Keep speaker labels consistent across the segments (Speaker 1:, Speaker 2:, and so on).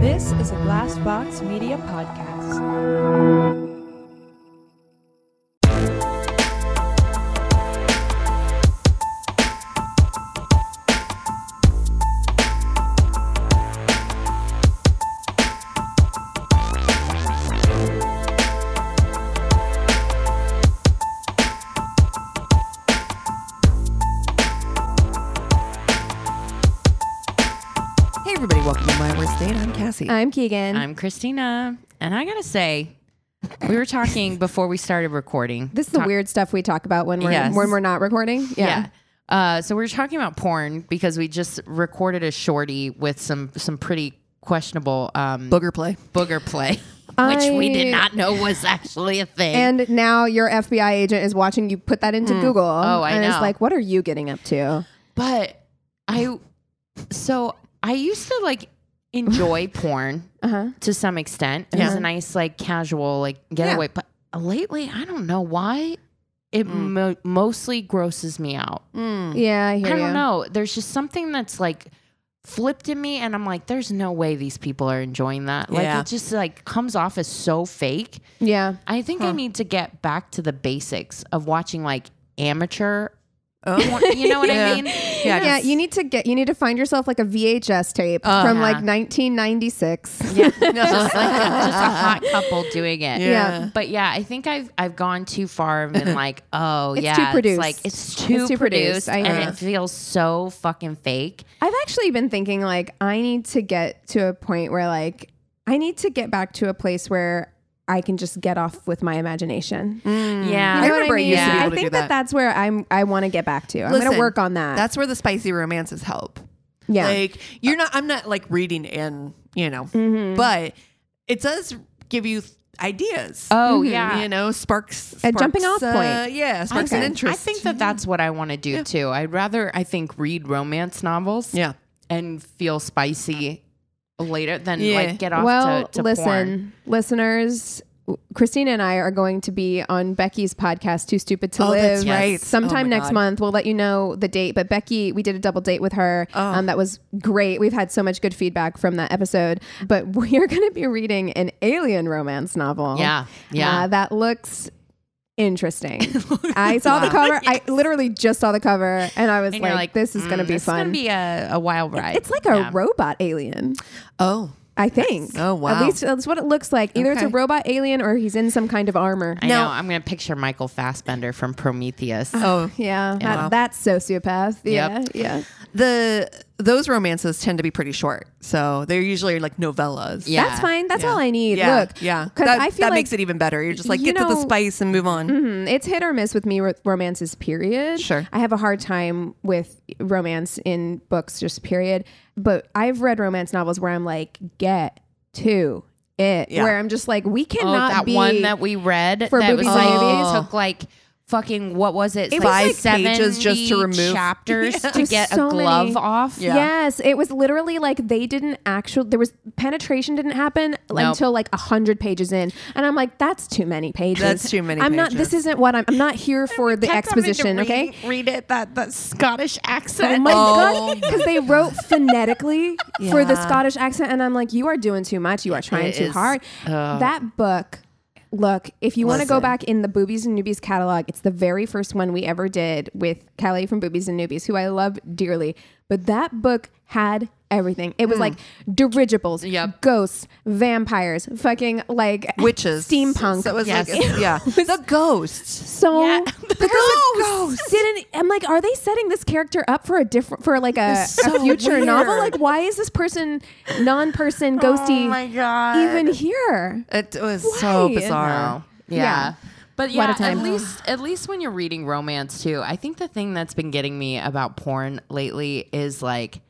Speaker 1: This is a Glass Box Media
Speaker 2: Oh
Speaker 1: podcast.
Speaker 3: Hey, everybody, welcome to My Worst Date. I'm Cassie.
Speaker 2: I'm Keegan.
Speaker 4: I'm Christina, and I gotta say, we were talking before we started recording.
Speaker 2: this is the weird stuff we talk about when we're
Speaker 4: Yes.
Speaker 2: when we're not recording. Yeah.
Speaker 4: yeah. Uh, so we were talking about porn because we just recorded a shorty with some some pretty questionable um,
Speaker 3: Booger Play.
Speaker 4: booger play, which we
Speaker 2: I-
Speaker 4: did not know was actually a thing.
Speaker 2: And now your FBI agent is watching you put that into Google. Oh,
Speaker 4: Hmm. I
Speaker 2: and it's
Speaker 4: know.
Speaker 2: like, what are you getting up to?
Speaker 4: but I, so I used to like enjoy porn to some extent. It was a nice like casual like getaway. But lately, I don't know why. It
Speaker 2: Mm.
Speaker 4: mo- mostly grosses me out.
Speaker 2: Yeah, I hear
Speaker 4: Hmm. I
Speaker 2: you.
Speaker 4: don't know. There's just something that's like flipped in me, and I'm like, there's no way these people are enjoying that. Like
Speaker 3: Yeah.
Speaker 4: it just like comes off as so fake.
Speaker 2: Yeah.
Speaker 4: I think I need to get back to the basics of watching like amateur.
Speaker 3: Oh.
Speaker 4: You know what
Speaker 3: Yeah.
Speaker 4: I mean?
Speaker 3: Yeah,
Speaker 2: Yeah,
Speaker 3: just-
Speaker 2: you need to get you need to find yourself like a VHS tape
Speaker 4: Oh,
Speaker 2: from like 1996.
Speaker 4: Yeah, just, like, just a hot couple doing it.
Speaker 2: Yeah. Yeah.
Speaker 4: but yeah, I think I've I've gone too far and been like, oh
Speaker 2: It's
Speaker 4: yeah,
Speaker 2: too produced.
Speaker 4: It's like it's too,
Speaker 2: too produced.
Speaker 4: produced,
Speaker 2: I
Speaker 4: and
Speaker 2: know.
Speaker 4: it feels so fucking fake.
Speaker 2: I've actually been thinking like I need to get to a point where like I need to get back to a place where I can just get off with my imagination.
Speaker 4: Yeah,
Speaker 2: Mm. You know what
Speaker 3: remember it used to be
Speaker 2: I
Speaker 3: able to
Speaker 2: think
Speaker 3: do
Speaker 2: that.
Speaker 3: that.
Speaker 2: that's where I'm. I want to get back to. I'm going to
Speaker 3: Listen,
Speaker 2: work on that.
Speaker 3: That's where the spicy romances help.
Speaker 2: Ah. yeah.
Speaker 3: Like, you're not, I'm not like reading in, you know,
Speaker 2: Mm-hmm.
Speaker 3: but it does give you ideas. Mm-hmm.
Speaker 4: Oh yeah,
Speaker 3: You know, sparks.
Speaker 2: A
Speaker 3: sparks,
Speaker 2: jumping off
Speaker 3: uh,
Speaker 2: point.
Speaker 3: Yeah, sparks an interest.
Speaker 4: I think that that's what I want to do too. I'd rather, I think, read romance novels
Speaker 3: Yeah.
Speaker 4: and feel spicy later than
Speaker 3: Yeah.
Speaker 4: like get off
Speaker 2: well,
Speaker 4: to, to
Speaker 2: listen,
Speaker 4: porn.
Speaker 2: listeners. w- Christina and I are going to be on Becky's podcast, Too Stupid to
Speaker 3: Oh,
Speaker 2: Live,
Speaker 3: that's right.
Speaker 2: sometime
Speaker 3: Oh, my
Speaker 2: next
Speaker 3: God.
Speaker 2: month. We'll let you know the date. But Becky, we did a double date with her.
Speaker 3: Oh.
Speaker 2: Um, that was great. We've had so much good feedback from that episode. But we are going to be reading an alien romance novel.
Speaker 4: Yeah, yeah.
Speaker 2: Uh, that looks interesting. I saw the cover. I literally just saw the cover, and I was
Speaker 4: And
Speaker 2: like,
Speaker 4: you're
Speaker 2: "This is going to
Speaker 4: "Mm,
Speaker 2: be
Speaker 4: this
Speaker 2: fun."
Speaker 4: It's gonna be a, a wild ride.
Speaker 2: it's like a robot alien.
Speaker 3: Oh.
Speaker 2: I think.
Speaker 3: Oh, wow.
Speaker 2: At least that's what it looks like. Either it's a
Speaker 3: Okay.
Speaker 2: robot alien or he's in some kind of armor.
Speaker 4: I
Speaker 3: Now-
Speaker 4: know. I'm gonna picture Michael Fassbender from Prometheus.
Speaker 3: Oh.
Speaker 2: Yeah, that,
Speaker 3: Wow.
Speaker 2: that's sociopath. Yeah,
Speaker 4: Yep.
Speaker 2: yeah.
Speaker 3: The, those romances tend to be pretty short. So they're usually like novellas.
Speaker 4: Yeah.
Speaker 2: That's fine. That's
Speaker 3: Yeah.
Speaker 2: all I need.
Speaker 3: Yeah.
Speaker 2: Look,
Speaker 3: Yeah.
Speaker 2: because
Speaker 3: That,
Speaker 2: I feel
Speaker 3: that
Speaker 2: like
Speaker 3: makes it even better. You're just like,
Speaker 2: you
Speaker 3: get to
Speaker 2: know-
Speaker 3: the spice and move on.
Speaker 2: mm, it's hit or miss with me. ro- Romances, period.
Speaker 3: Sure.
Speaker 2: I have a hard time with romance in books, just period. But I've read romance novels where I'm like, get to it.
Speaker 3: Yeah.
Speaker 2: Where I'm just like, we
Speaker 4: oh,
Speaker 2: cannot
Speaker 4: that
Speaker 2: be
Speaker 4: one that we read
Speaker 2: for
Speaker 4: that
Speaker 2: boobies
Speaker 4: was
Speaker 2: and
Speaker 4: like
Speaker 2: movies.
Speaker 4: it took like fucking what was it?
Speaker 2: It was
Speaker 4: like
Speaker 2: like
Speaker 4: seven
Speaker 3: pages just to remove-
Speaker 4: chapters to
Speaker 2: There's
Speaker 4: get
Speaker 2: so
Speaker 4: a glove
Speaker 2: many.
Speaker 4: off.
Speaker 3: Yeah.
Speaker 2: Yes, it was literally like they didn't actual. There was penetration didn't happen until like a hundred pages in, and I'm like, that's too many pages.
Speaker 3: That's too many
Speaker 2: I'm not.
Speaker 3: pages.
Speaker 2: This isn't what I'm. I'm not here for the
Speaker 4: Kept having to
Speaker 2: exposition.
Speaker 4: read-
Speaker 2: Okay.
Speaker 4: read it that that Scottish
Speaker 2: Oh
Speaker 4: accent.
Speaker 2: my
Speaker 3: Oh.
Speaker 2: god! Because they wrote phonetically for the
Speaker 3: Yeah.
Speaker 2: Scottish accent, and I'm like, you are doing too much. You are trying
Speaker 4: It
Speaker 2: too
Speaker 4: is-
Speaker 2: hard. that book. Look, if you want to go
Speaker 3: Listen.
Speaker 2: back in the Boobies and Newbies catalog, it's the very first one we ever did with Kelly from Boobies and Newbies, who I love dearly. But that book had everything. It was like dirigibles,
Speaker 4: Hmm. Yep.
Speaker 2: ghosts, vampires, fucking like
Speaker 3: witches,
Speaker 2: steampunk.
Speaker 3: So it was
Speaker 4: Yes.
Speaker 3: like, yeah, the ghosts.
Speaker 2: So
Speaker 4: Yeah.
Speaker 2: the ghost didn't. Oh, I'm like, are they setting this character up for a different, for like a, a
Speaker 3: so
Speaker 2: future
Speaker 3: weird. Oh
Speaker 2: novel? Like, why is this person, non-person, ghosty,
Speaker 4: god.
Speaker 2: even here?
Speaker 3: It was so
Speaker 2: Why?
Speaker 3: bizarre.
Speaker 4: Yeah.
Speaker 2: Yeah.
Speaker 4: But
Speaker 2: Lot
Speaker 4: yeah,
Speaker 2: of
Speaker 4: at
Speaker 2: time.
Speaker 4: least at least when you're reading romance too, I think the thing that's been getting me about porn lately is like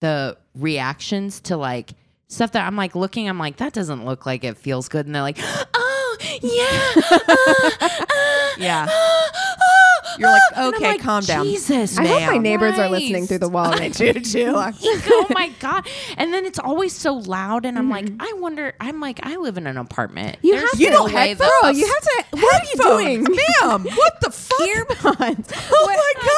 Speaker 4: the reactions to like stuff that I'm like looking, I'm like, that doesn't look like uh, it feels good. And they're like, oh yeah.
Speaker 3: Yeah.
Speaker 4: ah, ah,
Speaker 3: You're like,
Speaker 4: And I'm
Speaker 3: okay,
Speaker 4: like,
Speaker 3: calm down.
Speaker 4: Jesus,
Speaker 2: I hope my
Speaker 3: Ma'am.
Speaker 2: neighbors are
Speaker 4: Christ.
Speaker 2: listening through the wall right now.
Speaker 3: too. I'm-
Speaker 4: oh my god! And then it's always so loud, and I'm like, I wonder. I'm like, I live in an apartment.
Speaker 2: Mm-hmm. You
Speaker 4: There's
Speaker 2: have
Speaker 4: no
Speaker 2: to
Speaker 3: don't
Speaker 4: way
Speaker 3: have
Speaker 4: that-
Speaker 2: Girl, you have to. What are you doing?
Speaker 3: ma'am? What the fuck?
Speaker 2: Earbuds.
Speaker 3: Oh
Speaker 2: What-
Speaker 3: my god!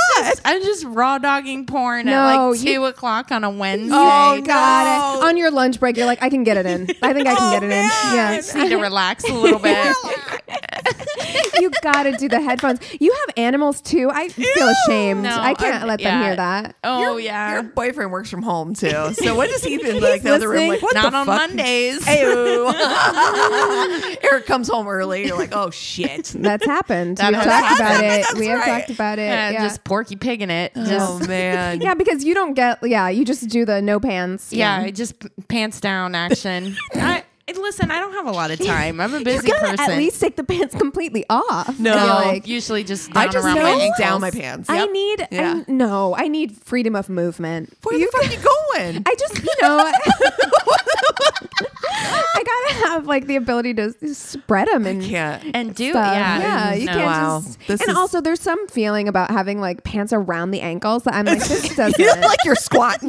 Speaker 4: I'm just raw dogging porn at
Speaker 2: No,
Speaker 4: like two
Speaker 2: you-
Speaker 4: o'clock on a Wednesday.
Speaker 3: Oh,
Speaker 2: You got
Speaker 3: no.
Speaker 2: it. On your lunch break, you're like, I can get it in. I think I can
Speaker 3: Oh,
Speaker 2: get it
Speaker 3: man.
Speaker 2: in. Yeah.
Speaker 4: Just need to relax a little bit.
Speaker 2: you gotta do the headphones. You have animals too. I feel ashamed.
Speaker 4: No,
Speaker 2: I can't
Speaker 4: I'm-
Speaker 2: let them
Speaker 4: yeah.
Speaker 2: hear that.
Speaker 4: Oh
Speaker 3: Your
Speaker 4: yeah,
Speaker 3: boyfriend works from home too. So what does he think? Like the other room,
Speaker 2: listening.
Speaker 3: like what
Speaker 4: not
Speaker 3: the
Speaker 4: on
Speaker 3: fuck?
Speaker 4: Mondays.
Speaker 3: Ew. Eric comes home early. You're like, oh shit.
Speaker 2: That's happened.
Speaker 4: That
Speaker 2: We've
Speaker 4: has
Speaker 2: talked about
Speaker 3: happened.
Speaker 2: it.
Speaker 3: That's
Speaker 2: we have
Speaker 3: right.
Speaker 2: talked about it.
Speaker 4: Yeah,
Speaker 2: yeah.
Speaker 4: Just Porky Pig in it.
Speaker 3: Oh
Speaker 4: Just
Speaker 3: man.
Speaker 2: yeah, because you don't get. Yeah, you just do the no pants.
Speaker 4: yeah, just p- pants down action. I, and listen, I don't have a lot of time. I'm a busy
Speaker 2: You gotta
Speaker 4: person.
Speaker 2: at least take the pants completely off.
Speaker 3: No.
Speaker 2: You're
Speaker 4: No,
Speaker 2: like,
Speaker 4: usually just down
Speaker 3: I just
Speaker 4: around
Speaker 3: know
Speaker 4: my ankles.
Speaker 3: down my pants.
Speaker 2: I
Speaker 3: Yep.
Speaker 2: need.
Speaker 3: Yeah.
Speaker 2: I no. I need freedom of movement.
Speaker 3: Where the fuck are you going?
Speaker 2: I just, you know, I gotta have like the ability to s- spread them and
Speaker 3: can't.
Speaker 4: and do
Speaker 2: stuff.
Speaker 4: yeah,
Speaker 2: you
Speaker 4: No.
Speaker 2: can't
Speaker 3: Mm-hmm. Wow.
Speaker 2: just.
Speaker 3: This
Speaker 2: and
Speaker 3: is-
Speaker 2: also, there's some feeling about having like pants around the ankles that I'm like, this doesn't.
Speaker 3: You look like you're squatting.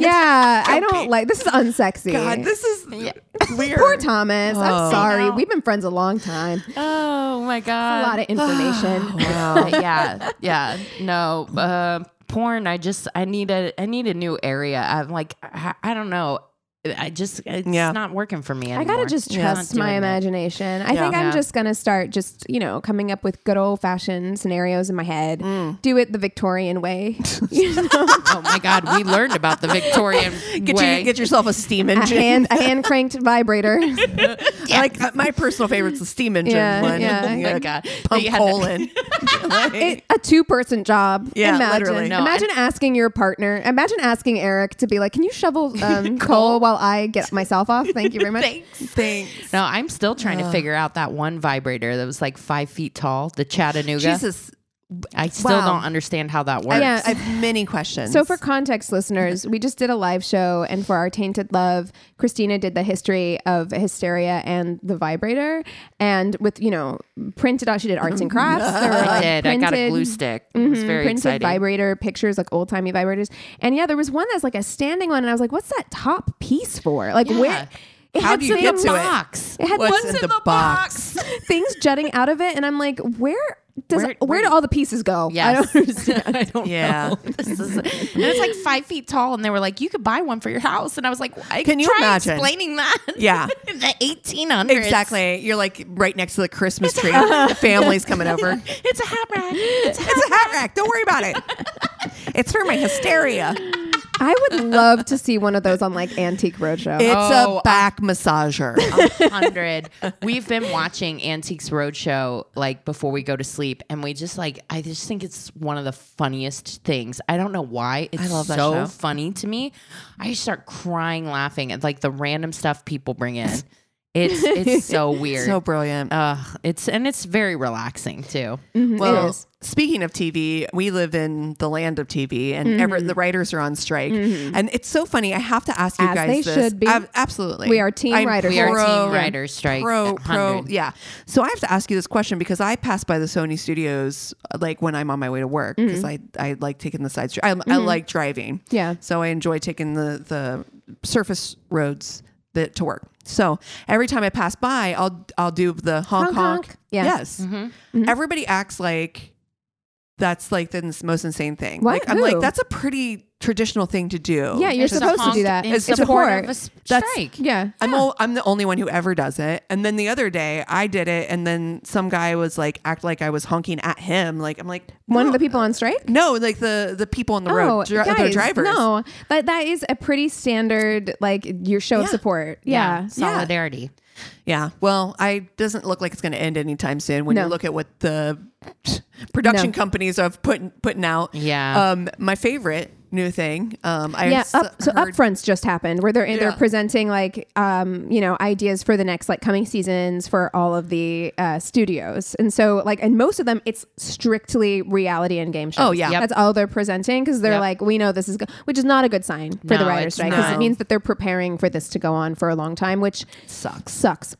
Speaker 2: yeah, I don't like. This is unsexy.
Speaker 3: God, this is weird.
Speaker 2: Poor Thomas.
Speaker 3: Oh.
Speaker 2: I'm
Speaker 4: I
Speaker 2: sorry.
Speaker 4: know.
Speaker 2: We've been friends a long time.
Speaker 4: Oh my
Speaker 2: A lot
Speaker 4: god,
Speaker 3: Uh,
Speaker 2: of information.
Speaker 4: wow.
Speaker 2: Oh.
Speaker 4: yeah, yeah. No, uh, porn. I just I need a I need a new area. I'm like I, I don't know. I just it's
Speaker 3: Yeah.
Speaker 4: not working for me.
Speaker 2: I
Speaker 4: Anymore.
Speaker 2: gotta just
Speaker 4: I'm not
Speaker 2: trust
Speaker 4: doing
Speaker 2: my
Speaker 4: it.
Speaker 2: imagination. I
Speaker 3: Yeah.
Speaker 2: think I'm
Speaker 4: Yeah.
Speaker 2: just gonna start just you know coming up with good old fashioned scenarios in my head.
Speaker 3: Mm.
Speaker 2: Do it the Victorian way. You know?
Speaker 4: Oh my god, we learned about the Victorian
Speaker 3: Get,
Speaker 4: way.
Speaker 3: you, get yourself a steam
Speaker 2: a
Speaker 3: engine.
Speaker 2: hand a hand cranked vibrator.
Speaker 3: Like uh, my personal favorite's the steam engine
Speaker 2: Yeah,
Speaker 3: one.
Speaker 2: yeah.
Speaker 3: You
Speaker 2: Oh
Speaker 4: my
Speaker 3: gotta
Speaker 4: God. That
Speaker 3: Pump
Speaker 4: you had to-
Speaker 3: hole in. Like-
Speaker 2: It- a two person job.
Speaker 3: Yeah,
Speaker 2: imagine.
Speaker 3: literally. No,
Speaker 2: imagine asking your partner. Imagine asking Eric to be like, "Can you shovel um, coal while I get myself off? Thank you very much."
Speaker 3: Thanks.
Speaker 4: no, I'm still trying to figure out that one vibrator that was like five feet tall, the Chattanooga.
Speaker 3: Jesus.
Speaker 4: I still
Speaker 3: Wow.
Speaker 4: don't understand how that works.
Speaker 2: Yeah.
Speaker 3: I have many questions.
Speaker 2: So, for context, listeners, we just did a live show, and for our Tainted Love, Christina did the history of hysteria and the vibrator, and with you know printed out, she did arts and crafts. There were,
Speaker 4: I
Speaker 2: like,
Speaker 4: did. I got a
Speaker 2: uh, printed-
Speaker 4: glue stick. It was
Speaker 2: Mhm,
Speaker 4: very
Speaker 2: printed
Speaker 4: exciting.
Speaker 2: vibrator pictures, like old timey vibrators, and yeah, there was one that's like a standing one, and I was like, "What's that top piece for? Like,
Speaker 4: Yeah.
Speaker 2: where? It
Speaker 3: How
Speaker 2: had
Speaker 3: do you get
Speaker 2: some-
Speaker 3: to it?
Speaker 4: Box.
Speaker 2: It had
Speaker 3: What's
Speaker 2: one
Speaker 3: in the box?
Speaker 2: things jutting out of it, and I'm like, where does
Speaker 4: Where-
Speaker 2: where,
Speaker 4: where-
Speaker 2: do all the pieces go? I
Speaker 4: Yes.
Speaker 2: don't understand.
Speaker 4: I don't
Speaker 3: Yeah.
Speaker 4: know. This is, and it's like five feet tall, and they were like, "You could buy one for your house." And I was like, I
Speaker 3: Can you
Speaker 4: try
Speaker 3: imagine?
Speaker 4: explaining that?
Speaker 3: Yeah.
Speaker 4: in the eighteen hundreds,
Speaker 3: Exactly. You're like right next to the Christmas tree. the family's coming over.
Speaker 4: It's a hat rack. It's a hat
Speaker 3: It's a hat rack. Don't worry about it. It's for my hysteria.
Speaker 2: I would love to see one of those on like Antique Roadshow.
Speaker 3: It's
Speaker 4: Oh,
Speaker 3: a back massager.
Speaker 4: A hundred. We've been watching Antiques Roadshow like before we go to sleep, and we just like I just think it's one of the funniest things. I don't know why it's
Speaker 3: love that
Speaker 4: so
Speaker 3: show.
Speaker 4: funny to me. I just start crying laughing at like the random stuff people bring in. It's it's so weird.
Speaker 3: so brilliant. Uh,
Speaker 4: uh, it's and it's very relaxing too.
Speaker 3: Well,
Speaker 2: Mm-hmm. is.
Speaker 3: speaking of TV, we live in the land of TV, and ever
Speaker 2: Mm-hmm.
Speaker 3: the writers are on strike, and it's so funny. I have to ask you
Speaker 2: As
Speaker 3: guys
Speaker 2: they
Speaker 3: this.
Speaker 2: should be.
Speaker 3: Ab- absolutely,
Speaker 2: We are team writers.
Speaker 4: We are team
Speaker 3: pro-
Speaker 4: writers strike
Speaker 3: Pro,
Speaker 4: at
Speaker 3: pro,
Speaker 4: 100.
Speaker 3: yeah. So I have to ask you this question because I pass by the Sony studios uh, like when I'm on my way to work because I, I like taking the side street. I, I like driving.
Speaker 2: Mm-hmm. Yeah.
Speaker 3: So I enjoy taking the the surface roads that to work. So every time I pass by, I'll I'll do the honk honk.
Speaker 2: Honk, honk. Yeah. Mm-hmm.
Speaker 3: Yes. Everybody acts like that's like the ins- most insane thing.
Speaker 2: What?
Speaker 3: Like I'm like
Speaker 2: Who?
Speaker 3: that's a pretty traditional thing to do.
Speaker 2: Yeah, you're
Speaker 4: It's a
Speaker 2: supposed to
Speaker 4: honk
Speaker 2: do that.
Speaker 4: in
Speaker 2: It's
Speaker 4: support,
Speaker 2: support.
Speaker 4: of a s-
Speaker 3: That's-
Speaker 4: strike.
Speaker 2: yeah.
Speaker 3: I'm ol- I'm the only one who ever does it. And then the other day I did it, and then some guy was like act like I was honking at him. Like I'm like
Speaker 2: One
Speaker 3: no.
Speaker 2: of the people on strike? Oh,
Speaker 3: no, like the the people on the road, dri- the
Speaker 2: guys,
Speaker 3: drivers.
Speaker 2: No, but that is a pretty standard, like your show
Speaker 3: Yeah.
Speaker 2: of support. Yeah.
Speaker 4: Solidarity.
Speaker 3: Yeah. Well, I doesn't look like it's going to end anytime soon. When you
Speaker 2: No.
Speaker 3: look at what the production
Speaker 2: No.
Speaker 3: companies have putting putting out.
Speaker 4: Yeah.
Speaker 3: Um, my favorite new thing. Um, I
Speaker 2: Yeah,
Speaker 3: s-
Speaker 2: up, so
Speaker 3: heard-
Speaker 2: upfronts just happened where they're they're
Speaker 3: Yeah.
Speaker 2: presenting like um you know ideas for the next like coming seasons for all of the uh, studios and so like and most of them it's strictly reality and game shows.
Speaker 3: Oh, yeah. Yep.
Speaker 2: that's all they're presenting because they're
Speaker 4: Yep.
Speaker 2: like we know this is go-, which is not a good sign for the
Speaker 4: No,
Speaker 2: writers
Speaker 4: it's
Speaker 2: strike because
Speaker 3: not.
Speaker 2: it means that they're preparing for this to go on for a long time which
Speaker 3: sucks.
Speaker 2: sucks.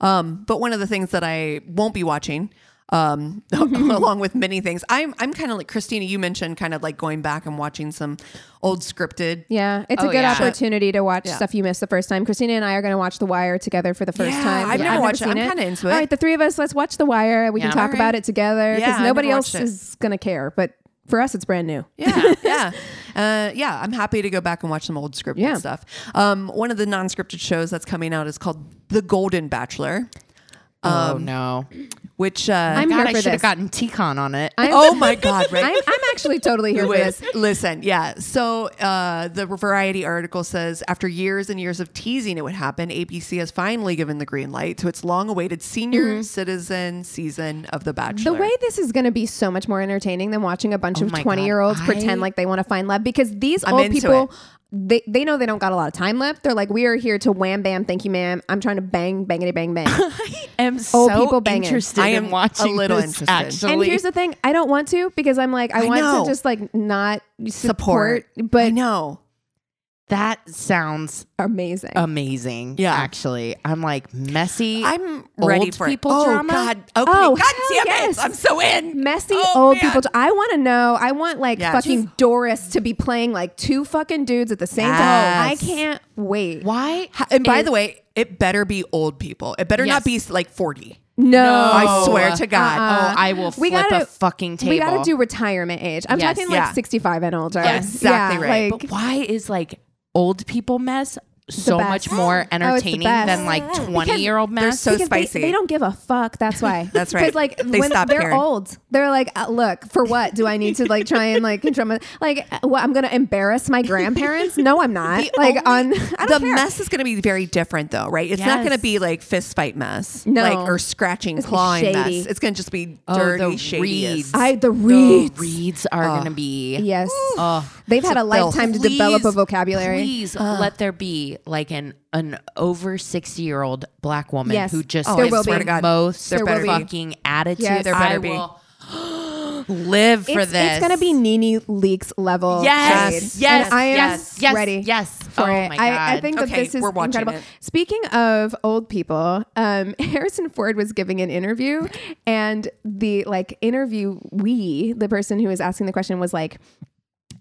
Speaker 3: Um, but one of the things that I won't be watching um, along with many things. I'm I'm kind of like Christina. You mentioned kind of like going back and watching some old scripted.
Speaker 2: Yeah, it's
Speaker 4: Oh,
Speaker 2: a good
Speaker 4: yeah.
Speaker 2: opportunity to watch
Speaker 3: Yeah.
Speaker 2: stuff you missed the first time. Christina and I are going to watch The Wire together for the first
Speaker 3: Yeah,
Speaker 2: time.
Speaker 3: I've never watched it.
Speaker 2: seen
Speaker 3: I'm kinda into
Speaker 2: All
Speaker 3: it.
Speaker 2: right, the three of us, let's watch The Wire. We
Speaker 4: Yeah.
Speaker 2: can talk
Speaker 3: All
Speaker 2: about
Speaker 3: right.
Speaker 2: it together
Speaker 3: Yeah,
Speaker 2: because
Speaker 3: I've
Speaker 2: nobody
Speaker 3: never
Speaker 2: else
Speaker 3: watched it.
Speaker 2: is going to care. But for us, it's brand new.
Speaker 3: Yeah, yeah, uh, yeah. I'm happy to go back and watch some old scripted
Speaker 2: Yeah.
Speaker 3: stuff. Um, one of the non-scripted shows that's coming out is called The Golden Bachelor,
Speaker 4: oh no!
Speaker 3: which uh,
Speaker 2: I'm
Speaker 4: God,
Speaker 2: here
Speaker 4: I
Speaker 2: for
Speaker 4: should have
Speaker 2: this.
Speaker 4: gotten Ticon on it.
Speaker 2: I'm,
Speaker 3: oh my god, right?
Speaker 2: I'm, I'm actually totally here for
Speaker 3: Wait,
Speaker 2: this.
Speaker 3: Listen, yeah. So uh, the Variety article says after years and years of teasing it would happen, ABC has finally given the green light to its long awaited senior citizen season of The
Speaker 2: The
Speaker 3: Bachelor.
Speaker 2: way this is going to be so much more entertaining than watching a bunch
Speaker 4: Oh
Speaker 2: of
Speaker 4: my
Speaker 2: 20
Speaker 4: God,
Speaker 2: year olds
Speaker 4: I-
Speaker 2: pretend like they want to find love because these
Speaker 3: I'm
Speaker 2: old
Speaker 3: into
Speaker 2: people,
Speaker 3: it.
Speaker 2: they, they know they don't got a lot of time left. They're like, we are here to wham, bam, thank you, ma'am. I'm trying to bang, bangity, bang, bang.
Speaker 4: am so
Speaker 2: Oh, people banging.
Speaker 4: interested
Speaker 3: I am
Speaker 4: in watching
Speaker 3: a little
Speaker 4: this,
Speaker 3: interested.
Speaker 4: Actually,
Speaker 2: and here's the thing I don't want to because I'm like, I,
Speaker 3: I
Speaker 2: want
Speaker 3: know.
Speaker 2: to just like not support,
Speaker 3: support,
Speaker 2: but
Speaker 3: I know.
Speaker 4: that sounds
Speaker 2: amazing.
Speaker 3: Oh.
Speaker 4: amazing.
Speaker 3: Yeah.
Speaker 4: actually, I'm like messy.
Speaker 3: I'm
Speaker 4: Old
Speaker 3: ready for
Speaker 4: people
Speaker 3: it. Oh
Speaker 4: drama?
Speaker 3: God! Okay,
Speaker 2: Oh,
Speaker 3: God
Speaker 2: hell
Speaker 3: damn
Speaker 2: yes.
Speaker 3: it! I'm so in.
Speaker 2: Messy
Speaker 3: Oh,
Speaker 2: old
Speaker 3: man.
Speaker 2: people. I want to know. I want like
Speaker 3: Yes.
Speaker 2: fucking Doris to be playing like two fucking dudes at the same time. I
Speaker 3: Yes.
Speaker 2: can't wait.
Speaker 4: Why?
Speaker 3: Ha- And by the way, it better be old people. It better not be
Speaker 4: Yes.
Speaker 3: like 40.
Speaker 2: No, Uh,
Speaker 3: I swear to God.
Speaker 4: Oh, I will flip a fucking table.
Speaker 2: We gotta do retirement age. I'm
Speaker 4: Yes.
Speaker 2: talking like
Speaker 3: Yeah.
Speaker 2: 65 and older.
Speaker 4: Yeah,
Speaker 3: exactly right.
Speaker 2: Like,
Speaker 4: but why is like old people mess so
Speaker 2: best. Oh,
Speaker 4: much more
Speaker 2: the
Speaker 4: entertaining
Speaker 2: best.
Speaker 4: than like 20 year old mess?
Speaker 3: so
Speaker 2: because they-
Speaker 3: spicy.
Speaker 2: They, don't give a fuck. That's why.
Speaker 3: That's right.
Speaker 2: Because like
Speaker 3: They
Speaker 2: when
Speaker 3: stopped
Speaker 2: they're
Speaker 3: caring.
Speaker 2: old, they're like, uh, look, for what do I need to like try and like control my like? uh, What I'm gonna embarrass my grandparents? No, I'm not.
Speaker 3: The
Speaker 2: like
Speaker 3: only-
Speaker 2: on I
Speaker 3: the
Speaker 2: don't care.
Speaker 3: mess is going to be very different though, right? It's not
Speaker 4: Yes.
Speaker 3: going to be like fist fight mess,
Speaker 2: No.
Speaker 3: like or scratching,
Speaker 2: It's
Speaker 3: clawing
Speaker 2: shady.
Speaker 3: mess. It's going to just be
Speaker 4: Oh,
Speaker 3: dirty,
Speaker 4: the
Speaker 3: shady. as-
Speaker 4: reeds.
Speaker 2: I the
Speaker 4: the
Speaker 2: reads.
Speaker 4: reads are gonna be
Speaker 2: Yes.
Speaker 4: Oh,
Speaker 2: They've had a lifetime to
Speaker 4: Please,
Speaker 2: develop a vocabulary.
Speaker 4: Please let there be like an an over sixty year old black woman
Speaker 2: Yes.
Speaker 4: who just
Speaker 2: Oh,
Speaker 4: there
Speaker 2: there will
Speaker 4: swear
Speaker 2: be.
Speaker 4: to God, most
Speaker 2: There will be.
Speaker 4: fucking attitude.
Speaker 2: Yes. There
Speaker 3: better
Speaker 4: I
Speaker 3: be.
Speaker 4: will live for
Speaker 2: it's,
Speaker 4: this.
Speaker 2: It's gonna be Nene Leaks level. shade.
Speaker 4: yes, yes, yes,
Speaker 2: And I am
Speaker 4: yes, yes,
Speaker 2: ready.
Speaker 4: yes.
Speaker 2: For
Speaker 4: oh
Speaker 2: it.
Speaker 4: my god,
Speaker 2: I, I think that
Speaker 3: Okay,
Speaker 2: this is
Speaker 3: we're watching
Speaker 2: incredible.
Speaker 3: it.
Speaker 2: Speaking of old people, um, Harrison Ford was giving an interview, and the like interviewee, the person who was asking the question, was like,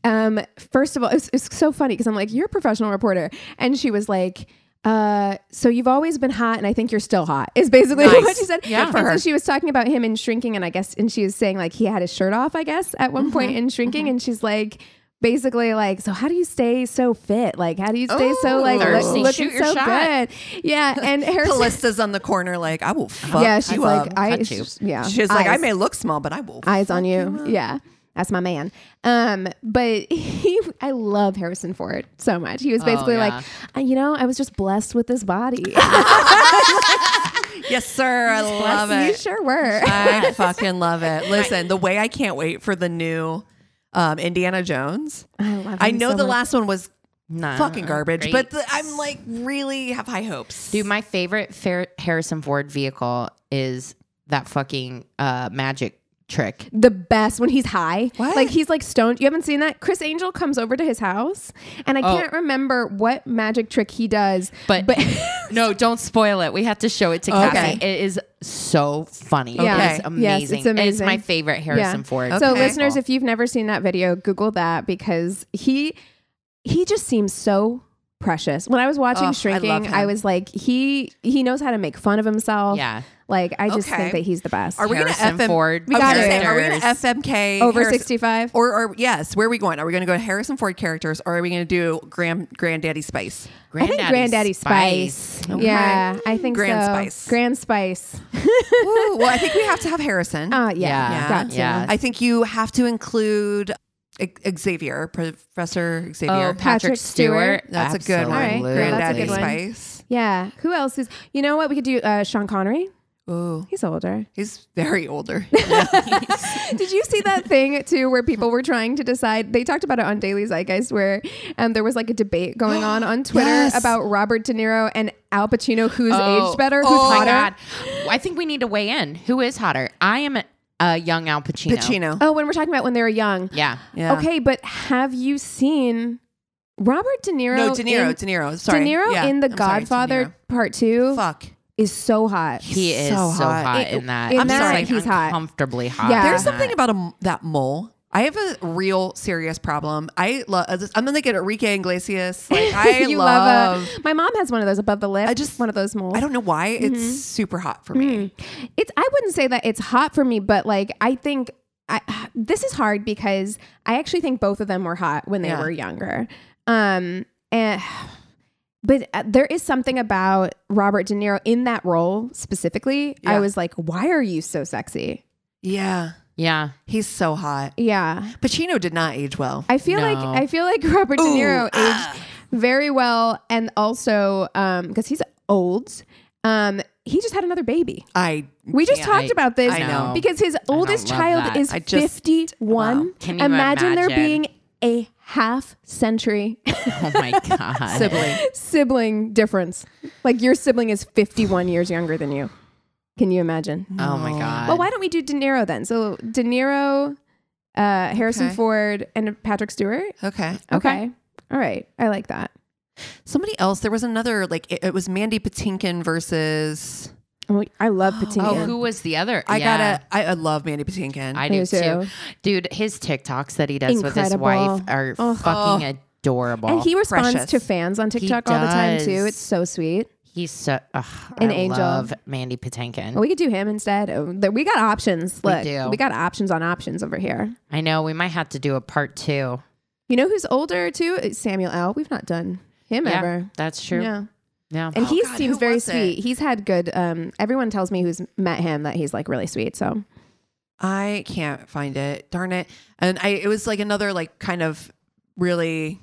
Speaker 2: um, first of all, it's, it's so funny because I'm like, you're a professional reporter. And she was like, uh, so you've always been hot and I think you're still hot is basically
Speaker 3: Nice.
Speaker 2: what she said.
Speaker 4: Yeah.
Speaker 2: And
Speaker 4: Good for
Speaker 2: so
Speaker 3: her.
Speaker 2: she was talking about him in shrinking and I guess, and she was saying like, he had his shirt off, I guess at one point in shrinking. And she's like, basically like, so how do you stay so fit? Like, how do you stay so like look,
Speaker 4: Thirsty.
Speaker 2: looking
Speaker 4: Shoot your
Speaker 2: so
Speaker 4: shot.
Speaker 2: good? Yeah. And Harrison,
Speaker 3: Callista's on the corner, like I will fuck
Speaker 2: yeah, she's
Speaker 3: you
Speaker 2: like,
Speaker 3: up.
Speaker 2: I,
Speaker 4: Cut you.
Speaker 2: yeah,
Speaker 3: She's like, I
Speaker 2: Eyes
Speaker 3: may look small, but I will.
Speaker 2: eyes on you. Yeah. That's my man. Um, but he, I love Harrison Ford so much. He was basically
Speaker 4: yeah.
Speaker 2: like, "Uh, you know, I was just blessed with this body.
Speaker 3: Yes, sir. I love
Speaker 2: you
Speaker 3: it.
Speaker 2: sure were.
Speaker 3: I fucking love it. Listen, the way I can't wait for the new um, Indiana Jones.
Speaker 2: I love.
Speaker 3: I
Speaker 2: him
Speaker 3: know
Speaker 2: so
Speaker 3: the
Speaker 2: much.
Speaker 3: last one was
Speaker 4: Nah,
Speaker 3: fucking garbage,
Speaker 4: Uh, great.
Speaker 3: but the, I'm like really have high hopes.
Speaker 4: Dude, my favorite Fer- Harrison Ford vehicle is that fucking uh, magic trick.
Speaker 2: the best when he's high.
Speaker 3: What?
Speaker 2: Like he's like stoned. You haven't seen that? Chris Angel comes over to his house, and
Speaker 3: Oh.
Speaker 2: I can't remember what magic trick he does.
Speaker 4: But, no, don't spoil it. We have to show it to
Speaker 3: Okay.
Speaker 4: Cassie. It is so funny.
Speaker 2: Yeah.
Speaker 4: It is amazing.
Speaker 2: Yes, it's
Speaker 4: It's
Speaker 2: amazing.
Speaker 4: my favorite Harrison Ford.
Speaker 2: So,
Speaker 3: Okay.
Speaker 2: listeners, if you've never seen that video, Google that because he he just seems so precious. When I was watching
Speaker 3: Oh, I love
Speaker 2: Shrinking,
Speaker 3: him.
Speaker 2: I, was like, he he knows how to make fun of himself.
Speaker 4: Yeah.
Speaker 2: like I just
Speaker 3: Okay.
Speaker 2: think that he's the best.
Speaker 3: Are we gonna
Speaker 4: Harrison
Speaker 3: FM
Speaker 4: Ford.
Speaker 3: I was
Speaker 2: got
Speaker 3: gonna
Speaker 2: it.
Speaker 3: say, Are we gonna
Speaker 4: characters.
Speaker 3: FMK
Speaker 2: over
Speaker 3: Harrison-
Speaker 2: sixty five?
Speaker 3: Or, or yes, where are we going? Are we going to go to Harrison Ford characters, or are we going to do grand Granddaddy Spice?
Speaker 2: I think Granddaddy Spice.
Speaker 4: Oh,
Speaker 2: Yeah, I think
Speaker 3: Grand
Speaker 2: so.
Speaker 3: Spice.
Speaker 2: Grand Spice.
Speaker 3: Ooh, well, I think we have to have Harrison. Um,
Speaker 2: Oh yeah,
Speaker 4: Yeah.
Speaker 2: got to.
Speaker 4: Yeah.
Speaker 3: I think you have to include I- Xavier, Professor Xavier.
Speaker 4: Oh, Patrick
Speaker 2: Patrick Stewart.
Speaker 4: Stewart.
Speaker 3: that's a good one.
Speaker 2: All right, great. That's a
Speaker 3: Granddaddy
Speaker 2: good one.
Speaker 3: Spice.
Speaker 2: Yeah. Who else is? You know what? We could do uh, Sean Connery.
Speaker 3: Ooh,
Speaker 2: He's older.
Speaker 3: he's very older.
Speaker 2: Did you see that thing too, where people were trying to decide? They talked about it on Daily Zeitgeist, where um, there was like a debate going on on Twitter
Speaker 3: Yes.
Speaker 2: about Robert De Niro and Al Pacino, who's aged better, who's
Speaker 4: oh my
Speaker 2: hotter.
Speaker 4: God. I think we need to weigh in. Who is hotter? I am a young Al Pacino.
Speaker 3: Pacino.
Speaker 2: Oh, when we're talking about when they were young.
Speaker 4: Yeah.
Speaker 3: Yeah.
Speaker 2: Okay, but have you seen Robert De Niro?
Speaker 3: No, De Niro.
Speaker 2: in-
Speaker 3: De Niro. Sorry.
Speaker 2: De Niro
Speaker 3: Yeah,
Speaker 2: in The
Speaker 3: I'm sorry, De
Speaker 2: Godfather
Speaker 3: Niro.
Speaker 2: Part Two
Speaker 3: Fuck.
Speaker 2: is so hot.
Speaker 4: He is so
Speaker 3: so
Speaker 4: hot,
Speaker 3: hot.
Speaker 2: It-
Speaker 4: in that.
Speaker 2: in
Speaker 4: I'm
Speaker 3: that,
Speaker 4: just like
Speaker 2: he's hot.
Speaker 4: uncomfortably hot.
Speaker 2: Yeah.
Speaker 4: in
Speaker 3: There's
Speaker 4: that.
Speaker 3: something about a m that mole. I have a real serious problem. I love. I'm gonna get Enrique Iglesias. Like I
Speaker 2: you
Speaker 3: love.
Speaker 2: love a, my mom has one of those above the lip.
Speaker 3: I just-
Speaker 2: one of those moles.
Speaker 3: I don't know why it's
Speaker 2: Mm-hmm.
Speaker 3: super hot for
Speaker 2: Mm.
Speaker 3: me.
Speaker 2: It's I wouldn't say that it's hot for me, but like I think I this is hard because I actually think both of them were hot when they
Speaker 3: Yeah.
Speaker 2: were younger. Um and but uh, there is something about Robert De Niro in that role specifically. I
Speaker 3: Yeah.
Speaker 2: was like, why are you so sexy?
Speaker 3: Yeah,
Speaker 4: Yeah.
Speaker 3: he's so hot.
Speaker 2: Yeah.
Speaker 3: Pacino did not age well.
Speaker 2: I feel like
Speaker 4: No.
Speaker 2: I feel like Robert De
Speaker 3: Ooh,
Speaker 2: Niro aged
Speaker 3: ah.
Speaker 2: very well and also um because he's old. Um he just had another baby.
Speaker 3: I
Speaker 2: We just
Speaker 4: Can't-
Speaker 2: talked about this
Speaker 3: I know.
Speaker 2: because his oldest
Speaker 4: love
Speaker 2: child
Speaker 4: that.
Speaker 2: is
Speaker 3: I just-
Speaker 2: 51.
Speaker 3: wow.
Speaker 4: Can you
Speaker 2: imagine, there
Speaker 4: imagine?
Speaker 2: being a half century
Speaker 4: Oh my god.
Speaker 3: sibling.
Speaker 2: sibling difference. Like your sibling is 51 years younger than you. Can you imagine?
Speaker 4: Oh my god.
Speaker 2: Well, why don't we do De Niro then? So De Niro, uh, Harrison
Speaker 3: Okay.
Speaker 2: Ford, and Patrick Stewart.
Speaker 3: Okay.
Speaker 2: Okay. All right. I like that.
Speaker 3: Somebody else. There was another. Like it, it was Mandy Patinkin versus.
Speaker 2: Oh, I love Patinkin.
Speaker 4: Oh, who was the other?
Speaker 3: I
Speaker 4: Yeah.
Speaker 3: gotta. I, I love Mandy Patinkin.
Speaker 4: I
Speaker 2: Me
Speaker 4: do
Speaker 2: too.
Speaker 4: too. Dude, his TikToks that he does with his
Speaker 2: Incredible.
Speaker 4: wife are
Speaker 2: Oh.
Speaker 4: fucking adorable.
Speaker 2: and he responds
Speaker 3: Precious.
Speaker 2: to fans on TikTok all the time too.
Speaker 4: does.
Speaker 2: It's so sweet.
Speaker 4: he's so ugh,
Speaker 2: An
Speaker 4: I
Speaker 2: angel.
Speaker 4: love Mandy Patinkin.
Speaker 2: Well, we could do him instead. Oh, th- We got options.
Speaker 4: We
Speaker 2: Look, we,
Speaker 4: do.
Speaker 2: got options on options over here.
Speaker 4: I know we might have to do a part two.
Speaker 2: You know who's older too? It's Samuel L. We've not done him
Speaker 4: Yeah,
Speaker 2: ever.
Speaker 4: that's true. Yeah.
Speaker 2: Yeah. And he
Speaker 3: Oh, God,
Speaker 2: seems
Speaker 3: who
Speaker 2: very
Speaker 3: was it?
Speaker 2: sweet. He's had good. Um, everyone tells me who's met him that he's like really sweet. So
Speaker 3: I can't find it. Darn it. And I it was like another like kind of really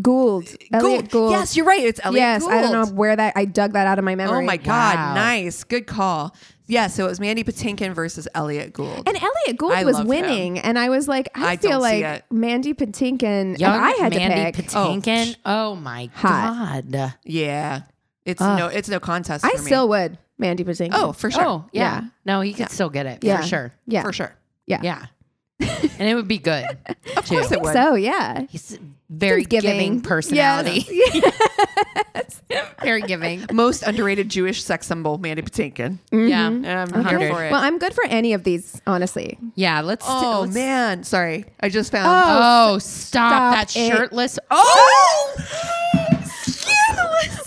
Speaker 2: Gould, Elliot Gould.
Speaker 3: Yes, you're right. It's Elliot
Speaker 2: Yes,
Speaker 3: Gould.
Speaker 2: I don't know where that. I dug that out of my
Speaker 3: Oh
Speaker 2: memory.
Speaker 3: my god,
Speaker 4: Wow.
Speaker 3: nice. Good call. Yeah, so it was Mandy Patinkin versus Elliot Gould.
Speaker 2: And Elliot Gould
Speaker 3: I
Speaker 2: was
Speaker 3: love him.
Speaker 2: winning, and I was like, I,
Speaker 3: I
Speaker 2: feel
Speaker 3: don't
Speaker 2: like
Speaker 3: see it.
Speaker 2: Mandy Patinkin. If
Speaker 4: Young
Speaker 2: I had
Speaker 4: Mandy
Speaker 2: to pick,
Speaker 4: Patinkin. Oh, my
Speaker 2: Hot.
Speaker 4: god.
Speaker 3: yeah. It's no it's no contest
Speaker 2: I
Speaker 3: for me.
Speaker 2: still would Mandy Patinkin.
Speaker 3: Oh, for sure.
Speaker 4: Oh yeah.
Speaker 2: Yeah.
Speaker 4: No, you could still get it
Speaker 2: Yeah.
Speaker 4: for sure.
Speaker 2: yeah,
Speaker 3: For sure.
Speaker 4: Yeah. and it would be good.
Speaker 3: Of course it would.
Speaker 2: so yeah.
Speaker 4: He's a very
Speaker 2: Giving.
Speaker 4: giving, personality.
Speaker 2: Yes.
Speaker 4: very giving.
Speaker 3: Most underrated Jewish sex symbol, Mandy Patinkin.
Speaker 4: Yeah.
Speaker 3: And I'm
Speaker 4: Okay.
Speaker 3: here for it.
Speaker 2: Well, I'm good for any of these, honestly.
Speaker 4: Yeah. Let's.
Speaker 3: oh
Speaker 4: let's-
Speaker 3: man, sorry. I just found
Speaker 4: Oh, stop,
Speaker 2: stop
Speaker 4: that
Speaker 2: it.
Speaker 4: shirtless. Oh,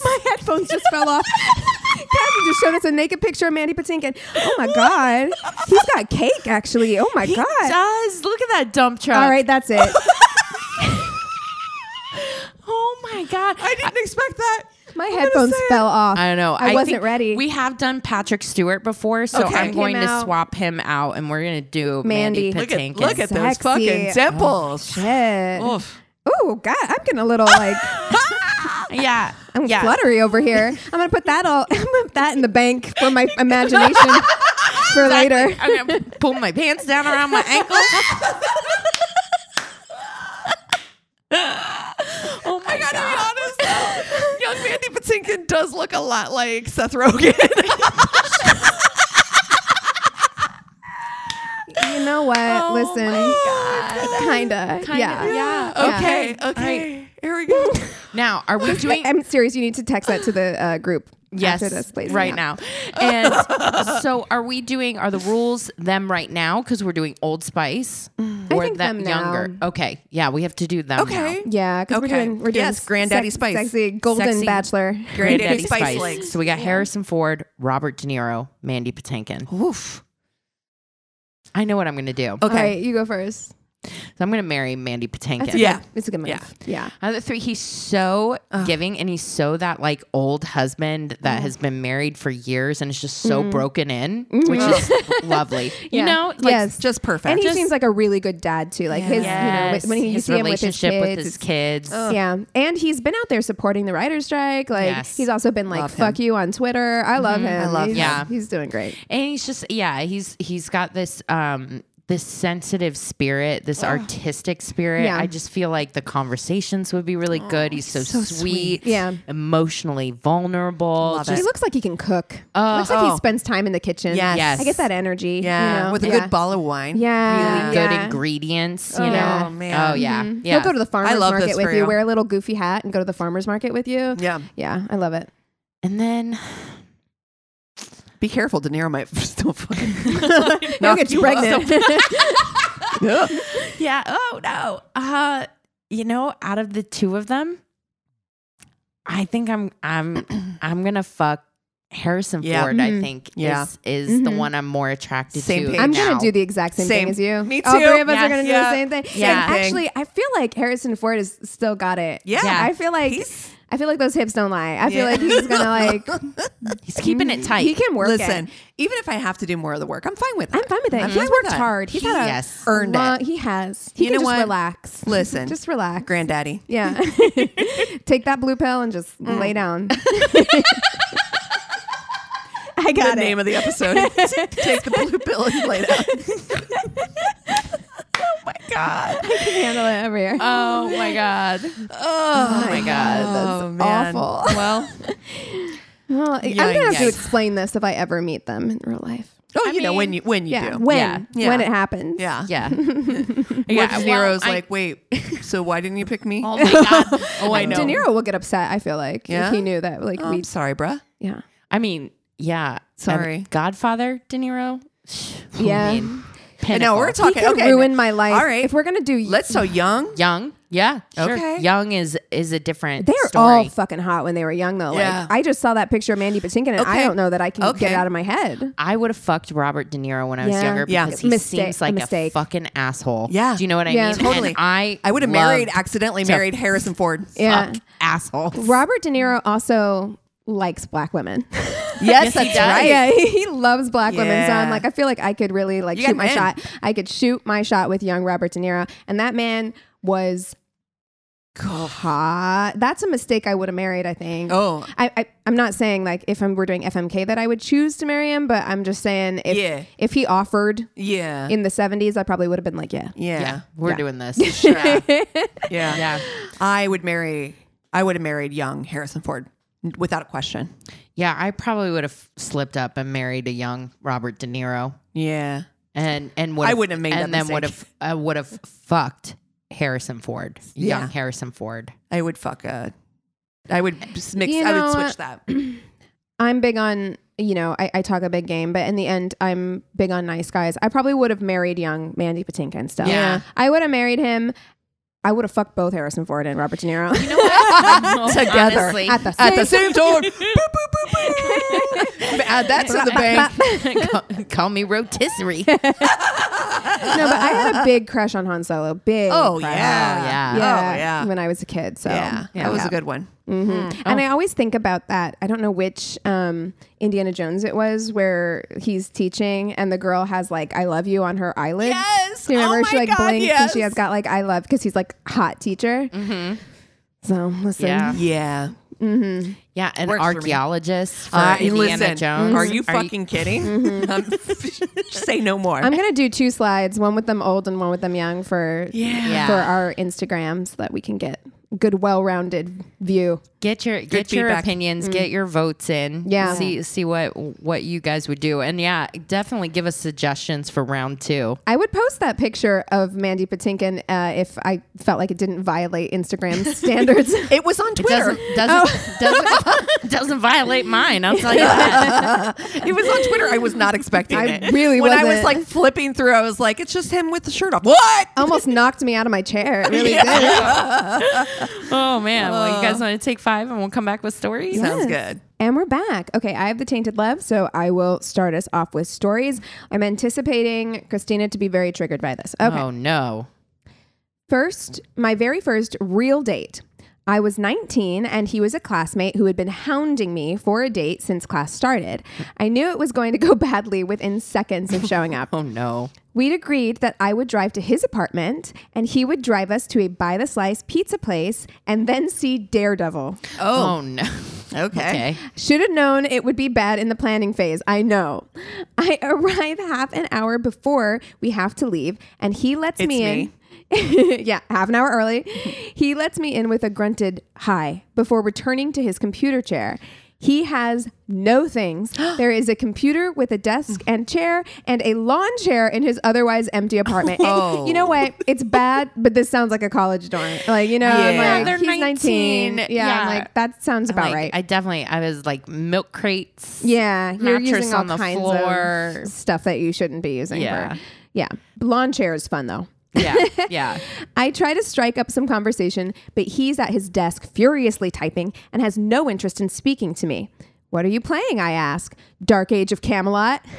Speaker 2: My headphones just fell off. Kathy just showed us a naked picture of Mandy Patinkin. Oh my God. He's got cake, actually. Oh my God.
Speaker 4: does look at that dump truck?
Speaker 2: All right, that's it.
Speaker 4: Oh my god.
Speaker 3: I didn't expect that.
Speaker 2: My headphones fell off.
Speaker 4: I don't know.
Speaker 2: I, wasn't
Speaker 4: think
Speaker 2: ready.
Speaker 4: We have done Patrick Stewart before, so
Speaker 3: Okay.
Speaker 4: I'm
Speaker 3: Him
Speaker 4: going to
Speaker 2: out.
Speaker 4: swap him out, and we're going to do Mandy,
Speaker 2: Mandy.
Speaker 3: Look at
Speaker 4: Patinkin.
Speaker 3: look at those
Speaker 2: Sexy. Oh,
Speaker 3: fucking temples.
Speaker 2: Shit. Oh
Speaker 3: Oof.
Speaker 2: God, I'm getting a little like
Speaker 4: yeah,
Speaker 2: I'm
Speaker 4: yeah.
Speaker 2: fluttery over here. I'm gonna put that all I'm gonna put that in the bank for my imagination for later.
Speaker 4: I'm going to pull my pants down around my ankles. oh my
Speaker 3: I
Speaker 4: god.
Speaker 3: gotta be honest, though, young Mandy Patinkin does look a lot like Seth Rogen.
Speaker 2: You know what? Listen. Oh Kinda. Yeah.
Speaker 4: Yeah.
Speaker 3: okay, okay, here we go.
Speaker 4: Now, are we doing
Speaker 2: I'm serious. You need to text that to the uh, group.
Speaker 4: Yes,
Speaker 2: after this, please.
Speaker 4: right
Speaker 2: Yeah.
Speaker 4: now. And so, are we doing? Are the rules them right now? Because we're doing Old Spice, or
Speaker 2: Mm. think
Speaker 4: them
Speaker 2: them now.
Speaker 4: younger? Okay, yeah, we have to do them.
Speaker 3: Okay.
Speaker 4: now.
Speaker 2: Yeah, because
Speaker 3: Okay.
Speaker 2: we're doing we're doing
Speaker 3: Yes, Granddaddy Spice.
Speaker 2: sexy golden
Speaker 4: Sexy.
Speaker 2: bachelor.
Speaker 3: Granddaddy Spice
Speaker 4: Spice.
Speaker 3: Links.
Speaker 4: So we got Harrison Ford, Robert De Niro, Mandy Patinkin.
Speaker 2: Oh.
Speaker 3: Oof.
Speaker 4: I know what I'm going to do.
Speaker 2: Okay,
Speaker 3: Okay.
Speaker 2: you go first.
Speaker 4: So I'm going to marry Mandy
Speaker 2: That's
Speaker 4: Patinkin.
Speaker 2: a
Speaker 3: Yeah.
Speaker 2: good, it's a good move.
Speaker 3: Yeah.
Speaker 2: yeah.
Speaker 4: Other three, he's so giving and he's so that like old husband that
Speaker 2: Mm.
Speaker 4: has been married for years and is just so broken in, which is lovely.
Speaker 2: Mm-hmm. Yeah.
Speaker 4: You know, like
Speaker 2: yes.
Speaker 3: Just perfect.
Speaker 2: and he
Speaker 4: just-
Speaker 2: seems like a really good dad too. Like his,
Speaker 4: Yes.
Speaker 2: you know, when he, you
Speaker 4: his
Speaker 2: see him with his
Speaker 4: relationship
Speaker 2: kids,
Speaker 4: with his kids.
Speaker 2: it's- Oh. yeah. And he's been out there supporting the writer's strike. Like
Speaker 4: Yes.
Speaker 2: he's also been like,
Speaker 3: Love him.
Speaker 2: "Fuck you" on Twitter. I love him. I
Speaker 3: love
Speaker 2: he's,
Speaker 4: him. Yeah.
Speaker 2: he's doing great.
Speaker 4: and he's just yeah he's he's got this um this sensitive spirit this artistic spirit
Speaker 2: Oh. Yeah.
Speaker 4: i just feel like the conversations would be really good he's so, sweet,
Speaker 2: Yeah.
Speaker 4: emotionally vulnerable
Speaker 3: Love
Speaker 4: just-
Speaker 2: He looks like he can cook.
Speaker 4: Oh.
Speaker 2: looks like he
Speaker 3: Oh.
Speaker 2: spends time in the kitchen.
Speaker 3: Yes.
Speaker 4: Yes.
Speaker 2: I get that energy.
Speaker 3: yeah,
Speaker 2: you know?
Speaker 3: with a
Speaker 2: yeah.
Speaker 3: good bottle of wine.
Speaker 2: Yeah,
Speaker 4: really good
Speaker 2: yeah.
Speaker 4: ingredients you
Speaker 3: Oh,
Speaker 4: know
Speaker 3: man.
Speaker 4: oh yeah
Speaker 2: Mhm.
Speaker 4: yeah
Speaker 2: He'll go to the farmer's
Speaker 3: love
Speaker 2: market
Speaker 3: this
Speaker 2: with
Speaker 3: for
Speaker 2: you,
Speaker 3: you.
Speaker 2: wear a little goofy hat and go to the farmer's market with you.
Speaker 3: Yeah.
Speaker 2: Yeah, I love it.
Speaker 4: and then
Speaker 3: Be careful, De Niro might still fucking.
Speaker 2: Don't
Speaker 3: knock
Speaker 2: get you
Speaker 3: you out.
Speaker 2: pregnant.
Speaker 4: Yeah. Oh no. Uh, you know, out of the two of them, I think I'm I'm I'm gonna fuck Harrison
Speaker 3: Yeah.
Speaker 4: Ford. I
Speaker 2: Mhm.
Speaker 4: think
Speaker 3: Yeah.
Speaker 4: is is the
Speaker 2: Mhm.
Speaker 4: one I'm more attracted
Speaker 3: Same
Speaker 4: to.
Speaker 3: page.
Speaker 2: I'm gonna
Speaker 4: now.
Speaker 2: do the exact same,
Speaker 3: Same.
Speaker 2: thing as you.
Speaker 3: Me
Speaker 2: All
Speaker 3: too.
Speaker 2: three of us are
Speaker 4: Yes.
Speaker 2: gonna
Speaker 3: Yeah.
Speaker 2: do the same thing.
Speaker 3: Same
Speaker 2: And
Speaker 3: thing.
Speaker 2: Actually, I feel like Harrison Ford has still got it.
Speaker 3: Yeah.
Speaker 2: I feel like
Speaker 3: He's-
Speaker 2: I feel like those hips don't lie. I
Speaker 3: Yeah.
Speaker 2: feel like he's gonna like
Speaker 4: He's keeping it tight.
Speaker 2: Mm-hmm. he can work
Speaker 3: Listen,
Speaker 2: it.
Speaker 3: even if I have to do more of the work, I'm fine with it.
Speaker 2: I'm fine with it.
Speaker 3: I'm fine
Speaker 2: he's
Speaker 3: with
Speaker 2: worked
Speaker 3: that.
Speaker 2: hard. He's
Speaker 4: He-
Speaker 2: had a
Speaker 4: yes.
Speaker 3: Earned
Speaker 2: long-
Speaker 3: it.
Speaker 2: He has. He
Speaker 3: You
Speaker 2: can
Speaker 3: know
Speaker 2: just
Speaker 3: what?
Speaker 2: relax.
Speaker 3: Listen,
Speaker 2: just relax.
Speaker 3: granddaddy.
Speaker 2: Yeah. Take that blue pill and just
Speaker 3: Mm.
Speaker 2: lay down. I got
Speaker 3: the
Speaker 2: it.
Speaker 3: name of the episode. Take the blue pill and lay down. oh my god.
Speaker 2: I can handle it over here.
Speaker 4: Oh my god.
Speaker 3: Oh,
Speaker 4: my God,
Speaker 2: that's awful.
Speaker 3: Well,
Speaker 2: Well, I- I'm gonna have to
Speaker 3: yikes.
Speaker 2: explain this if I ever meet them in real life.
Speaker 3: oh,
Speaker 4: I
Speaker 3: you know when
Speaker 4: mean,
Speaker 3: you when you
Speaker 2: Yeah,
Speaker 3: do.
Speaker 2: when
Speaker 4: Yeah.
Speaker 3: Yeah.
Speaker 2: when it happens.
Speaker 3: yeah.
Speaker 4: Yeah.
Speaker 3: What
Speaker 4: yeah.
Speaker 3: if De
Speaker 4: well,
Speaker 3: Niro's
Speaker 4: I-
Speaker 3: like, wait, so why didn't you pick me?
Speaker 4: Oh my god. Oh, I
Speaker 2: De
Speaker 4: know.
Speaker 2: Niro will get upset. I feel like
Speaker 3: Yeah?
Speaker 2: if he knew that, like
Speaker 3: Oh,
Speaker 2: we,
Speaker 3: I'm sorry, bruh.
Speaker 2: yeah,
Speaker 4: I mean, yeah.
Speaker 3: Sorry.
Speaker 4: And Godfather De Niro.
Speaker 2: Yeah.
Speaker 4: I mean,
Speaker 3: And now
Speaker 4: pinnacle.
Speaker 3: we're
Speaker 2: he
Speaker 3: talking.
Speaker 2: could
Speaker 3: okay,
Speaker 2: ruin my life.
Speaker 3: All right.
Speaker 2: if we're gonna do,
Speaker 3: let's so young.
Speaker 4: young. Yeah. Sure.
Speaker 3: Okay.
Speaker 4: Young is is a different.
Speaker 2: They're
Speaker 4: story.
Speaker 2: all fucking hot when they were young, though.
Speaker 3: Yeah.
Speaker 2: Like I just saw that picture of Mandy Patinkin, and I
Speaker 3: Okay.
Speaker 2: don't know that I can
Speaker 3: Okay.
Speaker 2: get it out of my head.
Speaker 4: I would have fucked Robert De Niro when I was
Speaker 2: Yeah.
Speaker 4: younger
Speaker 3: Yeah.
Speaker 4: because he
Speaker 2: Mistake-
Speaker 4: seems like a,
Speaker 2: mistake.
Speaker 4: fucking asshole.
Speaker 3: Yeah.
Speaker 4: Do you know what I
Speaker 2: Yeah.
Speaker 4: mean?
Speaker 3: Totally.
Speaker 4: And I
Speaker 3: I would have
Speaker 4: loved
Speaker 3: married accidentally married Harrison Ford.
Speaker 2: Yeah,
Speaker 4: assholes.
Speaker 2: Robert De Niro also likes black women.
Speaker 3: Yes,
Speaker 4: he
Speaker 3: that's
Speaker 4: does.
Speaker 3: right.
Speaker 2: yeah, he, he loves black women. So
Speaker 3: Yeah.
Speaker 2: I'm like, I feel like I could really like
Speaker 3: You got
Speaker 2: shoot my
Speaker 3: men.
Speaker 2: shot. I could shoot my shot with young Robert De Niro, and that man was hot. That's a mistake I would have married. I think.
Speaker 3: Oh,
Speaker 2: I, I I'm not saying like if I'm, we're doing FMK that I would choose to marry him, but I'm just saying if
Speaker 3: Yeah.
Speaker 2: if he offered
Speaker 3: yeah.
Speaker 2: in the 70s, I probably would have been like, yeah.
Speaker 3: yeah.
Speaker 4: Yeah. We're
Speaker 2: Yeah.
Speaker 4: doing this.
Speaker 3: Yeah. yeah.
Speaker 4: yeah.
Speaker 3: I would marry. I would have married young Harrison Ford n- without a question.
Speaker 4: Yeah. I probably would have slipped up and married a young Robert De Niro.
Speaker 3: Yeah.
Speaker 4: And and would
Speaker 3: I wouldn't have made that
Speaker 4: and then
Speaker 3: mistake.
Speaker 4: would have I would have fucked Harrison Ford,
Speaker 3: Yeah.
Speaker 4: young Harrison Ford.
Speaker 3: I would fuck a. I would s- mix.
Speaker 2: You
Speaker 3: I would
Speaker 2: know
Speaker 3: switch
Speaker 2: what?
Speaker 3: that.
Speaker 2: I'm big on, you know, I, I talk a big game, but in the end, I'm big on nice guys. I probably would have married young Mandy Patinkin still.
Speaker 4: Yeah.
Speaker 2: I would have married him. I would have fucked both Harrison Ford and Robert De Niro.
Speaker 3: Together.
Speaker 4: Honestly.
Speaker 2: At the
Speaker 3: At the same time. Boop, boop, boop, boop. Add that to the bank.
Speaker 4: call, call me rotisserie.
Speaker 2: no, but I had a big crush on Han Solo. Big.
Speaker 3: Oh
Speaker 2: crush.
Speaker 3: yeah.
Speaker 2: Yeah,
Speaker 4: yeah.
Speaker 3: Oh, yeah.
Speaker 2: When I was a kid. So
Speaker 3: Yeah.
Speaker 2: yeah.
Speaker 3: That was a good one.
Speaker 2: Mhm. And
Speaker 3: Oh.
Speaker 2: I always think about that. I don't know which um, Indiana Jones it was where he's teaching and the girl has like "I love you" on her eyelids.
Speaker 3: Yes.
Speaker 2: Do you remember
Speaker 3: Oh
Speaker 2: she
Speaker 3: my
Speaker 2: like
Speaker 3: God,
Speaker 2: blinks and she
Speaker 3: yes.
Speaker 2: has got like "I love" because he's like hot teacher. Mm-hmm. So listen,
Speaker 4: Yeah.
Speaker 3: Yeah.
Speaker 4: Yeah, an
Speaker 3: Works for me.
Speaker 4: archaeologist for,
Speaker 3: Uh,
Speaker 4: Indiana
Speaker 3: listen,
Speaker 4: Jones.
Speaker 3: Are you fucking kidding? Um, say no more.
Speaker 2: I'm gonna do two slides, one with them old and one with them young for
Speaker 3: Yeah.
Speaker 4: Yeah.
Speaker 2: for our Instagram so that we can get good, well-rounded view.
Speaker 4: get your get your
Speaker 3: feedback.
Speaker 4: opinions, get your votes in.
Speaker 2: Yeah.
Speaker 4: see see what what you guys would do, and yeah, definitely give us suggestions for round two.
Speaker 2: I would post that picture of Mandy Patinkin uh, if I felt like it didn't violate Instagram standards.
Speaker 3: It was on Twitter.
Speaker 4: Doesn't doesn't doesn't, doesn't violate mine. I'll tell you that.
Speaker 3: It was on Twitter. I was not expecting
Speaker 2: I
Speaker 3: it.
Speaker 2: really
Speaker 3: when I was
Speaker 2: wasn't. Oh,
Speaker 3: like flipping through, I was like, it's just him with the shirt off. What?
Speaker 2: almost knocked me out of my chair. It really did.
Speaker 4: Oh man, well, you guys want to take five, and we'll come back with stories.
Speaker 3: Sounds good.
Speaker 2: And we're back. Okay, I have the tainted love, so I will start us off with stories. I'm anticipating Christina to be very triggered by this. Okay.
Speaker 4: Oh no.
Speaker 2: First, my very first real date. I was 19 and he was a classmate who had been hounding me for a date since class started. I knew it was going to go badly within seconds of showing up.
Speaker 4: Oh no.
Speaker 2: We'd agreed that I would drive to his apartment and he would drive us to a by the slice pizza place and then see Daredevil.
Speaker 4: Oh, no.
Speaker 3: Okay.
Speaker 4: Okay.
Speaker 2: Should have known it would be bad in the planning phase. I know. I arrive half an hour before we have to leave, and he lets
Speaker 3: It's
Speaker 2: me in. yeah, half an hour early. He lets me in with a grunted hi before returning to his computer chair. He has no things. there is a computer with a desk and chair and a lawn chair in his otherwise empty apartment. And
Speaker 3: Oh.
Speaker 2: you know what? It's bad, but this sounds like a college dorm. Like, you know, I'm like,
Speaker 3: Yeah.
Speaker 4: Yeah, they're
Speaker 2: he's 19.
Speaker 4: 19.
Speaker 2: Yeah, I'm
Speaker 4: Yeah.
Speaker 2: like that sounds about
Speaker 4: Like,
Speaker 2: right.
Speaker 4: I definitely, I was like milk crates.
Speaker 2: yeah, you're
Speaker 4: mattress
Speaker 2: using all
Speaker 4: on the
Speaker 2: kinds
Speaker 4: floor.
Speaker 2: of stuff that you shouldn't be using.
Speaker 4: Yeah.
Speaker 2: For. Yeah. Lawn chair is fun though.
Speaker 4: Yeah. Yeah.
Speaker 2: I try to strike up some conversation, but he's at his desk furiously typing and has no interest in speaking to me. What are you playing? I ask. Dark Age of Camelot.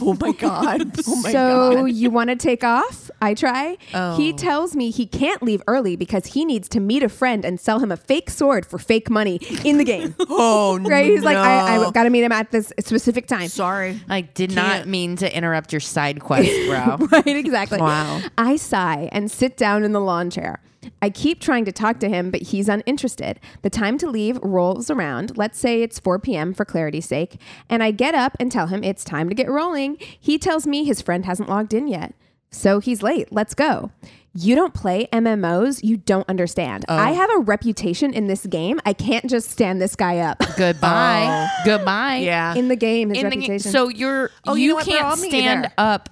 Speaker 3: Oh my god. Oh my
Speaker 2: so
Speaker 3: god.
Speaker 2: you want to take off? I try. He
Speaker 3: Oh.
Speaker 2: tells me he can't leave early because he needs to meet a friend and sell him a fake sword for fake money in the game.
Speaker 3: Oh
Speaker 2: right? He's like, I,
Speaker 3: no.
Speaker 2: I got to meet him at this specific time.
Speaker 3: Sorry.
Speaker 4: Like, did
Speaker 3: Can't-
Speaker 4: not mean to interrupt your side quest, bro.
Speaker 2: right, exactly.
Speaker 3: Wow.
Speaker 2: I sigh and sit down in the lawn chair. I keep trying to talk to him, but he's uninterested. The time to leave rolls around. Let's say it's 4 p.m. for clarity's sake. And I get up and tell him it's time to get rolling. He tells me his friend hasn't logged in yet. So he's late. Let's go. You don't play MMOs. You don't understand.
Speaker 4: Oh.
Speaker 2: I have a reputation in this game. I can't just stand this guy up.
Speaker 4: Goodbye. Goodbye.
Speaker 3: Yeah.
Speaker 2: in the game, his
Speaker 4: In the-
Speaker 2: reputation.
Speaker 4: so you're
Speaker 3: Oh, you
Speaker 4: you,
Speaker 3: know what? They're all
Speaker 4: can't
Speaker 3: meet you
Speaker 4: stand
Speaker 3: there.
Speaker 4: up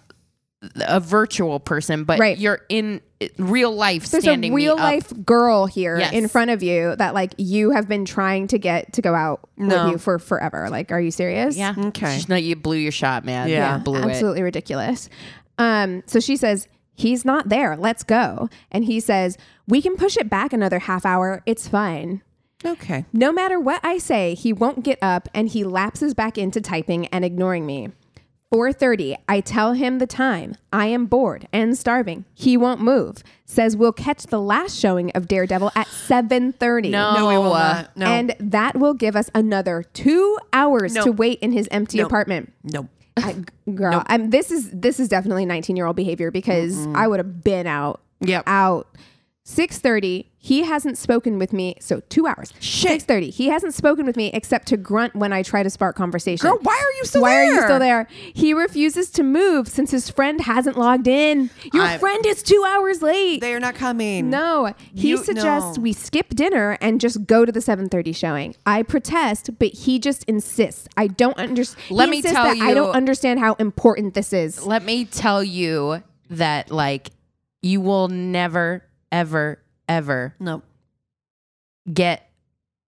Speaker 4: a virtual person, but
Speaker 2: Right.
Speaker 4: you're in eh, real life
Speaker 2: there's a
Speaker 4: standing me
Speaker 2: real
Speaker 4: up.
Speaker 2: life girl here
Speaker 4: Yes.
Speaker 2: in front of you that like you have been trying to get to go out
Speaker 3: No.
Speaker 2: with you for forever. Like, are you serious? Mm.
Speaker 4: Yeah.
Speaker 3: Okay.
Speaker 4: No, you blew your shot, man.
Speaker 3: Yeah.
Speaker 4: You blew it.
Speaker 2: absolutely ridiculous. Um, so she says he's not there. Let's go. And he says we can push it back another half hour. It's fine.
Speaker 3: Okay.
Speaker 2: No matter what I say, he won't get up and he lapses back into typing and ignoring me. 4:30. I tell him the time. I am bored and starving. He won't move. Says we'll catch the last showing of Daredevil at 7:30.
Speaker 3: No, we will not. No.
Speaker 2: And that will give us another 2 hours
Speaker 3: No.
Speaker 2: to wait in his empty
Speaker 3: No.
Speaker 2: apartment.
Speaker 3: no.
Speaker 2: I, girl, I'm, this is this is definitely 19 year old behavior because I would have been out.
Speaker 3: Yep.
Speaker 2: Out. 6:30. He hasn't spoken with me, so two hours.
Speaker 3: Shit.
Speaker 2: 6:30. He hasn't spoken with me except to grunt when I try to spark conversation.
Speaker 3: Girl, why are you still
Speaker 2: why are you
Speaker 3: there?
Speaker 2: still there? He refuses to move since his friend hasn't logged in. Your
Speaker 3: I-
Speaker 2: friend is two hours late.
Speaker 3: They are not coming.
Speaker 2: No, he
Speaker 3: You-
Speaker 2: suggests
Speaker 3: no.
Speaker 2: we skip dinner and just go to the 7:30 showing. I protest, but he just insists. I don't understand.
Speaker 4: Let me tell
Speaker 2: I
Speaker 4: you-
Speaker 2: don't understand how important this is.
Speaker 4: Let me tell you that, like, you will never, ever, ever
Speaker 3: No.
Speaker 4: get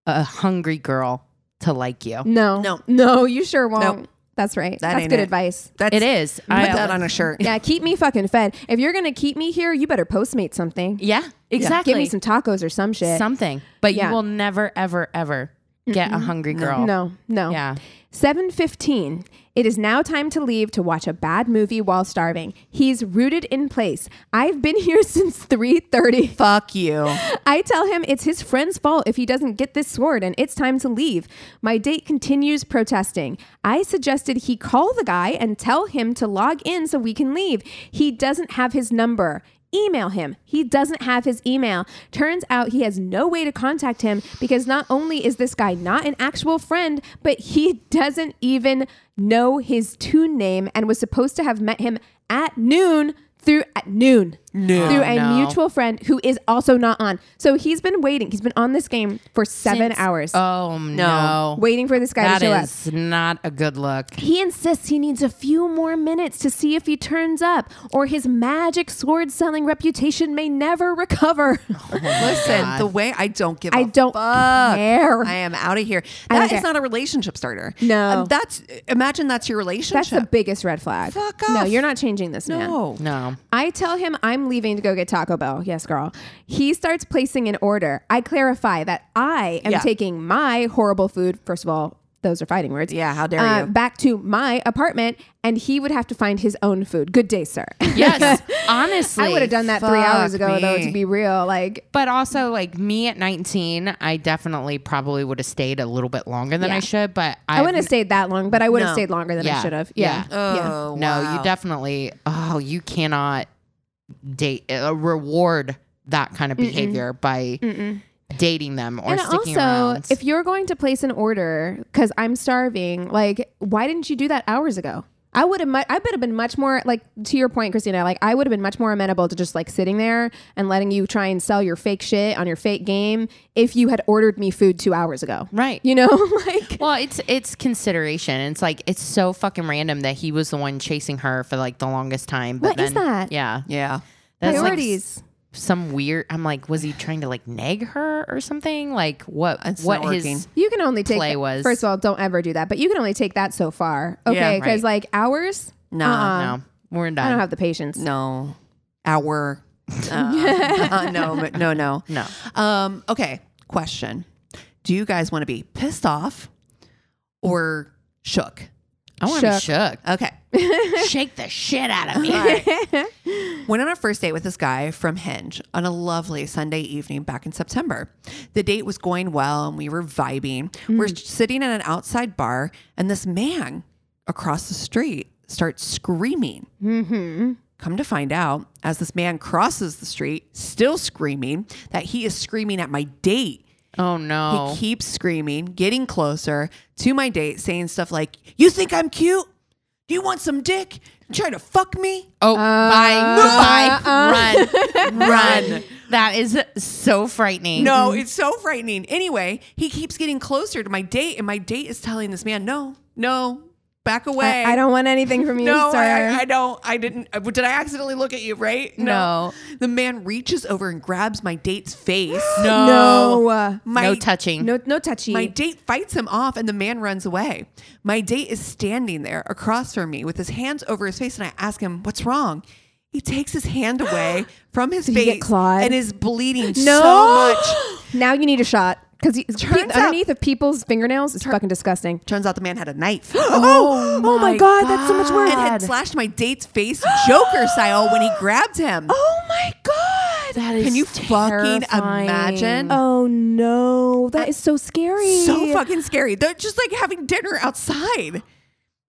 Speaker 4: a hungry girl to like you.
Speaker 2: No,
Speaker 3: No.
Speaker 2: no, you sure won't.
Speaker 3: Nope.
Speaker 2: That's right.
Speaker 3: That
Speaker 2: That's
Speaker 3: ain't
Speaker 2: good
Speaker 3: it.
Speaker 2: advice.
Speaker 3: That's
Speaker 4: It is.
Speaker 3: Put
Speaker 4: I-
Speaker 3: that on a shirt.
Speaker 2: Yeah, keep me fucking fed. If you're gonna keep me here, you better postmate something.
Speaker 4: Yeah, exactly.
Speaker 2: Give me some tacos or some shit.
Speaker 4: something, but
Speaker 2: Yeah.
Speaker 4: you will never, ever, ever get a hungry girl.
Speaker 2: No, no.
Speaker 4: Yeah.
Speaker 2: 7:15. It is now time to leave to watch a bad movie while starving. He's rooted in place. I've been here since 3:30.
Speaker 3: Fuck you.
Speaker 2: I tell him it's his friend's fault if he doesn't get this sword and it's time to leave. My date continues protesting. I suggested he call the guy and tell him to log in so we can leave. He doesn't have his number. Email him. He doesn't have his email. Turns out he has no way to contact him because not only is this guy not an actual friend, but he doesn't even know his tune name and was supposed to have met him at noon through at noon through a
Speaker 4: no.
Speaker 2: mutual friend who is also not on. So he's been waiting. He's been on this game for seven hours,
Speaker 4: Oh no,
Speaker 2: waiting for this guy
Speaker 4: that
Speaker 2: to show up.
Speaker 4: is not a good look.
Speaker 2: He insists he needs a few more minutes to see if he turns up, or his magic sword selling reputation may never recover.
Speaker 3: Listen, the way I don't give
Speaker 2: I
Speaker 3: I
Speaker 2: don't care.
Speaker 3: I am out of here.
Speaker 2: don't
Speaker 3: That
Speaker 2: care.
Speaker 3: is not a relationship starter.
Speaker 2: No.
Speaker 3: Um, that's imagine that's your relationship. Oh.
Speaker 2: That's the biggest red flag.
Speaker 3: Fuck
Speaker 2: No,
Speaker 3: off.
Speaker 2: you're not changing this man.
Speaker 3: no.
Speaker 4: No,
Speaker 2: I tell him I'm leaving to go get Taco Bell. Yes, girl. He starts placing an order. I clarify that I am
Speaker 3: Yeah.
Speaker 2: taking my horrible food. First of all, those are fighting words. Uh,
Speaker 3: Yeah, how dare you.
Speaker 2: Back to my apartment, and he would have to find his own food. Good day, sir.
Speaker 4: yes, honestly,
Speaker 2: I would have done that three
Speaker 3: Fuck
Speaker 2: hours ago, though.
Speaker 3: me.
Speaker 2: To be real, like
Speaker 4: But also, like me at 19, I definitely probably would have stayed a little bit longer than
Speaker 2: Yeah.
Speaker 4: I should. But
Speaker 2: I,
Speaker 4: I,
Speaker 2: wouldn't have stayed that long, but I would have
Speaker 3: No.
Speaker 2: stayed longer than I
Speaker 4: Yeah.
Speaker 2: should have. Yeah.
Speaker 4: Yeah.
Speaker 3: Oh,
Speaker 4: No,
Speaker 3: wow.
Speaker 4: you definitely. Oh, you cannot date uh, reward that kind of behavior by dating them or
Speaker 2: and
Speaker 4: sticking
Speaker 2: also,
Speaker 4: around.
Speaker 2: if you're going to place an order because I'm starving, like, why didn't you do that hours ago? I would have, mu- I would have been much more like to your point, Christina. Like, I would have been much more amenable to just like sitting there and letting you try and sell your fake shit on your fake game if you had ordered me food two hours ago.
Speaker 4: Right.
Speaker 2: You know, like
Speaker 4: Well, it's it's consideration. It's like it's so fucking random that he was the one chasing her for like the longest time. But
Speaker 2: What is
Speaker 4: then-
Speaker 2: that?
Speaker 4: Yeah,
Speaker 3: Yeah.
Speaker 4: That's like
Speaker 2: Priorities.
Speaker 4: some weird. I'm like, was he trying to like nag her or something? Like what?
Speaker 3: It's
Speaker 4: what
Speaker 3: not
Speaker 4: his?
Speaker 3: working.
Speaker 2: you can only take
Speaker 4: play was-
Speaker 2: first of all, don't ever do that. But you can only take that so far,
Speaker 3: Yeah,
Speaker 2: okay? Because
Speaker 4: right.
Speaker 2: like hours,
Speaker 3: No.
Speaker 4: No, we're
Speaker 2: Um, I
Speaker 4: done.
Speaker 2: don't have the patience.
Speaker 3: No. Our. Uh, no. but No. No.
Speaker 4: no.
Speaker 3: Um, okay, question. Do you guys want to be pissed off or shook?
Speaker 4: I want to be shook.
Speaker 3: Okay.
Speaker 4: Shake the shit out of me.
Speaker 3: Went on our first date with this guy from Hinge on a lovely Sunday evening back in September. The date was going well and we were vibing. We're sitting in an outside bar and this man across the street starts screaming. Come to find out, as this man crosses the street, still screaming, that he is screaming at my date.
Speaker 4: Oh no.
Speaker 3: He keeps screaming, getting closer to my date, saying stuff like, You think I'm cute? Do you want some dick? You trying to fuck me?
Speaker 4: Oh,
Speaker 2: Uh,
Speaker 4: bye, bye, run, run. That is so frightening.
Speaker 3: No,
Speaker 2: Mm-hmm.
Speaker 3: it's so frightening. Anyway, he keeps getting closer to my date, and my date is telling this man, No, no, back away.
Speaker 2: I, I don't want anything from you,
Speaker 3: No,
Speaker 2: sir.
Speaker 3: I, I- I don't. I didn't. uh, Did I accidentally look at you, right?
Speaker 4: No.
Speaker 3: The man reaches over and grabs my date's face.
Speaker 4: no,
Speaker 2: no, uh,
Speaker 3: My,
Speaker 4: no touching.
Speaker 2: no, no touchy.
Speaker 3: My date fights him off and the man runs away. My date is standing there across from me with his hands over his face and I ask him, What's wrong? He takes his hand away from his
Speaker 2: Did he
Speaker 3: face
Speaker 2: get clawed?
Speaker 3: and is bleeding
Speaker 2: No.
Speaker 3: so much.
Speaker 2: now you need a shot because
Speaker 3: Turns out-
Speaker 2: underneath of people's fingernails is fucking disgusting.
Speaker 3: Turns out the man had a knife.
Speaker 2: Oh, oh my God, that's so much worse.
Speaker 3: And had slashed my date's face Joker style when he grabbed him.
Speaker 2: Oh my god!
Speaker 4: That is
Speaker 3: Can you fucking
Speaker 4: terrifying.
Speaker 3: imagine?
Speaker 2: Oh no, that is so scary.
Speaker 3: So fucking scary. They're just like having dinner outside.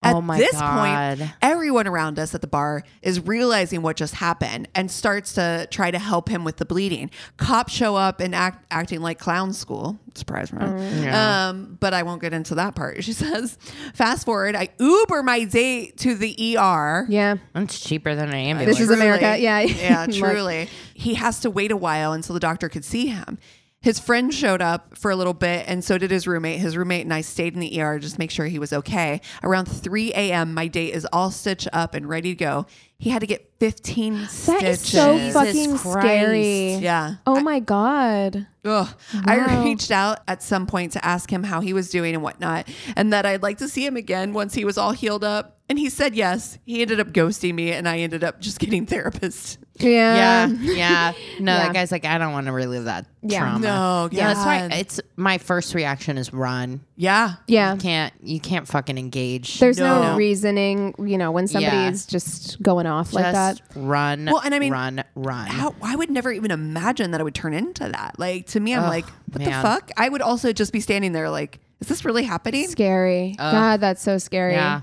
Speaker 3: At
Speaker 4: Oh my
Speaker 3: this point,
Speaker 4: God.
Speaker 3: everyone around us at the bar is realizing what just happened and starts to try to help him with the bleeding. Cops show up and act acting like clown school. Surprise, right?
Speaker 4: Mm,
Speaker 3: Um, but I won't get into that part. She says, fast forward, I Uber my date to the ER.
Speaker 2: Yeah,
Speaker 4: It's cheaper than an ambulance.
Speaker 2: this is America.
Speaker 3: Truly.
Speaker 2: Yeah,
Speaker 3: Yeah,
Speaker 2: Like,
Speaker 3: truly. he has to wait a while until the doctor could see him. His friend showed up for a little bit, and so did his roommate. His roommate and I stayed in the ER just to make sure he was okay. Around 3 a.m., my date is all stitched up and ready to go. He had to get 15
Speaker 2: that
Speaker 3: stitches.
Speaker 2: is so
Speaker 4: Jesus
Speaker 2: fucking
Speaker 4: Christ.
Speaker 2: scary.
Speaker 3: yeah.
Speaker 2: Oh my god.
Speaker 3: Ugh.
Speaker 2: Wow.
Speaker 3: I reached out at some point to ask him how he was doing and whatnot, and that I'd like to see him again once he was all healed up. And he said yes. He ended up ghosting me, and I ended up just getting therapist.
Speaker 4: Yeah,
Speaker 2: Yeah.
Speaker 4: yeah. No,
Speaker 2: um, Yeah.
Speaker 4: that guy's like, I don't want to relive that
Speaker 2: Yeah.
Speaker 4: trauma.
Speaker 3: No,
Speaker 4: yeah, that's why
Speaker 3: God.
Speaker 4: it's my first reaction is run.
Speaker 3: Yeah.
Speaker 2: Yeah.
Speaker 4: You can't you can't fucking engage.
Speaker 2: There's no.
Speaker 3: No.
Speaker 2: reasoning, you know, when somebody
Speaker 4: Yeah.
Speaker 2: is just going off like that.
Speaker 4: Just run.
Speaker 3: Well, and I mean-
Speaker 4: run, run.
Speaker 3: How, I would never even imagine that it would turn into that. Like to me, I'm
Speaker 4: Ugh,
Speaker 3: like, what
Speaker 4: man.
Speaker 3: the fuck? I would also just be standing there like, is this really happening?
Speaker 2: Scary. god, that's so scary.
Speaker 4: Yeah.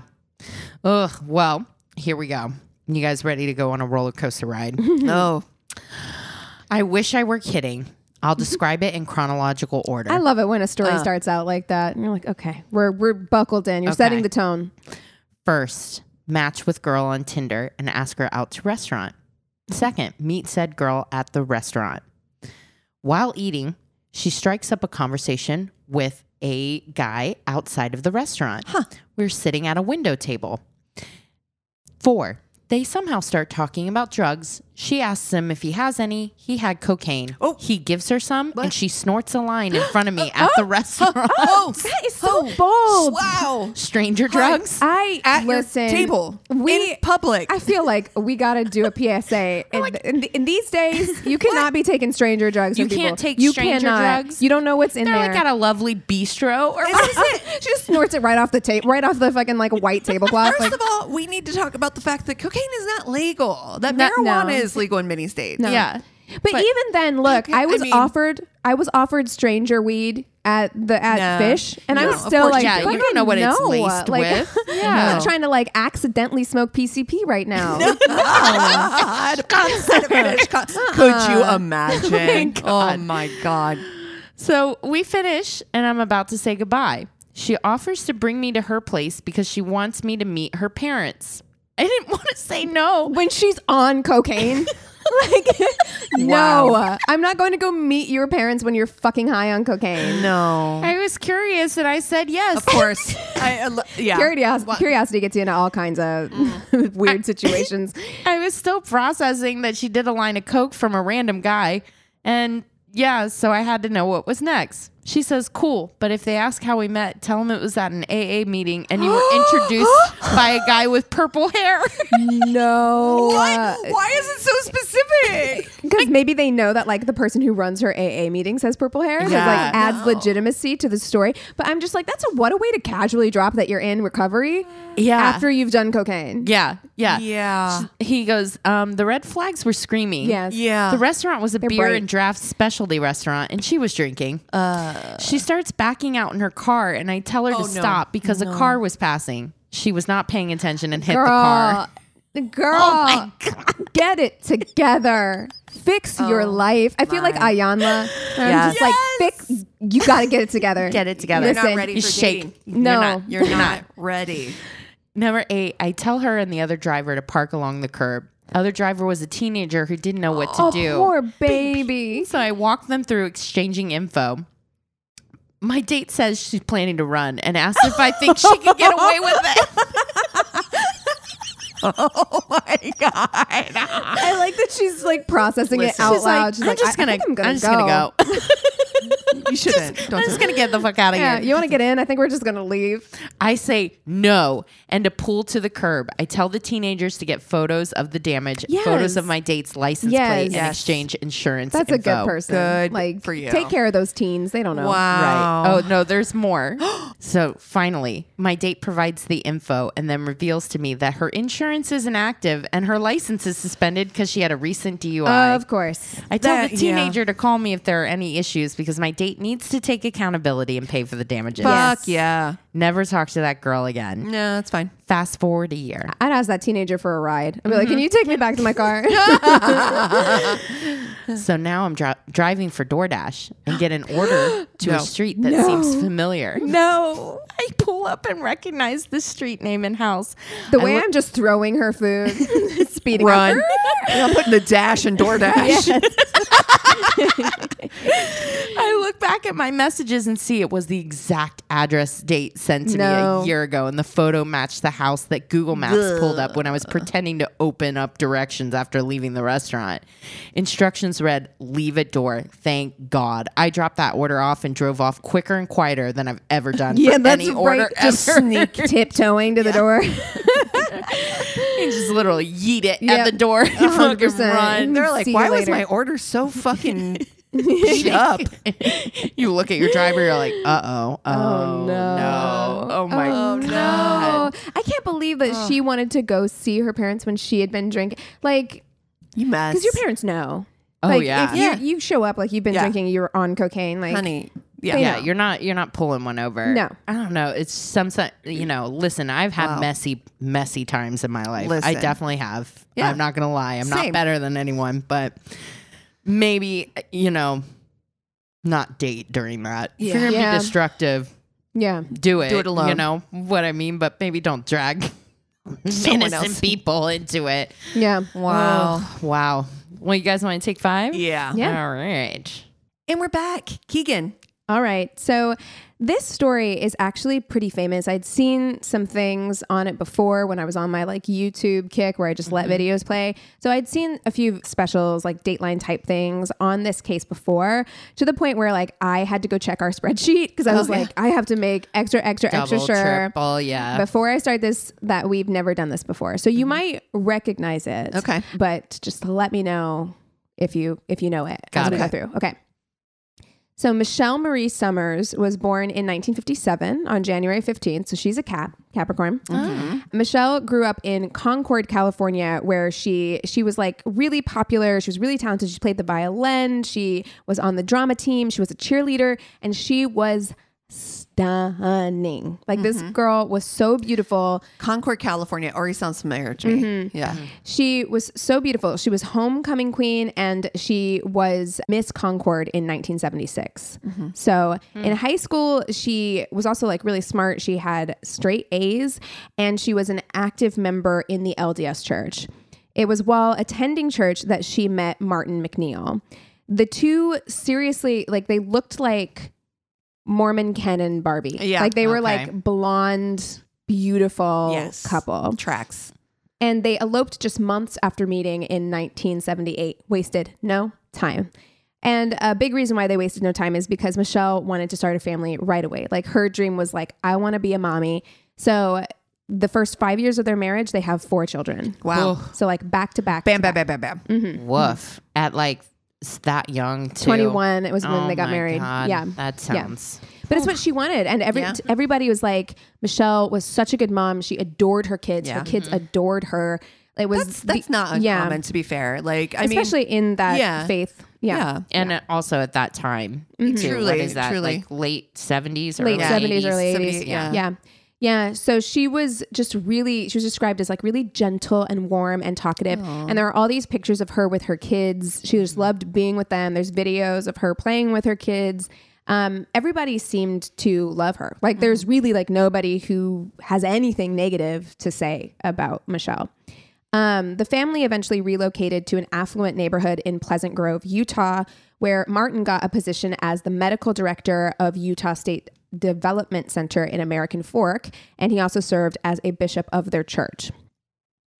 Speaker 4: Ugh. Well, here we go. You guys ready to go on a roller coaster ride?
Speaker 3: No.
Speaker 4: I wish I were kidding. I'll describe it in chronological order.
Speaker 2: I love it when a story starts out like that. And you're like, okay, we're we're buckled in. You're setting the tone.
Speaker 4: First, match with girl on Tinder and ask her out to restaurant. Second, meet said girl at the restaurant. While eating, she strikes up a conversation with a guy outside of the restaurant. We're sitting at a window table. Four, they somehow start talking about drugs. She asks him if he has any. He had cocaine.
Speaker 3: Oh.
Speaker 4: He gives her some, and she snorts a line in front of me at the restaurant.
Speaker 3: Oh,
Speaker 2: That is so bold.
Speaker 3: wow.
Speaker 4: Stranger drugs.
Speaker 2: I
Speaker 3: At
Speaker 2: listen,
Speaker 3: your table
Speaker 2: We
Speaker 3: in public.
Speaker 2: I feel like we got to do a PSA. In, in, in these days, you cannot be taking stranger drugs.
Speaker 4: You
Speaker 2: from people.
Speaker 4: can't take
Speaker 2: you
Speaker 4: stranger
Speaker 2: cannot.
Speaker 4: drugs.
Speaker 2: You don't know what's in
Speaker 4: They're
Speaker 2: there.
Speaker 4: like at a lovely bistro or
Speaker 3: this is it.
Speaker 2: she just snorts it right off the tape, right off the fucking like white tablecloth.
Speaker 3: First
Speaker 2: like,
Speaker 3: of all, we need to talk about the fact that cocaine is not legal. That
Speaker 2: No,
Speaker 3: marijuana
Speaker 2: no.
Speaker 3: is legal in many states.
Speaker 2: No.
Speaker 4: Yeah.
Speaker 2: But,
Speaker 4: But-
Speaker 2: even then, look, I
Speaker 3: I
Speaker 2: was
Speaker 3: mean-
Speaker 2: offered I was offered stranger weed at the at
Speaker 3: No.
Speaker 2: fish, and
Speaker 3: No,
Speaker 2: I'm
Speaker 3: of
Speaker 2: still
Speaker 3: course
Speaker 2: like,
Speaker 3: you
Speaker 4: don't. Yeah, you don't
Speaker 2: fucking
Speaker 4: know what it's
Speaker 2: no.
Speaker 4: laced
Speaker 2: like,
Speaker 4: with.
Speaker 2: I'm
Speaker 4: No.
Speaker 2: not trying to like accidentally smoke PCP right now.
Speaker 3: God, outside of British co- Could you imagine? oh my God.
Speaker 4: So we finish, and I'm about to say goodbye. She offers to bring me to her place because she wants me to meet her parents. I didn't want to say no.
Speaker 2: When she's on cocaine, like,
Speaker 3: Wow.
Speaker 2: no, I'm not going to go meet your parents when you're fucking high on cocaine.
Speaker 3: No.
Speaker 4: I was curious and I said yes.
Speaker 3: Of course. I, I lo- yeah. Mm.
Speaker 2: Curiosity, curiosity gets you into all kinds of weird situations.
Speaker 4: I was still processing that she did a line of coke from a random guy. And yeah, so I had to know what was next. She says, cool, but if they ask how we met, tell them it was at an AA meeting and you were introduced by a guy with purple hair.
Speaker 2: no,
Speaker 3: What? Why is it so specific?
Speaker 2: because maybe they know that like the person who runs her AA meetings has purple hair. 'cause,
Speaker 4: Yeah.
Speaker 2: like adds
Speaker 3: No.
Speaker 2: legitimacy to the story. But I'm just like, that's a what a way to casually drop that you're in recovery
Speaker 4: Yeah.
Speaker 2: after you've done cocaine.
Speaker 4: yeah, yeah.
Speaker 3: Yeah.
Speaker 4: He goes, um, the red flags were screaming.
Speaker 2: Yes.
Speaker 3: Yeah.
Speaker 4: The restaurant was a beer
Speaker 2: bright.
Speaker 4: and draft specialty restaurant, and she was drinking.
Speaker 2: Uh.
Speaker 4: she starts backing out in her car, and I tell her to
Speaker 3: Oh, no.
Speaker 4: stop because a car was passing. She was not paying attention and hit the car. Oh
Speaker 2: girl, girl, get it together. Fix
Speaker 4: Oh
Speaker 2: your life. I feel like
Speaker 3: my.
Speaker 2: Ayanla. I'm
Speaker 3: Yes.
Speaker 2: just like, fix. You got to get it together.
Speaker 4: Get it together.
Speaker 3: You're
Speaker 2: Listen,
Speaker 3: not ready
Speaker 4: you
Speaker 3: for
Speaker 4: shake.
Speaker 3: dating.
Speaker 2: No.
Speaker 4: You're not.
Speaker 3: You're not ready.
Speaker 4: Number eight, I tell her and the other driver to park along the curb. Other driver was a teenager who didn't know what to
Speaker 2: Oh,
Speaker 4: do.
Speaker 2: poor baby.
Speaker 4: So I walked them through exchanging info. My date says she's planning to run and asked if I think she could get away with it.
Speaker 3: Oh my god.
Speaker 2: I like that she's like processing it
Speaker 4: Listen.
Speaker 2: out
Speaker 4: She's
Speaker 2: loud.
Speaker 4: like,
Speaker 2: she's
Speaker 4: I'm
Speaker 2: like,
Speaker 4: just
Speaker 2: I- I
Speaker 4: gonna,
Speaker 2: think I'm gonna
Speaker 4: I'm just
Speaker 2: go.
Speaker 4: gonna go.
Speaker 3: You shouldn't. Don't
Speaker 4: I'm
Speaker 3: do
Speaker 4: just
Speaker 3: it.
Speaker 4: gonna get the fuck out of
Speaker 2: Yeah,
Speaker 4: here.
Speaker 2: you want to get in? I think we're just gonna leave.
Speaker 4: I say no and to pull to the curb. I tell the teenagers to get photos of the damage,
Speaker 2: Yes.
Speaker 4: photos of my date's license
Speaker 2: Yes.
Speaker 4: plate, and
Speaker 2: Yes.
Speaker 4: exchange insurance.
Speaker 2: That's a
Speaker 4: info.
Speaker 2: good person.
Speaker 3: Good
Speaker 2: like
Speaker 3: for you.
Speaker 2: Take care of those teens. They don't know.
Speaker 3: Wow.
Speaker 4: Right. Oh, no, there's more. so finally, my date provides the info and then reveals to me that her insurance isn't active and her license is suspended because she had a recent DUI.
Speaker 2: Of course.
Speaker 4: I tell
Speaker 3: That-
Speaker 4: the
Speaker 3: yeah.
Speaker 4: teenager to call me if there are any issues because my date needs to take accountability and pay for the damages.
Speaker 3: Fuck yeah.
Speaker 4: Never talk to that girl again.
Speaker 3: No, that's fine.
Speaker 4: Fast forward a year.
Speaker 2: I'd ask that teenager for a ride. I'd be like, "Can you take me back to my car?"
Speaker 4: So now I'm dri- driving for DoorDash and get an order to a street that seems familiar. No. I pull up and recognize the street name and house.
Speaker 2: The
Speaker 4: I
Speaker 2: way
Speaker 4: look-
Speaker 2: I'm just throwing her food, speeding
Speaker 3: Run.
Speaker 2: up.
Speaker 3: I'm putting the dash in DoorDash.
Speaker 4: I look back at my messages and see it was the exact address date sent to
Speaker 2: No.
Speaker 4: me a year ago, and the photo matched the house that Google Maps pulled up when I was pretending to open up directions after leaving the restaurant. Instructions read, Leave at door. Thank God. I dropped that order off and drove off quicker and quieter than I've ever done. for any order
Speaker 2: Just
Speaker 4: ever.
Speaker 2: sneak tiptoeing to the door.
Speaker 4: And just literally yeet it
Speaker 2: Yep.
Speaker 4: at the door and fucking
Speaker 2: 100%.
Speaker 4: run.
Speaker 3: They're like,
Speaker 2: See you
Speaker 3: why was
Speaker 2: later."
Speaker 3: my order so fucking beat up?
Speaker 4: you look at your driver, you're like, uh oh. Oh,
Speaker 2: no.
Speaker 4: no. Oh my
Speaker 2: no.
Speaker 4: God.
Speaker 2: I can't believe that she wanted to go see her parents when she had been drinking. Like,
Speaker 3: You mess.
Speaker 2: because your parents know.
Speaker 4: Oh,
Speaker 2: like,
Speaker 4: yeah.
Speaker 2: If you,
Speaker 3: Yeah.
Speaker 2: you show up like you've been
Speaker 3: Yeah.
Speaker 2: drinking, you're on cocaine. Like,
Speaker 3: honey. Yeah.
Speaker 4: yeah, you're not you're not pulling one over.
Speaker 2: No.
Speaker 4: I don't know. It's some some- you know. Listen, I've had messy messy times in my life. I
Speaker 3: Listen.
Speaker 4: definitely have.
Speaker 3: Yeah.
Speaker 4: I'm not gonna lie. I'm
Speaker 3: Same.
Speaker 4: not better than anyone, but maybe you know, not date during that. If
Speaker 3: Yeah.
Speaker 4: you're gonna
Speaker 2: Yeah.
Speaker 4: be destructive,
Speaker 2: yeah.
Speaker 4: do it.
Speaker 3: it alone.
Speaker 4: You know what I mean, but maybe don't drag innocent
Speaker 3: else.
Speaker 4: people into it.
Speaker 2: Yeah.
Speaker 3: Wow.
Speaker 4: Ugh, wow. Well, you guys want to take five?
Speaker 3: Yeah.
Speaker 2: Yeah.
Speaker 4: All right.
Speaker 3: And we're back. Keegan.
Speaker 2: All right. So this story is actually pretty famous. I'd seen some things on it before when I was on my like YouTube kick where I just let
Speaker 4: Mm-hmm.
Speaker 2: videos play. So I'd seen a few specials like Dateline type things on this case before to the point where like I had to go check our spreadsheet because I was like I have to make extra extra
Speaker 4: Double,
Speaker 2: extra sure
Speaker 4: triple, yeah.
Speaker 2: before I start this that we've never done this before. So you
Speaker 4: Mm-hmm.
Speaker 2: might recognize it.
Speaker 3: Okay.
Speaker 2: But just let me know if you if you know it as
Speaker 4: Got
Speaker 2: we
Speaker 4: it.
Speaker 2: go through. Okay. So Michelle Marie Summers was born in 1957 on January 15th. So she's a Cap Capricorn.
Speaker 4: Mm-hmm.
Speaker 2: Michelle grew up in Concord, California, where she she was like really popular. She was really talented. She played the violin. She was on the drama team. She was a cheerleader, and she was stunning. Like
Speaker 4: Mm-hmm.
Speaker 2: this girl was so beautiful.
Speaker 3: Concord, California. Already sounds familiar to me. Yeah.
Speaker 2: She was so beautiful. She was homecoming queen and she was Miss Concord in 1976.
Speaker 3: Mm-hmm.
Speaker 2: So
Speaker 3: Mm.
Speaker 2: in high school, she was also like really smart. She had straight A's and she was an active member in the LDS church. It was while attending church that she met Martin McNeil. The two seriously, like, they looked like Mormon Ken and Barbie.
Speaker 3: Yeah,
Speaker 2: Like, they were
Speaker 4: okay.
Speaker 2: like blonde, beautiful
Speaker 3: Yes.
Speaker 2: couple.
Speaker 3: Tracks.
Speaker 2: And they eloped just months after meeting in 1978. Wasted no time. And a big reason why they wasted no time is because Michelle wanted to start a family right away. Like her dream was like, I want to be a mommy. So the first five years of their marriage, they have four children.
Speaker 3: Wow.
Speaker 2: So like back to back.
Speaker 3: Bam,
Speaker 2: to
Speaker 3: bam, bam, bam, Mm-hmm. bam.
Speaker 4: Woof. At like s- that young, too.
Speaker 2: 21. It was when
Speaker 4: Oh
Speaker 2: they got
Speaker 4: my
Speaker 2: married.
Speaker 4: God,
Speaker 2: Yeah.
Speaker 4: That
Speaker 2: Yeah.
Speaker 4: sounds.
Speaker 2: But it's what she wanted. And every
Speaker 3: Yeah.
Speaker 2: t- everybody was like, Michelle was such a good mom. She adored her kids.
Speaker 3: Yeah.
Speaker 2: Her kids
Speaker 4: Mm-hmm.
Speaker 2: adored her. It was
Speaker 3: That's that's
Speaker 2: the-
Speaker 3: not
Speaker 2: yeah.
Speaker 3: uncommon to be fair. Like I
Speaker 2: especially in that
Speaker 3: yeah.
Speaker 2: faith.
Speaker 3: mean,
Speaker 2: Yeah. Mm-hmm.
Speaker 3: yeah.
Speaker 4: And uh, also at that time, too.
Speaker 3: Truly,
Speaker 4: what is that?
Speaker 3: truly.
Speaker 4: Like late 70s,
Speaker 2: Late
Speaker 4: early
Speaker 2: 70s,
Speaker 4: 80s?
Speaker 2: early
Speaker 3: 70s,
Speaker 2: 80s.
Speaker 3: yeah.
Speaker 2: Yeah. yeah. So she was just really, she was described as like really gentle and warm and talkative. And there are all these pictures of her with her kids. She
Speaker 3: Mm.
Speaker 2: just loved being with them. There's videos of her playing with her kids. Um, everybody seemed to love her. Like there's
Speaker 3: Mm-hmm.
Speaker 2: really like nobody who has anything negative to say about Michelle. Um, the family eventually relocated to an affluent neighborhood in Pleasant Grove, Utah, where Martin got a position as the medical director of Utah State Development Center in American Fork, and he also served as a bishop of their church.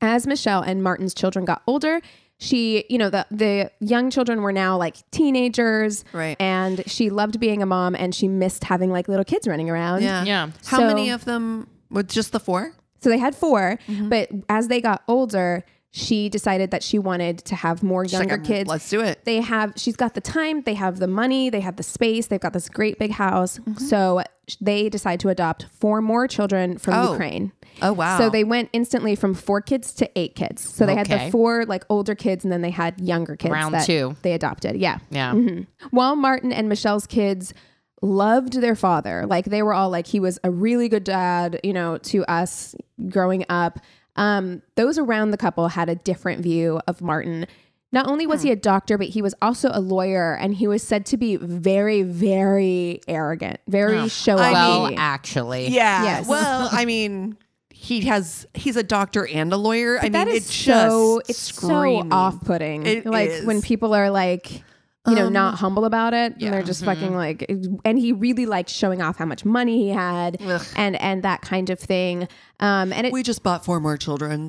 Speaker 2: As Michelle and Martin's children got older, she, you know, the the young children were now like teenagers,
Speaker 3: Right.
Speaker 2: And she loved being a mom, and she missed having like little kids running around.
Speaker 3: Yeah.
Speaker 4: Yeah.
Speaker 3: How
Speaker 2: So-
Speaker 3: many of them with just the four?
Speaker 2: So they had 4
Speaker 3: Mm-hmm.
Speaker 2: but as they got older, she decided that she wanted to have more
Speaker 3: She's like,
Speaker 2: younger
Speaker 3: "I'm-
Speaker 2: kids.
Speaker 3: Let's do it.
Speaker 2: They have, she's got the time, they have the money, they have the space, they've got this great big house.
Speaker 3: Mm-hmm.
Speaker 2: So sh- they decide to adopt four more children from
Speaker 3: Oh.
Speaker 2: Ukraine.
Speaker 3: Oh wow.
Speaker 2: So they went instantly from four kids to eight kids. So they had
Speaker 4: Okay.
Speaker 2: the four like older kids and then they had younger kids
Speaker 4: Round
Speaker 2: that
Speaker 4: two.
Speaker 2: they adopted. Yeah.
Speaker 4: Yeah.
Speaker 2: Mm-hmm. While Martin and Michelle's kids loved their father, like they were all like, he was a really good dad, you know, to us growing up. Um, those around the couple had a different view of Martin. Not only was he a doctor, but he was also a lawyer, and he was said to be very, very arrogant, very show
Speaker 4: Well,
Speaker 2: off.
Speaker 4: actually.
Speaker 3: Yeah.
Speaker 2: Yes.
Speaker 3: Well, I mean, he has he's a doctor and a lawyer. I mean,
Speaker 2: that
Speaker 3: it
Speaker 2: is so
Speaker 3: just
Speaker 2: it's
Speaker 3: screaming.
Speaker 2: so off-putting
Speaker 3: It
Speaker 2: like
Speaker 3: is. Um,
Speaker 2: when people are like you know not humble about it and they're just
Speaker 3: mm-hmm.
Speaker 2: fucking like and he really liked showing off how much money he had
Speaker 3: Ugh.
Speaker 2: and and that kind of thing um and it
Speaker 3: We just bought four more children,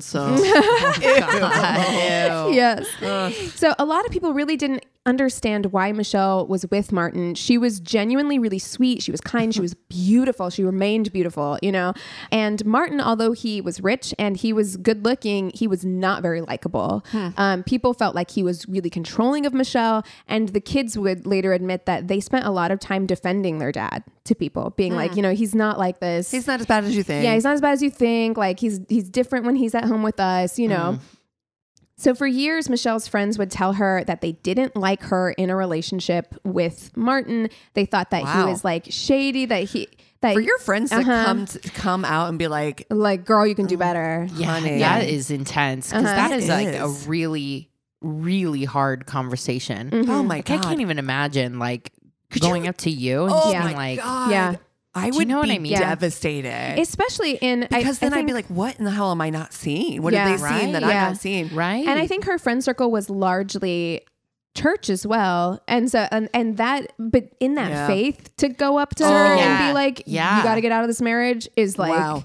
Speaker 3: so Oh,
Speaker 4: Ew.
Speaker 2: yes so a lot of people really didn't understand why michelle was with martin she was genuinely really sweet she was kind she was beautiful she remained beautiful you know and martin although he was rich and he was good looking he was not very likable um, people felt like he was really controlling of michelle and the kids would later admit that they spent a lot of time defending their dad to people being like you know he's not like this
Speaker 3: he's not as bad as you think.
Speaker 2: yeah, he's not as bad as you think. Like he's he's different when he's at home with us, you know.
Speaker 3: Mm-hmm.
Speaker 2: So for years Michelle's friends would tell her that they didn't like her in a relationship with Martin. They thought that
Speaker 3: Wow.
Speaker 2: he was like shady, that he that
Speaker 3: For your friends to
Speaker 2: uh-huh.
Speaker 3: come to come out and be like,
Speaker 2: like girl, you can
Speaker 3: Oh
Speaker 2: do better.
Speaker 4: Yeah,
Speaker 3: Honey.
Speaker 4: that is intense because
Speaker 2: Uh-huh.
Speaker 4: that
Speaker 3: It
Speaker 4: is like
Speaker 3: is.
Speaker 4: a really, really hard conversation.
Speaker 2: Mm. Mm-hmm.
Speaker 3: "Oh my
Speaker 4: Like
Speaker 3: god,
Speaker 4: I can't even imagine like
Speaker 3: you-
Speaker 4: going up to you and
Speaker 3: Oh
Speaker 4: being
Speaker 3: my
Speaker 4: like,
Speaker 3: god,
Speaker 2: Yeah.
Speaker 3: I
Speaker 4: you
Speaker 3: would
Speaker 4: know what
Speaker 3: be
Speaker 4: I mean?
Speaker 2: Yeah.
Speaker 3: devastated
Speaker 2: Especially in I-
Speaker 3: because
Speaker 2: I,
Speaker 3: then I'd be
Speaker 2: think-
Speaker 3: like, what in the hell am I not seeing? What
Speaker 2: Yeah.
Speaker 3: have they seen that
Speaker 4: Right.
Speaker 2: Yeah.
Speaker 3: I'm not seeing?
Speaker 4: right?
Speaker 2: and I think her friend circle was largely church as well. And so and, and that but in that
Speaker 3: Yeah.
Speaker 2: faith to go up to
Speaker 3: Oh,
Speaker 2: her and
Speaker 4: yeah.
Speaker 2: be like,
Speaker 4: Yeah.
Speaker 2: you gotta get out of this marriage is like
Speaker 3: Wow.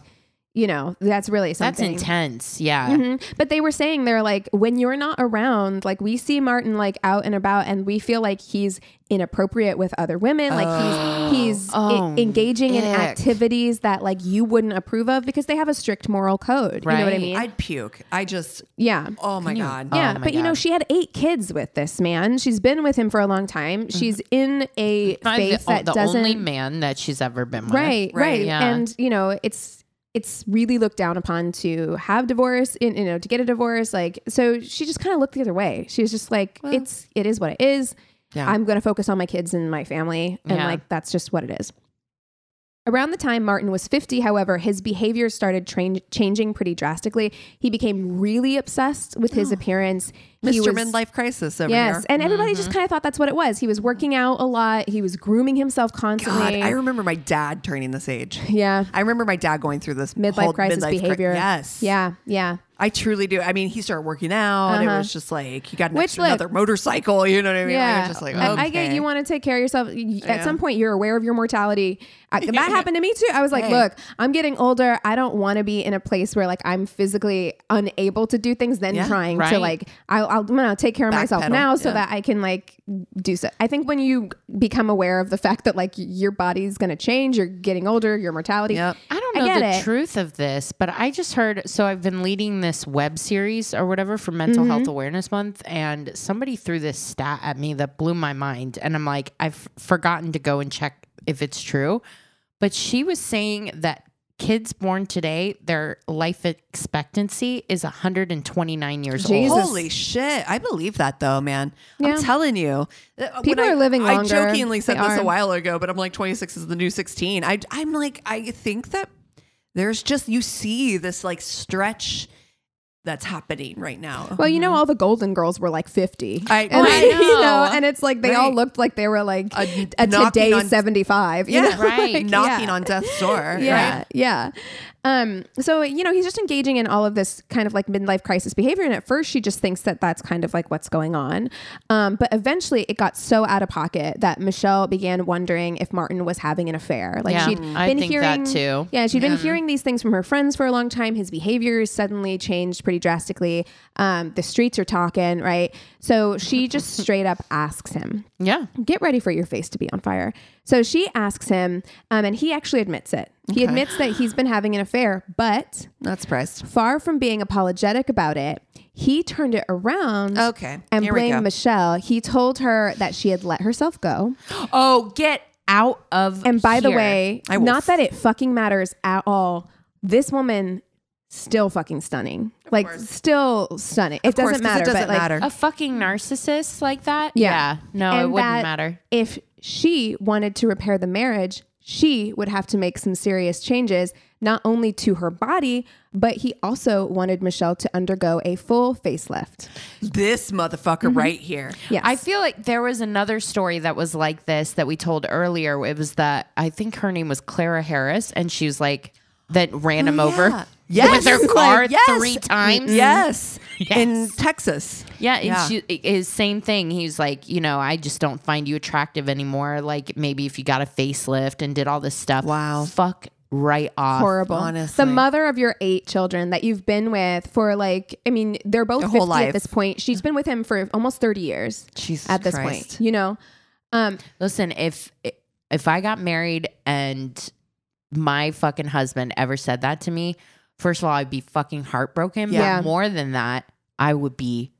Speaker 2: you know, that's really
Speaker 4: that's
Speaker 2: something.
Speaker 4: intense. Yeah.
Speaker 2: Mhm. But they were saying they're like, when you're not around, like we see Martin like out and about, and we feel like he's inappropriate with other women, like he's he's i-
Speaker 4: Oh,
Speaker 2: engaging in
Speaker 4: ick.
Speaker 2: activities that like you wouldn't approve of because they have a strict moral code. You know what I
Speaker 4: Right.
Speaker 2: mean?
Speaker 3: I'd puke. I just,
Speaker 2: yeah.
Speaker 3: oh my god,
Speaker 2: Yeah,
Speaker 4: my
Speaker 2: but you know,
Speaker 4: God.
Speaker 2: she had eight kids with this man. She's been with him for a long time. She's in a
Speaker 4: Probably
Speaker 2: faith
Speaker 4: Mm-hmm. the,
Speaker 2: that
Speaker 4: the
Speaker 2: doesn't
Speaker 4: only man that she's ever been with.
Speaker 2: right
Speaker 3: Right,
Speaker 2: right,
Speaker 4: yeah.
Speaker 2: and you know it's it's really looked down upon to have divorce in you know to get a divorce like so she just kind of looked the other way she was just like it's it is what it is
Speaker 3: Yeah.
Speaker 2: i'm going to focus on my kids and my family and
Speaker 4: Yeah.
Speaker 2: like that's just what it is Around the time Martin was 50, however, his behavior started train- changing pretty drastically. He became really obsessed with his appearance. He was-
Speaker 3: Mr. Oh. Midlife Crisis over
Speaker 2: Yes,
Speaker 3: here. Mm-hmm.
Speaker 2: and everybody just kind of thought that's what it was. He was working out a lot. He was grooming himself
Speaker 3: God,
Speaker 2: constantly.
Speaker 3: I remember my dad turning this age.
Speaker 2: yeah,
Speaker 3: I remember my dad going through this whole
Speaker 2: midlife crisis
Speaker 3: midlife cri-
Speaker 2: behavior.
Speaker 3: yes.
Speaker 2: Yeah, yeah.
Speaker 3: I truly do. I mean, he started working out. It
Speaker 2: Uh-huh.
Speaker 3: was just like he got
Speaker 2: Which,
Speaker 3: next to
Speaker 2: look-
Speaker 3: another motorcycle. You know what I mean? Like,
Speaker 2: Yeah,
Speaker 3: it's just like,
Speaker 2: I, I get
Speaker 3: okay.
Speaker 2: you want to take care of yourself. Y- At some point, you're aware of your mortality. I, that happened to me too. I was like,
Speaker 3: Hey.
Speaker 2: look, I'm getting older. I don't want to be in a place where like I'm physically unable to do things. Then
Speaker 3: Yeah,
Speaker 2: trying to
Speaker 4: right.
Speaker 2: like, I'll, I'll, I'm gonna take care of myself
Speaker 3: Backpedal,
Speaker 2: now so
Speaker 3: yeah.
Speaker 2: that I can like do so. I think when you become aware of the fact that like your body's gonna change, you're getting older, your mortality.
Speaker 3: Yep.
Speaker 4: I don't
Speaker 2: I
Speaker 4: know
Speaker 2: get
Speaker 4: the
Speaker 2: it.
Speaker 4: truth of this, but I just heard. So I've been leading this web series or whatever for Mental
Speaker 2: Mm-hmm.
Speaker 4: Health Awareness Month, and somebody threw this stat at me that blew my mind. And I'm like, I've forgotten to go and check if it's true. But she was saying that kids born today, their life expectancy is 129 years
Speaker 2: Jesus.
Speaker 4: old.
Speaker 3: Holy shit. I believe that though, man.
Speaker 2: Yeah.
Speaker 3: I'm telling you. Uh, when
Speaker 2: People
Speaker 3: I-
Speaker 2: are living
Speaker 3: I
Speaker 2: longer.
Speaker 3: jokingly said
Speaker 2: They
Speaker 3: this
Speaker 2: are.
Speaker 3: a while ago, but I'm like 26 is the new 16. I I'm like I think that there's just you see this like stretch that's happening right now.
Speaker 2: Well, you know, all the Golden Girls were like 50.
Speaker 3: Uh-huh. I-
Speaker 2: and,
Speaker 3: Right.
Speaker 2: you know,
Speaker 4: know.
Speaker 2: and it's like they all
Speaker 3: Right.
Speaker 2: looked like they were like
Speaker 3: A-
Speaker 2: a,
Speaker 3: knocking
Speaker 2: today
Speaker 3: on-
Speaker 2: 75. you know?
Speaker 4: right.
Speaker 2: Like,
Speaker 3: Knocking
Speaker 2: yeah.
Speaker 3: on death's door.
Speaker 2: Yeah,
Speaker 3: Right?
Speaker 2: yeah. Um, so you know, he's just engaging in all of this kind of like midlife crisis behavior, and at first she just thinks that that's kind of like what's going on. Um, but eventually, it got so out of pocket that Michelle began wondering if Martin was having an affair. Like
Speaker 4: Yeah,
Speaker 2: she'd
Speaker 4: I
Speaker 2: been
Speaker 4: think
Speaker 2: hearing
Speaker 4: that too.
Speaker 2: Yeah, she'd been hearing these things from her friends for a long time. His behavior suddenly changed pretty drastically. Um, the streets are talking, right? So she just straight up asks him
Speaker 4: Yeah.
Speaker 2: get ready for your face to be on fire. So she asks him, um, and he actually admits it. He admits that he's been having an affair, but
Speaker 3: Not surprised.
Speaker 2: far from being apologetic about it, he turned it around.
Speaker 3: Okay,
Speaker 2: And
Speaker 3: here we go.
Speaker 2: blamed Michelle. He told her that she had let herself go.
Speaker 4: Oh, get out of
Speaker 2: And by the
Speaker 4: here.
Speaker 2: way,
Speaker 3: I will
Speaker 2: not
Speaker 3: f-
Speaker 2: that it fucking matters at all. This woman still fucking stunning. like still stunning. It
Speaker 3: course,
Speaker 2: doesn't
Speaker 3: 'cause
Speaker 2: matter.
Speaker 3: It doesn't
Speaker 2: but, like,
Speaker 3: matter.
Speaker 4: a fucking narcissist like that?
Speaker 2: Yeah.
Speaker 4: No, it
Speaker 2: And
Speaker 4: wouldn't
Speaker 2: that
Speaker 4: matter.
Speaker 2: If she wanted to repair the marriage, she would have to make some serious changes, not only to her body, but he also wanted Michelle to undergo a full facelift.
Speaker 3: this motherfucker
Speaker 2: Mm-hmm.
Speaker 3: right here.
Speaker 2: Yes.
Speaker 4: I feel like there was another story that was like this that we told earlier. It was that I think her name was Clara Harris, and she was like that ran him
Speaker 3: Oh, Yeah.
Speaker 4: over
Speaker 3: Yes.
Speaker 4: with her
Speaker 3: Like,
Speaker 4: car
Speaker 3: yes.
Speaker 4: three times.
Speaker 3: Yes. In
Speaker 4: Yes.
Speaker 3: Texas.
Speaker 4: Yeah, and
Speaker 3: Yeah.
Speaker 4: she is same thing. He's like, you know, I just don't find you attractive anymore. Like maybe if you got a facelift and did all this stuff.
Speaker 3: Wow.
Speaker 4: Fuck right off.
Speaker 2: horrible.
Speaker 3: honestly.
Speaker 2: The mother of your eight children that you've been with for like, I mean, they're both
Speaker 3: Their
Speaker 2: 50
Speaker 3: whole life.
Speaker 2: at this point. She's been with him for almost 30 years
Speaker 3: Jesus
Speaker 2: at this
Speaker 3: Christ.
Speaker 2: point, you know? Um,
Speaker 4: Listen, if if I got married and my fucking husband ever said that to me, first of all, I'd be fucking heartbroken.
Speaker 2: Yeah.
Speaker 4: But more than that, I would be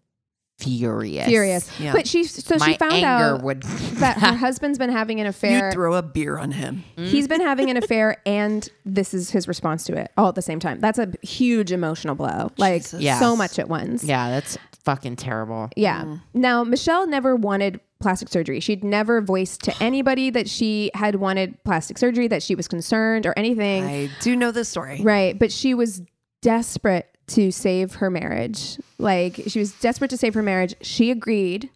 Speaker 4: furious.
Speaker 2: furious.
Speaker 3: Yeah.
Speaker 2: But she, so
Speaker 4: My
Speaker 2: she found
Speaker 4: anger
Speaker 2: out
Speaker 4: would.
Speaker 2: that her husband's been having an affair.
Speaker 3: You throw a beer on him.
Speaker 2: He's been having an affair, and this is his response to it all at the same time. That's a huge emotional blow, like
Speaker 3: Jesus.
Speaker 4: Yes.
Speaker 2: so much at once.
Speaker 4: yeah, that's fucking terrible.
Speaker 2: Yeah. Now, Michelle never wanted plastic surgery. She'd never voiced to anybody that she had wanted plastic surgery, that she was concerned or anything.
Speaker 3: I do know this story.
Speaker 2: Mm-hmm. Right. But she was desperate to save her marriage. Like, she was desperate to save her marriage. She agreed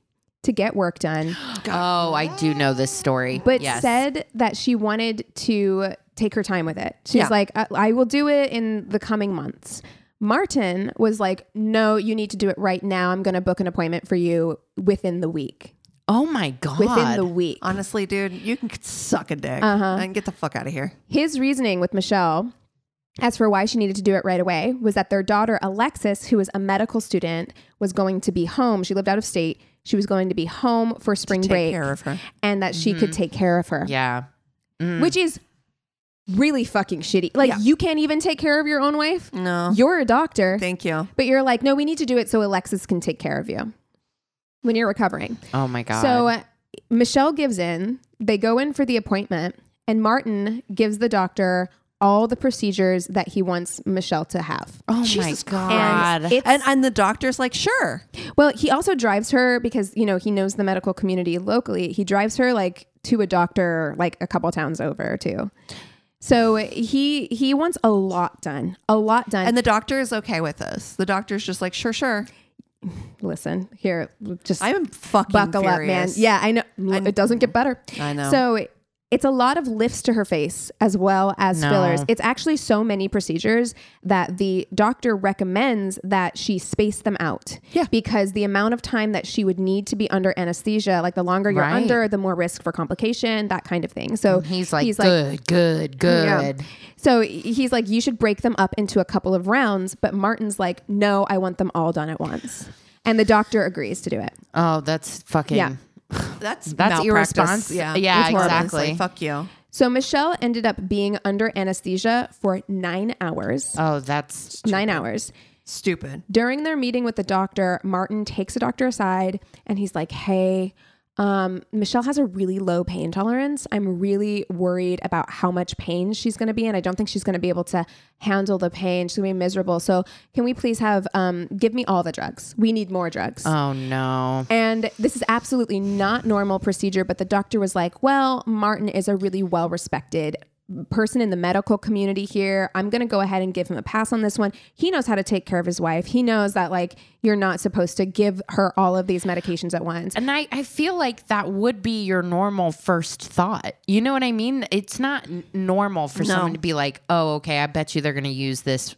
Speaker 2: to get work done.
Speaker 4: Oh, I do know this story.
Speaker 2: but
Speaker 4: yes.
Speaker 2: said that she wanted to take her time with it. She's
Speaker 3: Yeah.
Speaker 2: like, I, I will do it in the coming months. Martin was like, No, you need to do it right now. I'm going to book an appointment for you within the week.
Speaker 4: oh my god.
Speaker 2: Within the week.
Speaker 3: Honestly, dude, you can suck a dick
Speaker 2: Uh-huh.
Speaker 3: and get the fuck out of here.
Speaker 2: His reasoning with Michelle as for why she needed to do it right away was that their daughter, Alexis, who was a medical student, was going to be home. She lived out of state. She was going to be home for spring
Speaker 3: Take
Speaker 2: break
Speaker 3: care of her. Mm-hmm.
Speaker 2: and that she could take care of her.
Speaker 4: yeah. Mm.
Speaker 2: which is really fucking shitty. Like you can't even take care of your own wife.
Speaker 4: Mm.
Speaker 3: No.
Speaker 2: You're a doctor,
Speaker 3: Thank you.
Speaker 2: but you're like, no, we need to do it so Alexis can take care of you when you're recovering.
Speaker 4: Oh my god.
Speaker 2: So uh, Michelle gives in. They go in for the appointment, and Martin gives the doctor all the procedures that he wants Michelle to have.
Speaker 4: oh
Speaker 3: Jesus
Speaker 4: my god.
Speaker 2: And it's-
Speaker 3: And and the doctor's like, sure.
Speaker 2: Well, he also drives her because you know he knows the medical community locally. He drives her like to a doctor like a couple towns over too. So he he wants a lot done, a lot done.
Speaker 3: And the doctor is okay with this. The doctor's just like, sure, sure.
Speaker 2: listen here, just
Speaker 3: I'm fucking
Speaker 2: buckle
Speaker 3: furious.
Speaker 2: up, man. Yeah, I know. L- it doesn't get better.
Speaker 3: I know.
Speaker 2: So it's a lot of lifts to her face as well as
Speaker 4: No.
Speaker 2: fillers. It's actually so many procedures that the doctor recommends that she space them out.
Speaker 3: Yeah.
Speaker 2: Because the amount of time that she would need to be under anesthesia, like the longer you're
Speaker 4: Right.
Speaker 2: under, the more risk for complication, that kind of thing. So
Speaker 4: He's like, good, good,
Speaker 2: yeah.
Speaker 4: good.
Speaker 2: So he's like, you should break them up into a couple of rounds. But Martin's like, no, I want them all done at once. And the doctor agrees to do it.
Speaker 4: Oh, that's fucking.
Speaker 2: Yeah.
Speaker 3: That's
Speaker 4: That's
Speaker 3: malpractice.
Speaker 4: irresponsible.
Speaker 3: Yeah,
Speaker 4: Yeah,
Speaker 3: It's horrible. It's
Speaker 4: exactly.
Speaker 3: like, fuck you.
Speaker 2: So Michelle ended up being under anesthesia for nine hours.
Speaker 4: Oh, that's.
Speaker 2: nine hours.
Speaker 3: Stupid.
Speaker 2: During their meeting with the doctor, Martin takes the doctor aside and he's like, Hey, um, Michelle has a really low pain tolerance. I'm really worried about how much pain she's going to be in. I don't think she's going to be able to handle the pain. She's going to be miserable. So, can we please have, um, give me all the drugs? We need more drugs.
Speaker 4: Oh no.
Speaker 2: And this is absolutely not normal procedure, but the doctor was like, "Well, Martin is a really well-respected person in the medical community here. I'm going to go ahead and give him a pass on this one. He knows how to take care of his wife. He knows that like you're not supposed to give her all of these medications at once."
Speaker 4: And I, I feel like that would be your normal first thought. You know what I mean? It's not n- normal for someone to be like, oh, okay, I bet you they're going to use this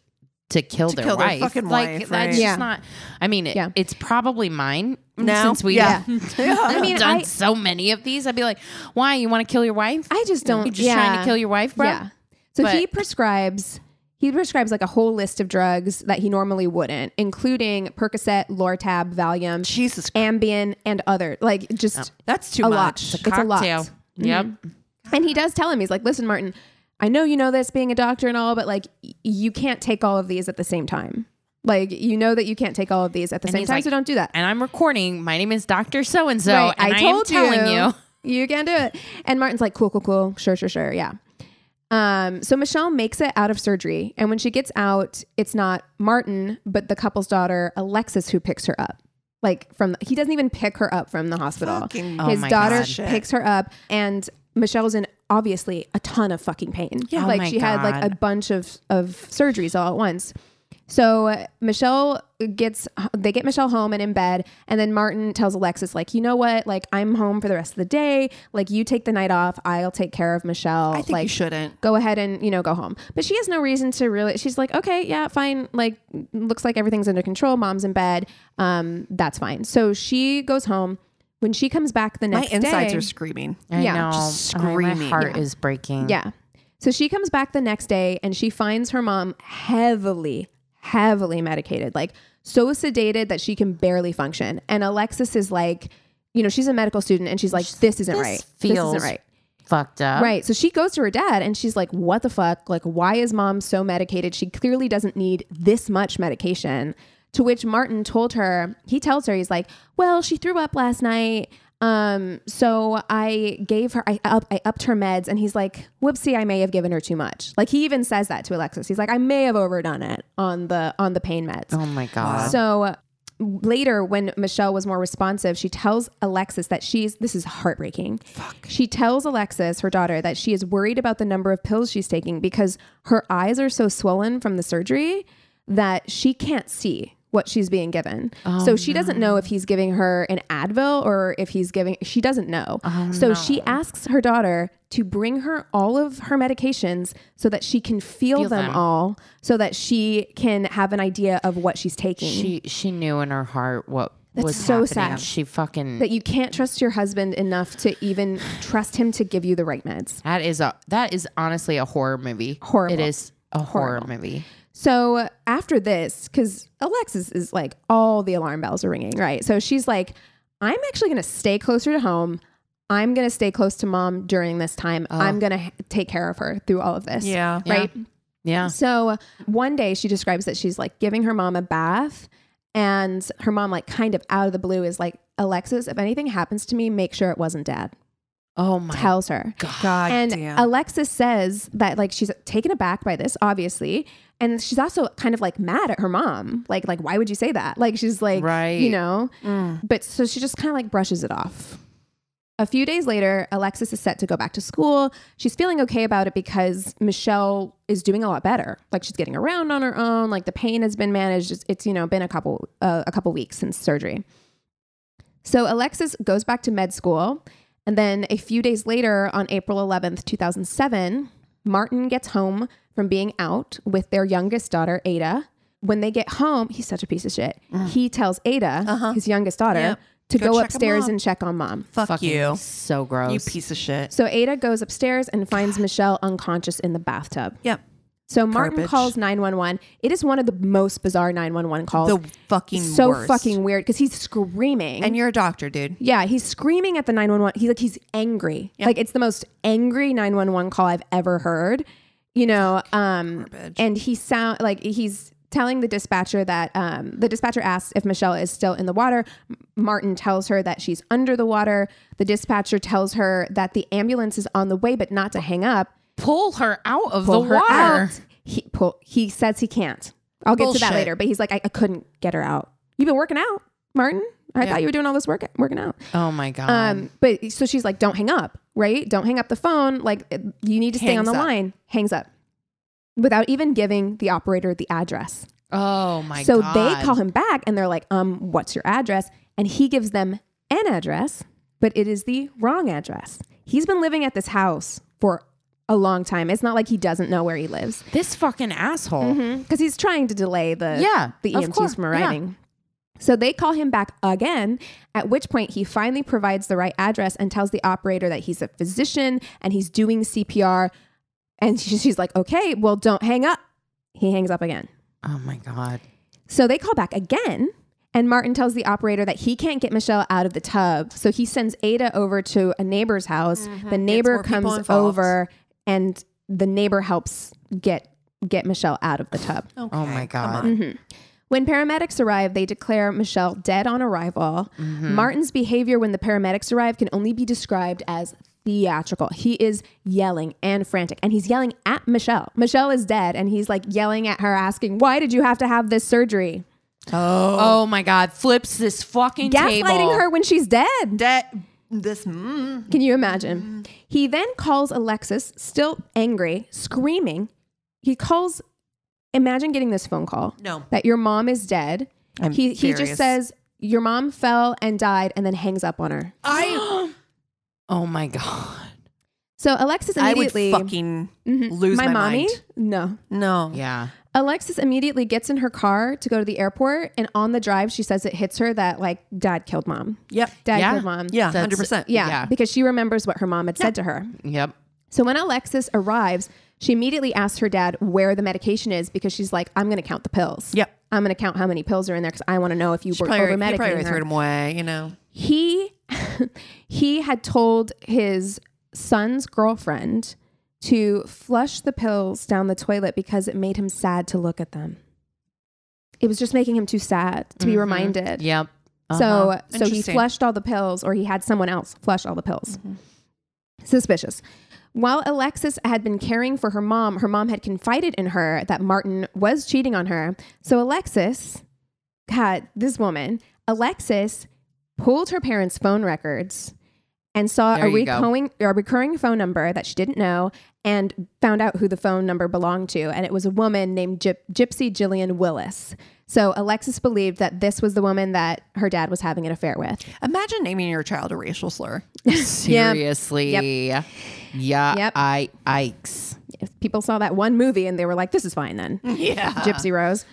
Speaker 4: to kill their
Speaker 3: kill their
Speaker 4: wife.
Speaker 3: fucking
Speaker 4: like,
Speaker 3: wife,
Speaker 4: that's
Speaker 3: right.
Speaker 4: just
Speaker 2: Yeah.
Speaker 4: not, I mean, it-
Speaker 2: Yeah.
Speaker 4: it's probably mine
Speaker 3: No.
Speaker 4: since we
Speaker 3: Yeah.
Speaker 4: I mean, done
Speaker 2: I-
Speaker 4: so many of these. I'd be like, why? You want to kill your wife?
Speaker 2: I just don't
Speaker 4: you just
Speaker 2: yeah.
Speaker 4: trying to kill your wife, bro?
Speaker 2: Yeah. So
Speaker 4: But-
Speaker 2: he prescribes he prescribes like a whole list of drugs that he normally wouldn't, including Percocet, Lortab, Valium,
Speaker 3: Jesus, Christ.
Speaker 2: Ambien, and other like just
Speaker 4: Oh,
Speaker 3: that's too
Speaker 2: a
Speaker 3: much.
Speaker 2: lot. It's a lot.
Speaker 4: Cocktail. Yep.
Speaker 2: Mm-hmm. And he does tell him, he's like, listen, Martin, I know you know this being a doctor and all, but like, y- you can't take all of these at the same time. Like, you know that you can't take all of these at the same
Speaker 4: he's
Speaker 2: time,
Speaker 4: like,
Speaker 2: so don't do that.
Speaker 4: And I'm recording. My name is Dr. So and so.
Speaker 2: Right,
Speaker 4: And I, am telling you.
Speaker 2: you can't do it. And Martin's like, cool, cool, cool. Sure, sure, sure. Yeah. Um, so Michelle makes it out of surgery. And when she gets out, it's not Martin, but the couple's daughter, Alexis, who picks her up. Like from he doesn't even pick her up from the hospital.
Speaker 3: Fucking-
Speaker 4: Oh
Speaker 2: His
Speaker 4: my
Speaker 2: daughter
Speaker 4: God.
Speaker 3: Shit.
Speaker 2: picks her up and Michelle's in obviously a ton of fucking pain.
Speaker 4: Yeah. Oh
Speaker 2: like
Speaker 4: my
Speaker 2: she had like
Speaker 4: God.
Speaker 2: a bunch of of surgeries all at once. So uh, Michelle gets they get Michelle home and in bed, and then Martin tells Alexis like, you know what, like I'm home for the rest of the day. Like you take the night off, I'll take care of Michelle.
Speaker 3: I think
Speaker 2: like
Speaker 3: you shouldn't.
Speaker 2: go ahead and you know go home. But she has no reason to really. She's like, okay, yeah, fine. Like looks like everything's under control. Mom's in bed. Um, that's fine. So she goes home. When she comes back the
Speaker 3: My
Speaker 2: next
Speaker 3: insides
Speaker 2: day,
Speaker 3: are screaming.
Speaker 4: I
Speaker 2: Yeah.
Speaker 4: know.
Speaker 3: Just
Speaker 4: Oh, my
Speaker 3: screaming.
Speaker 4: heart is breaking.
Speaker 2: Yeah. So she comes back the next day and she finds her mom heavily, heavily medicated, like so sedated that she can barely function. And Alexis is like, you know, she's a medical student and she's like, this isn't
Speaker 4: this
Speaker 2: right. this
Speaker 4: feels
Speaker 2: isn't right.
Speaker 4: Fucked up.
Speaker 2: Right. So she goes to her dad and she's like, what the fuck? Like, why is mom so medicated? She clearly doesn't need this much medication. To which Martin told her, he tells her, he's like, well, she threw up last night. Um, so I gave her, I, up, I upped her meds. And he's like, whoopsie, I may have given her too much. Like he even says that to Alexis. He's like, I may have overdone it on the, on the pain meds.
Speaker 4: Oh my god.
Speaker 2: So uh, later, when Michelle was more responsive, she tells Alexis that she's this is heartbreaking. Fuck. She tells Alexis, her daughter, that she is worried about the number of pills she's taking because her eyes are so swollen from the surgery that she can't see what she's being given. so she doesn't know if he's giving her an Advil or if he's giving she doesn't know. so she asks her daughter to bring her all of her medications so that she can feel, them,
Speaker 4: them.
Speaker 2: all so that she can have an idea of what she's taking
Speaker 4: she she knew in her heart what
Speaker 2: That's
Speaker 4: was
Speaker 2: so
Speaker 4: happening.
Speaker 2: sad.
Speaker 4: She fucking
Speaker 2: that you can't trust your husband enough to even trust him to give you the right meds.
Speaker 4: that is a that is honestly a horror movie.
Speaker 2: Horrible.
Speaker 4: It is a horror movie.
Speaker 2: So after this, because Alexis is like, all the alarm bells are ringing, right? So she's like, I'm actually going to stay closer to home. I'm going to stay close to mom during this time. I'm going to take care of her through all of this.
Speaker 3: Yeah.
Speaker 2: Right.
Speaker 4: Yeah.
Speaker 2: So one day she describes that she's like giving her mom a bath and her mom like kind of out of the blue is like Alexis if anything happens to me make sure it wasn't dad
Speaker 4: Oh my
Speaker 2: tells her
Speaker 3: God
Speaker 2: and
Speaker 3: damn.
Speaker 2: Alexis says that like she's taken aback by this, obviously, and she's also kind of like mad at her mom. Like, like why would you say that? Like she's like,
Speaker 4: Right.
Speaker 3: Mm.
Speaker 2: you know. But so she just kind of like brushes it off. A few days later, Alexis is set to go back to school. She's feeling okay about it because Michelle is doing a lot better. Like she's getting around on her own. Like the pain has been managed. It's, it's, you know been a couple uh, a couple weeks since surgery. So Alexis goes back to med school, and then a few days later, on April 11th, 2007, Martin gets home from being out with their youngest daughter Ada. When they get home, he's such a piece of shit. He tells Ada, his youngest daughter,
Speaker 3: Mm. Uh-huh. Yep.
Speaker 2: to
Speaker 3: Go
Speaker 2: go,
Speaker 3: check on
Speaker 2: upstairs
Speaker 3: mom.
Speaker 2: and check on mom.
Speaker 3: Fuck you.
Speaker 4: So
Speaker 3: You
Speaker 4: gross.
Speaker 3: piece of shit.
Speaker 2: So Ada goes upstairs and finds Michelle unconscious in the bathtub.
Speaker 3: Yep.
Speaker 2: So Martin
Speaker 3: Garbage.
Speaker 2: calls 911. It is one of the most bizarre 911 calls.
Speaker 3: The fucking
Speaker 2: so
Speaker 3: worst.
Speaker 2: fucking weird because he's screaming.
Speaker 3: And you're a doctor, dude.
Speaker 2: yeah, he's screaming at the 911. He's like he's angry. Like it's the most angry 911 call I've ever heard. You know, um and he sound like he's telling the dispatcher that um the dispatcher asks if Michelle is still in the water. M- Martin tells her that she's under the water. The dispatcher tells her that the ambulance is on the way but not to hang up
Speaker 4: pull her out of
Speaker 2: pull
Speaker 4: the
Speaker 2: her
Speaker 4: water.
Speaker 2: out. He pull, he says he can't. I'll get to that
Speaker 3: Bullshit.
Speaker 2: later, but he's like, I, I couldn't get her out. You've been working out, Martin. I thought you were doing all this work working out.
Speaker 4: Oh my god.
Speaker 2: Um, but so she's like, don't hang up, right? Don't hang up the phone. Like it- you need to stay on
Speaker 3: Hangs
Speaker 2: the
Speaker 3: up.
Speaker 2: line. Hangs up without even giving the operator the address.
Speaker 4: oh my
Speaker 2: so
Speaker 4: god.
Speaker 2: they call him back and they're like, um, what's your address? And he gives them an address, but it is the wrong address. He's been living at this house for a long time. It's not like he doesn't know where he lives
Speaker 4: this fucking asshole.
Speaker 2: because Mm-hmm. he's trying to delay the
Speaker 4: Yeah,
Speaker 2: the
Speaker 4: of
Speaker 2: EMTs
Speaker 4: course.
Speaker 2: from
Speaker 4: Yeah.
Speaker 2: arriving. So they call him back again, at which point he finally provides the right address and tells the operator that he's a physician and he's doing CPR. And she- she's like, "Okay, well, don't hang up." He hangs up again.
Speaker 4: Oh my god.
Speaker 2: So they call back again, and Martin tells the operator that he can't get Michelle out of the tub. So he sends Ada over to a neighbor's house.
Speaker 4: Mm-hmm.
Speaker 2: The neighbor
Speaker 3: more people
Speaker 2: comes
Speaker 3: involved.
Speaker 2: over, and the neighbor helps get get Michelle out of the tub.
Speaker 3: Okay.
Speaker 4: Oh my
Speaker 3: come
Speaker 4: god.
Speaker 3: on.
Speaker 2: When paramedics arrive, they declare Michelle dead on arrival. Martin's behavior when the paramedics arrive can only be described as theatrical. He is yelling and frantic, and he's yelling at Michelle. Michelle is dead, and he's like yelling at her, asking, Why did you have to have this surgery?
Speaker 4: Oh my god. Flips this fucking
Speaker 2: Gaslighting
Speaker 4: table.
Speaker 2: her when she's dead.
Speaker 3: That this mm,
Speaker 2: Can you imagine? He then calls Alexis, still angry, screaming. He calls, imagine getting this phone call.
Speaker 3: No.
Speaker 2: That your mom is dead.
Speaker 3: I'm
Speaker 2: he he just
Speaker 3: furious.
Speaker 2: says, Your mom fell and died, and then hangs up on her.
Speaker 3: I
Speaker 4: Oh my god.
Speaker 2: So Alexis
Speaker 3: I would
Speaker 2: immediately Mm-hmm.
Speaker 3: fucking lose my,
Speaker 2: mommy?
Speaker 3: mind.
Speaker 2: No.
Speaker 3: No.
Speaker 4: Yeah.
Speaker 2: Alexis immediately gets in her car to go to the airport and on the drive she says it hits her that like dad killed mom.
Speaker 3: Yep.
Speaker 2: Dad
Speaker 4: Yeah.
Speaker 2: killed mom.
Speaker 3: Yeah.
Speaker 4: That's-
Speaker 3: Hundred percent.
Speaker 2: Yeah,
Speaker 4: Yeah.
Speaker 2: Because she remembers what her mom had said to her.
Speaker 4: Yep.
Speaker 2: So when Alexis arrives, she immediately asks her dad where the medication is because she's like, I'm going to count the pills.
Speaker 3: Yep.
Speaker 2: I'm going to count how many pills are in there because I want to know if you were over
Speaker 3: Probably, he probably
Speaker 2: medicating
Speaker 3: threw
Speaker 2: her.
Speaker 3: them away. You know.
Speaker 2: He he had told his son's girlfriend to flush the pills down the toilet because it made him sad to look at them. It was just making him too sad to be reminded.
Speaker 4: Yep. Uh-huh.
Speaker 2: So so he
Speaker 3: Interesting.
Speaker 2: flushed all the pills or he had someone else flush all the pills. Suspicious. While Alexis had been caring for her mom, her mom had confided in her that Martin was cheating on her. So Alexis had this woman, Alexis pulled her parents' phone records and saw
Speaker 4: There
Speaker 2: a
Speaker 4: you go.
Speaker 2: recurring, a recurring phone number that she didn't know and found out who the phone number belonged to. And it was a woman named Gyp- Gypsy Gillian Willis. So Alexis believed that this was the woman that her dad was having an affair with.
Speaker 3: Imagine naming your child a racial slur.
Speaker 4: Seriously. Yeah.
Speaker 2: Yep.
Speaker 4: I Ikes.
Speaker 2: If people saw that one movie and they were like, this is fine then.
Speaker 3: Yeah.
Speaker 2: Gypsy Rose.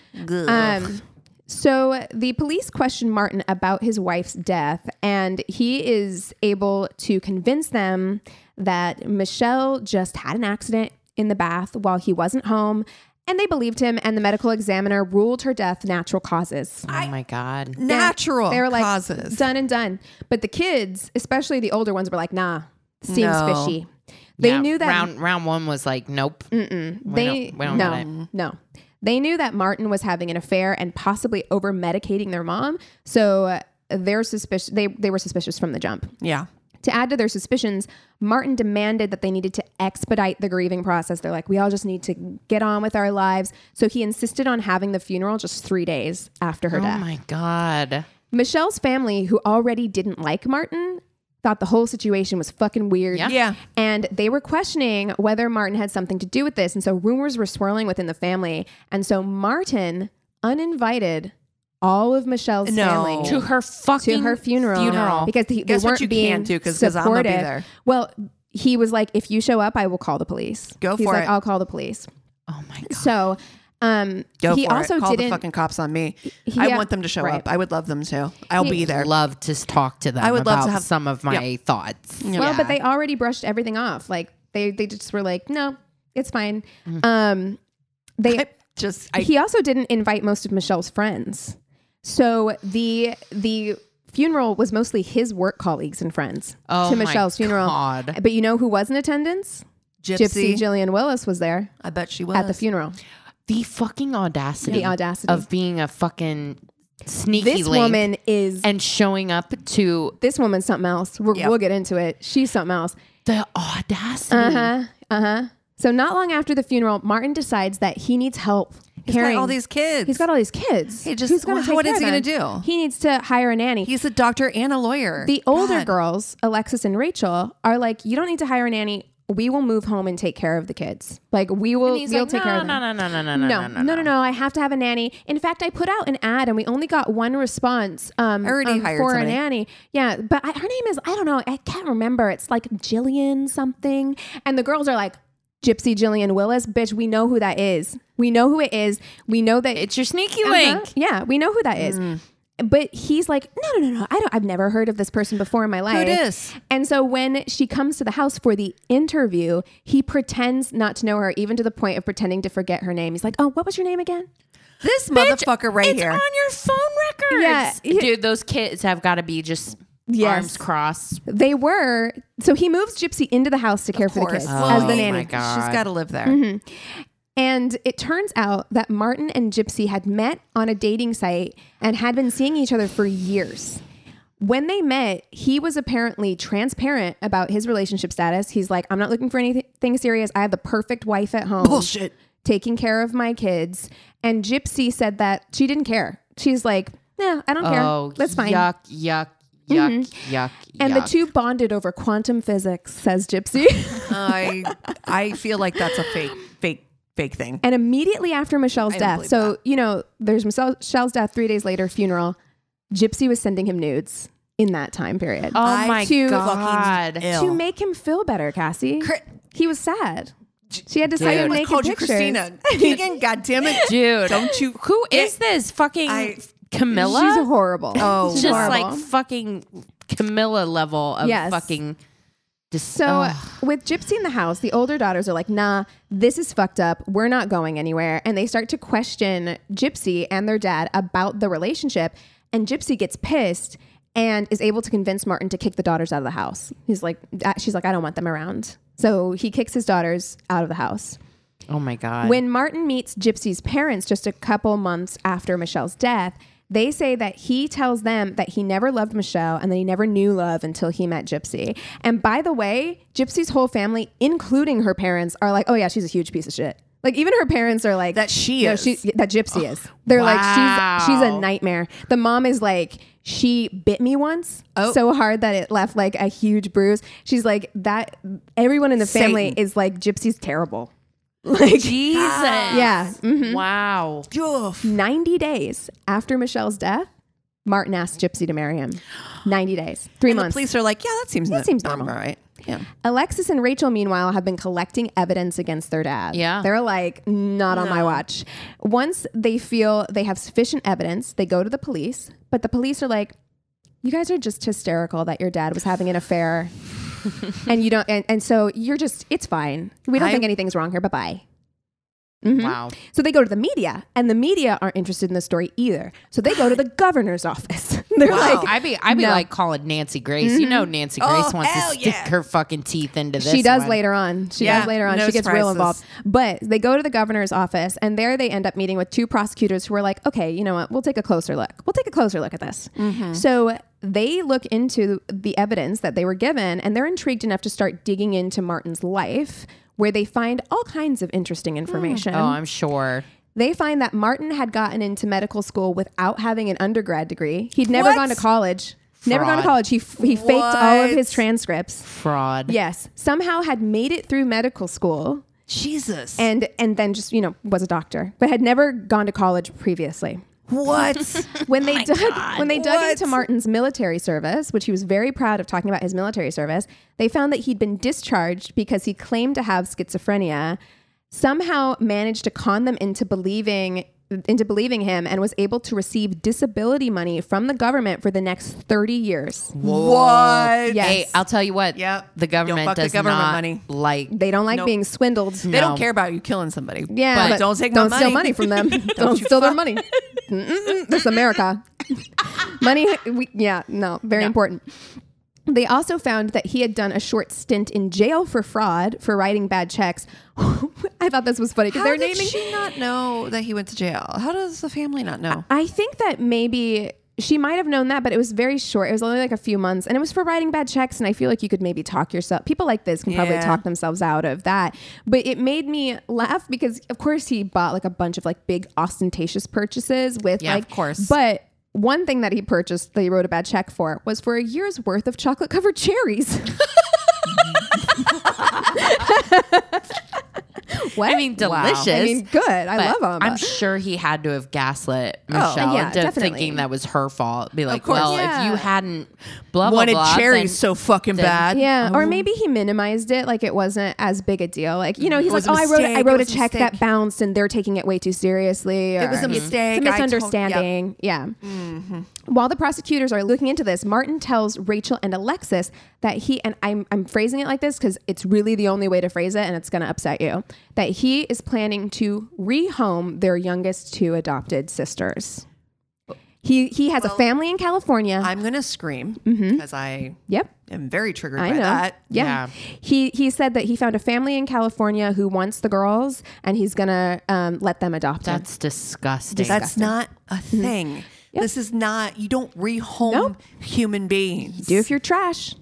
Speaker 2: Um, so the police question Martin about his wife's death, and he is able to convince them that Michelle just had an accident in the bath while he wasn't home. And they believed him, and the medical examiner ruled her death natural causes.
Speaker 4: oh my god.
Speaker 3: Natural
Speaker 2: They were like,
Speaker 3: Oh, causes.
Speaker 2: done and done. But the kids, especially the older ones, were like, nah, seems
Speaker 3: No.
Speaker 2: fishy. They
Speaker 4: Yeah,
Speaker 2: knew that Mm.
Speaker 4: round round one was like nope. We
Speaker 2: they
Speaker 4: don't- we don't
Speaker 2: no
Speaker 4: want
Speaker 2: no they knew that martin was having an affair and possibly over medicating their mom so uh, they're suspicious they, they were suspicious from the jump
Speaker 3: yeah.
Speaker 2: to add to their suspicions martin demanded that they needed to expedite the grieving process they're like we all just need to get on with our lives so he insisted on having the funeral just three days after her
Speaker 4: Oh
Speaker 2: death
Speaker 4: my god.
Speaker 2: michelle's family who already didn't like martin thought the whole situation was fucking weird.
Speaker 4: Yeah.
Speaker 3: Yeah.
Speaker 2: And they were questioning whether Martin had something to do with this. And so rumors were swirling within the family. And so Martin uninvited all of Michelle's
Speaker 3: No.
Speaker 2: family
Speaker 4: to her fucking
Speaker 2: to her funeral,
Speaker 4: funeral.
Speaker 2: because he, they
Speaker 3: Guess what
Speaker 2: weren't
Speaker 3: you
Speaker 2: being
Speaker 3: can't do, 'cause- 'cause I'm gonna be
Speaker 2: supportive.
Speaker 3: there.
Speaker 2: Well, he was like, if you show up, I will call the police.
Speaker 3: Go
Speaker 2: He's
Speaker 3: for
Speaker 2: like,
Speaker 3: it.
Speaker 2: I'll call the police.
Speaker 4: oh my god.
Speaker 2: So, um,
Speaker 3: Go
Speaker 2: he
Speaker 3: for
Speaker 2: also
Speaker 3: it. Call
Speaker 2: didn't.
Speaker 3: the fucking cops on me.
Speaker 2: He-
Speaker 3: I
Speaker 2: yeah,
Speaker 3: want them to show
Speaker 2: right.
Speaker 3: up. I would love them to. I'll be there.
Speaker 4: Love to talk to them.
Speaker 3: I would love to
Speaker 4: about
Speaker 3: have-
Speaker 4: some of my
Speaker 3: Yeah.
Speaker 4: thoughts.
Speaker 2: Well, but they already brushed everything off. Like they, they just were like, no, it's fine. Um, they
Speaker 3: Just I,
Speaker 2: he also didn't invite most of Michelle's friends. So the the funeral was mostly his work colleagues and friends
Speaker 4: Oh
Speaker 2: to
Speaker 4: my
Speaker 2: Michelle's funeral.
Speaker 4: God.
Speaker 2: But you know who was in attendance?
Speaker 3: Gypsy.
Speaker 2: Gillian Willis was there
Speaker 3: I bet she was
Speaker 2: at the funeral.
Speaker 4: the fucking audacity,
Speaker 2: The audacity.
Speaker 4: of being a fucking sneaky
Speaker 2: This
Speaker 4: link
Speaker 2: woman is
Speaker 4: and showing up to
Speaker 2: this woman's something else. We're,
Speaker 3: Yeah.
Speaker 2: We'll get into it. She's something else.
Speaker 4: the audacity.
Speaker 2: Uh huh. Uh huh. So not long after the funeral, Martin decides that he needs help
Speaker 3: He's got
Speaker 2: carrying
Speaker 3: all these kids.
Speaker 2: He's got all these kids.
Speaker 3: He just-
Speaker 2: Who's gonna
Speaker 3: well,
Speaker 2: take
Speaker 3: what is
Speaker 2: care
Speaker 3: he
Speaker 2: of
Speaker 3: gonna
Speaker 2: them?
Speaker 3: do?
Speaker 2: He needs to hire a nanny.
Speaker 3: He's a doctor and a lawyer.
Speaker 2: The older
Speaker 3: God.
Speaker 2: girls, Alexis and Rachel, are like, you don't need to hire a nanny. We will move home and take care of the kids. Like we will,
Speaker 4: He's
Speaker 2: we'll
Speaker 4: like,
Speaker 2: take care
Speaker 4: no,
Speaker 2: of them.
Speaker 4: no, no, no, no, no, no,
Speaker 2: no, no, no, no. I have to have a nanny. In fact, I put out an ad and we only got one response. Um,
Speaker 3: I already
Speaker 2: um,
Speaker 3: hired
Speaker 2: for
Speaker 3: somebody.
Speaker 2: a nanny. Yeah, but I, her name is I don't know. I can't remember. It's like Jillian something. And the girls are like, Gypsy Jillian Willis, bitch. We know who that is. We know who it is. We know that
Speaker 4: It's your sneaky
Speaker 2: uh-huh.
Speaker 4: link.
Speaker 2: Yeah, we know who that is.
Speaker 3: Mm.
Speaker 2: But he's like, no, no, no, no. I don't. I've never heard of this person before in my life.
Speaker 3: dis?
Speaker 2: And so when she comes to the house for the interview, he pretends not to know her, even to the point of pretending to forget her name. He's like, oh, what was your name again?
Speaker 3: This motherfucker right
Speaker 4: It's
Speaker 3: here.
Speaker 4: on your phone records.
Speaker 2: Yeah.
Speaker 4: Dude, those kids have got to be just
Speaker 2: Yes.
Speaker 4: arms crossed.
Speaker 2: They were. So he moves Gypsy into the house to care for the kids
Speaker 3: Well,
Speaker 2: as the
Speaker 3: oh
Speaker 4: my
Speaker 2: nanny. Mm-hmm.
Speaker 4: God.
Speaker 3: She's got to live there.
Speaker 2: And it turns out that Martin and Gypsy had met on a dating site and had been seeing each other for years. When they met, he was apparently transparent about his relationship status. He's like, I'm not looking for anything serious. I have the perfect wife at home,
Speaker 3: Bullshit.
Speaker 2: taking care of my kids. And Gypsy said that she didn't care. She's like, no, I don't
Speaker 4: Oh,
Speaker 2: care. That's fine. Mm-hmm.
Speaker 4: Yuck, yuck, yuck, yuck.
Speaker 2: and the
Speaker 4: yuck.
Speaker 2: two bonded over quantum physics, says Gypsy.
Speaker 3: I I feel like that's a fake fake fake thing.
Speaker 2: And immediately after Michelle's
Speaker 3: don't
Speaker 2: death,
Speaker 3: believe
Speaker 2: so you know, there's Michelle- Michelle's death. Three days later, funeral. Gypsy was sending him nudes in that time period
Speaker 4: Oh
Speaker 3: I
Speaker 4: my
Speaker 2: to-
Speaker 4: god!
Speaker 3: fucking
Speaker 2: to
Speaker 3: ill.
Speaker 2: make him feel better. Cassie,
Speaker 3: Cri-
Speaker 2: he was sad. She had to send
Speaker 4: Dude.
Speaker 2: him
Speaker 4: I
Speaker 2: naked
Speaker 3: called you
Speaker 2: pictures.
Speaker 3: Christina. Keegan, God damn it.
Speaker 4: Dude,
Speaker 3: Don't you
Speaker 4: Who is this fucking
Speaker 3: I-
Speaker 4: Camilla?
Speaker 2: She's horrible.
Speaker 3: Oh,
Speaker 4: Just
Speaker 2: horrible.
Speaker 4: like fucking Camilla level of
Speaker 2: Yes.
Speaker 4: fucking. oh, Just,
Speaker 2: So with Gypsy in the house, the older daughters are like, "Nah, this is fucked up. We're not going anywhere." And they start to question Gypsy and their dad about the relationship, and Gypsy gets pissed and is able to convince Martin to kick the daughters out of the house. He's like, uh, she's like, "I don't want them around." So he kicks his daughters out of the house.
Speaker 4: oh my god!
Speaker 2: When Martin meets Gypsy's parents just a couple months after Michelle's death, they say that he tells them that he never loved Michelle and that he never knew love until he met Gypsy. And by the way, Gypsy's whole family, including her parents, are like, "Oh yeah, she's a huge piece of shit." Like even her parents are like
Speaker 3: That she is.
Speaker 2: that Gypsy is. They're like she's she's a
Speaker 4: Wow.
Speaker 2: nightmare. The mom is like she bit me once
Speaker 3: Oh.
Speaker 2: so hard that it left like a huge bruise. She's like that. Everyone in the family
Speaker 3: Satan.
Speaker 2: is like Gypsy's terrible. Like
Speaker 4: Jesus,
Speaker 2: yeah. mhm.
Speaker 4: wow.
Speaker 3: Oof.
Speaker 2: 90 days after Michelle's death, Martin asked Gypsy to marry him. 90 days, three
Speaker 3: And the
Speaker 2: months.
Speaker 3: police are like, yeah, that seems that
Speaker 2: seems normal.
Speaker 3: right? Yeah.
Speaker 2: Alexis and Rachel, meanwhile, have been collecting evidence against their dad.
Speaker 4: Yeah.
Speaker 2: They're like, not on my watch. Once they feel they have sufficient evidence, they go to the police, but the police are like, you guys are just hysterical that your dad was having an affair. and you don't, and, and so you're just, it's fine. We don't
Speaker 3: I-
Speaker 2: think anything's wrong here. Bye bye. mm-hmm.
Speaker 4: Wow.
Speaker 2: So they go to the media, and the media aren't interested in the story either. So they go to the governor's office. They're
Speaker 3: Wow.
Speaker 2: like,
Speaker 4: I'd be I'd be
Speaker 2: No. Mm-hmm.
Speaker 4: like calling Nancy Grace. You know Nancy Grace
Speaker 3: Oh,
Speaker 4: wants to
Speaker 3: hell
Speaker 4: stick
Speaker 3: yeah.
Speaker 4: her fucking teeth into this.
Speaker 2: she does
Speaker 4: one.
Speaker 2: later on. She
Speaker 3: Yeah,
Speaker 2: does later on.
Speaker 3: no
Speaker 2: she gets real
Speaker 3: surprises.
Speaker 2: involved. But they go to the governor's office, and there they end up meeting with two prosecutors who are like, okay, you know what? We'll take a closer look. We'll take a closer look at this.
Speaker 3: Mm-hmm.
Speaker 2: So they look into the evidence that they were given, and they're intrigued enough to start digging into Martin's life, where they find all kinds of interesting
Speaker 3: Hmm.
Speaker 2: information.
Speaker 4: Oh, I'm sure.
Speaker 2: They find that Martin had gotten into medical school without having an undergrad degree. He'd never
Speaker 3: What?
Speaker 2: gone to college. Never gone to
Speaker 4: Fraud.
Speaker 2: college. He f- he faked all of
Speaker 3: What?
Speaker 2: his transcripts.
Speaker 4: Fraud.
Speaker 2: Yes, somehow had made it through medical school
Speaker 3: Jesus.
Speaker 2: and and then just you know was a doctor, but had never gone to college previously.
Speaker 3: what?
Speaker 2: when they dug when they dug
Speaker 3: Oh What?
Speaker 2: into Martin's military service, which he was very proud of talking about his military service, they found that he'd been discharged because he claimed to have schizophrenia. Somehow managed to con them into believing into believing him and was able to receive disability money from the government for the next 30 years.
Speaker 3: What?
Speaker 2: Yes.
Speaker 4: Hey, I'll tell you what.
Speaker 3: Yep.
Speaker 4: The government
Speaker 3: Don't fuck the
Speaker 4: does
Speaker 3: government
Speaker 4: not
Speaker 3: money.
Speaker 4: like.
Speaker 2: They don't like
Speaker 3: Nope.
Speaker 2: being swindled.
Speaker 3: They
Speaker 4: No.
Speaker 3: don't care about you killing somebody.
Speaker 2: Yeah,
Speaker 3: but, don't take
Speaker 2: don't
Speaker 3: my
Speaker 2: steal money
Speaker 3: money.
Speaker 2: from them. don't steal their money. Mm-mm-mm. This is America. money, we, yeah, no, very important. They also found that he had done a short stint in jail for fraud for writing bad checks. I thought this was funny because
Speaker 3: How
Speaker 2: they're
Speaker 3: did
Speaker 2: naming.
Speaker 3: she not know that he went to jail? How does the family not know?
Speaker 2: I think that maybe she might have known that, but it was very short. It was only like a few months, and it was for writing bad checks. And I feel like you could maybe talk yourself. People like this can probably
Speaker 3: Yeah.
Speaker 2: talk themselves out of that. But it made me laugh because, of course, he bought like a bunch of like big ostentatious purchases with
Speaker 3: Yeah,
Speaker 2: like,
Speaker 3: of course.
Speaker 2: But one thing that he purchased that he wrote a bad check for was for a year's worth of chocolate covered cherries. what?
Speaker 4: I mean, delicious.
Speaker 2: I mean, good. I
Speaker 4: but
Speaker 2: love them.
Speaker 4: I'm sure he had to have gaslit Michelle
Speaker 2: yeah,
Speaker 4: into
Speaker 2: definitely.
Speaker 4: thinking that was her fault. Be like,
Speaker 3: course.
Speaker 4: well,
Speaker 2: Yeah.
Speaker 4: if you hadn't blah blah
Speaker 3: Wanted
Speaker 4: blah,
Speaker 3: cherries
Speaker 4: then-
Speaker 3: so fucking bad.
Speaker 2: Yeah, or maybe he minimized it, like it wasn't as big a deal. Like you know, he's like,
Speaker 3: It was
Speaker 2: oh,
Speaker 3: a
Speaker 2: I wrote, I
Speaker 3: mistake,
Speaker 2: wrote
Speaker 3: it
Speaker 2: a
Speaker 3: was a
Speaker 2: check that
Speaker 3: mistake."
Speaker 2: bounced, and they're taking it way too seriously. Or,
Speaker 3: It was a
Speaker 2: you know,
Speaker 3: mistake. I
Speaker 2: It's a
Speaker 3: told-
Speaker 2: misunderstanding.
Speaker 3: Mm-hmm.
Speaker 2: yeah. While the prosecutors are looking into this, Martin tells Rachel and Alexis that he and I'm I'm phrasing it like this because it's really the only way to phrase it, and it's going to upset you. That he is planning to rehome their youngest two adopted sisters. He he has a family in California.
Speaker 3: I'm gonna scream because I
Speaker 2: yep.
Speaker 3: am very triggered
Speaker 2: Mm-hmm. I
Speaker 3: by
Speaker 2: know.
Speaker 3: that.
Speaker 2: Yeah.
Speaker 4: Yeah.
Speaker 2: He he said that he found a family in California who wants the girls and he's gonna um, let them adopt them.
Speaker 4: That's disgusting.
Speaker 3: That's not a thing. This is not. You don't rehome
Speaker 2: Mm-hmm. Nope.
Speaker 3: human beings.
Speaker 2: Do if you're trash.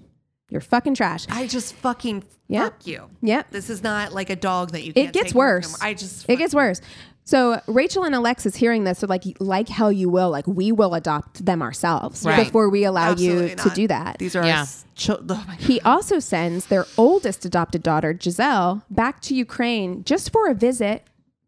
Speaker 2: You're fucking trash.
Speaker 3: I just fucking
Speaker 2: Yeah.
Speaker 3: fuck you.
Speaker 2: Yeah.
Speaker 3: This is not like a dog that you. Can't
Speaker 2: It gets
Speaker 3: take away
Speaker 2: worse.
Speaker 3: from. I just.
Speaker 2: it gets worse. So Rachel and Alexis hearing this are like like hell you will like we will adopt them ourselves
Speaker 4: Right.
Speaker 2: before we allow
Speaker 3: Absolutely
Speaker 2: you to
Speaker 3: not.
Speaker 2: do that.
Speaker 3: These are.
Speaker 4: Yeah.
Speaker 3: Yeah. oh my God.
Speaker 2: He also sends their oldest adopted daughter Giselle back to Ukraine just for a visit,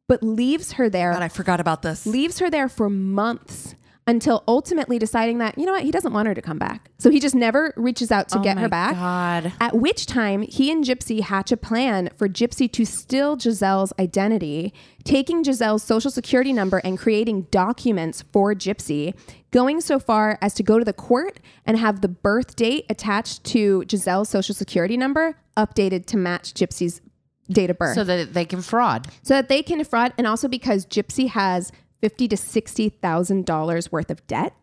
Speaker 2: but leaves her there
Speaker 3: God, I forgot about this.
Speaker 2: leaves her there for months until ultimately deciding that you know what he doesn't want her to come back so he just never reaches out to get her
Speaker 4: Oh my
Speaker 2: back
Speaker 4: God.
Speaker 2: at which time he and gypsy hatch a plan for gypsy to steal giselle's identity taking giselle's social security number and creating documents for gypsy going so far as to go to the court and have the birth date attached to giselle's social security number updated to match gypsy's date of birth
Speaker 4: so that they can fraud.
Speaker 2: so that they can defraud and also because gypsy has 50 to 60 thousand dollars worth of debt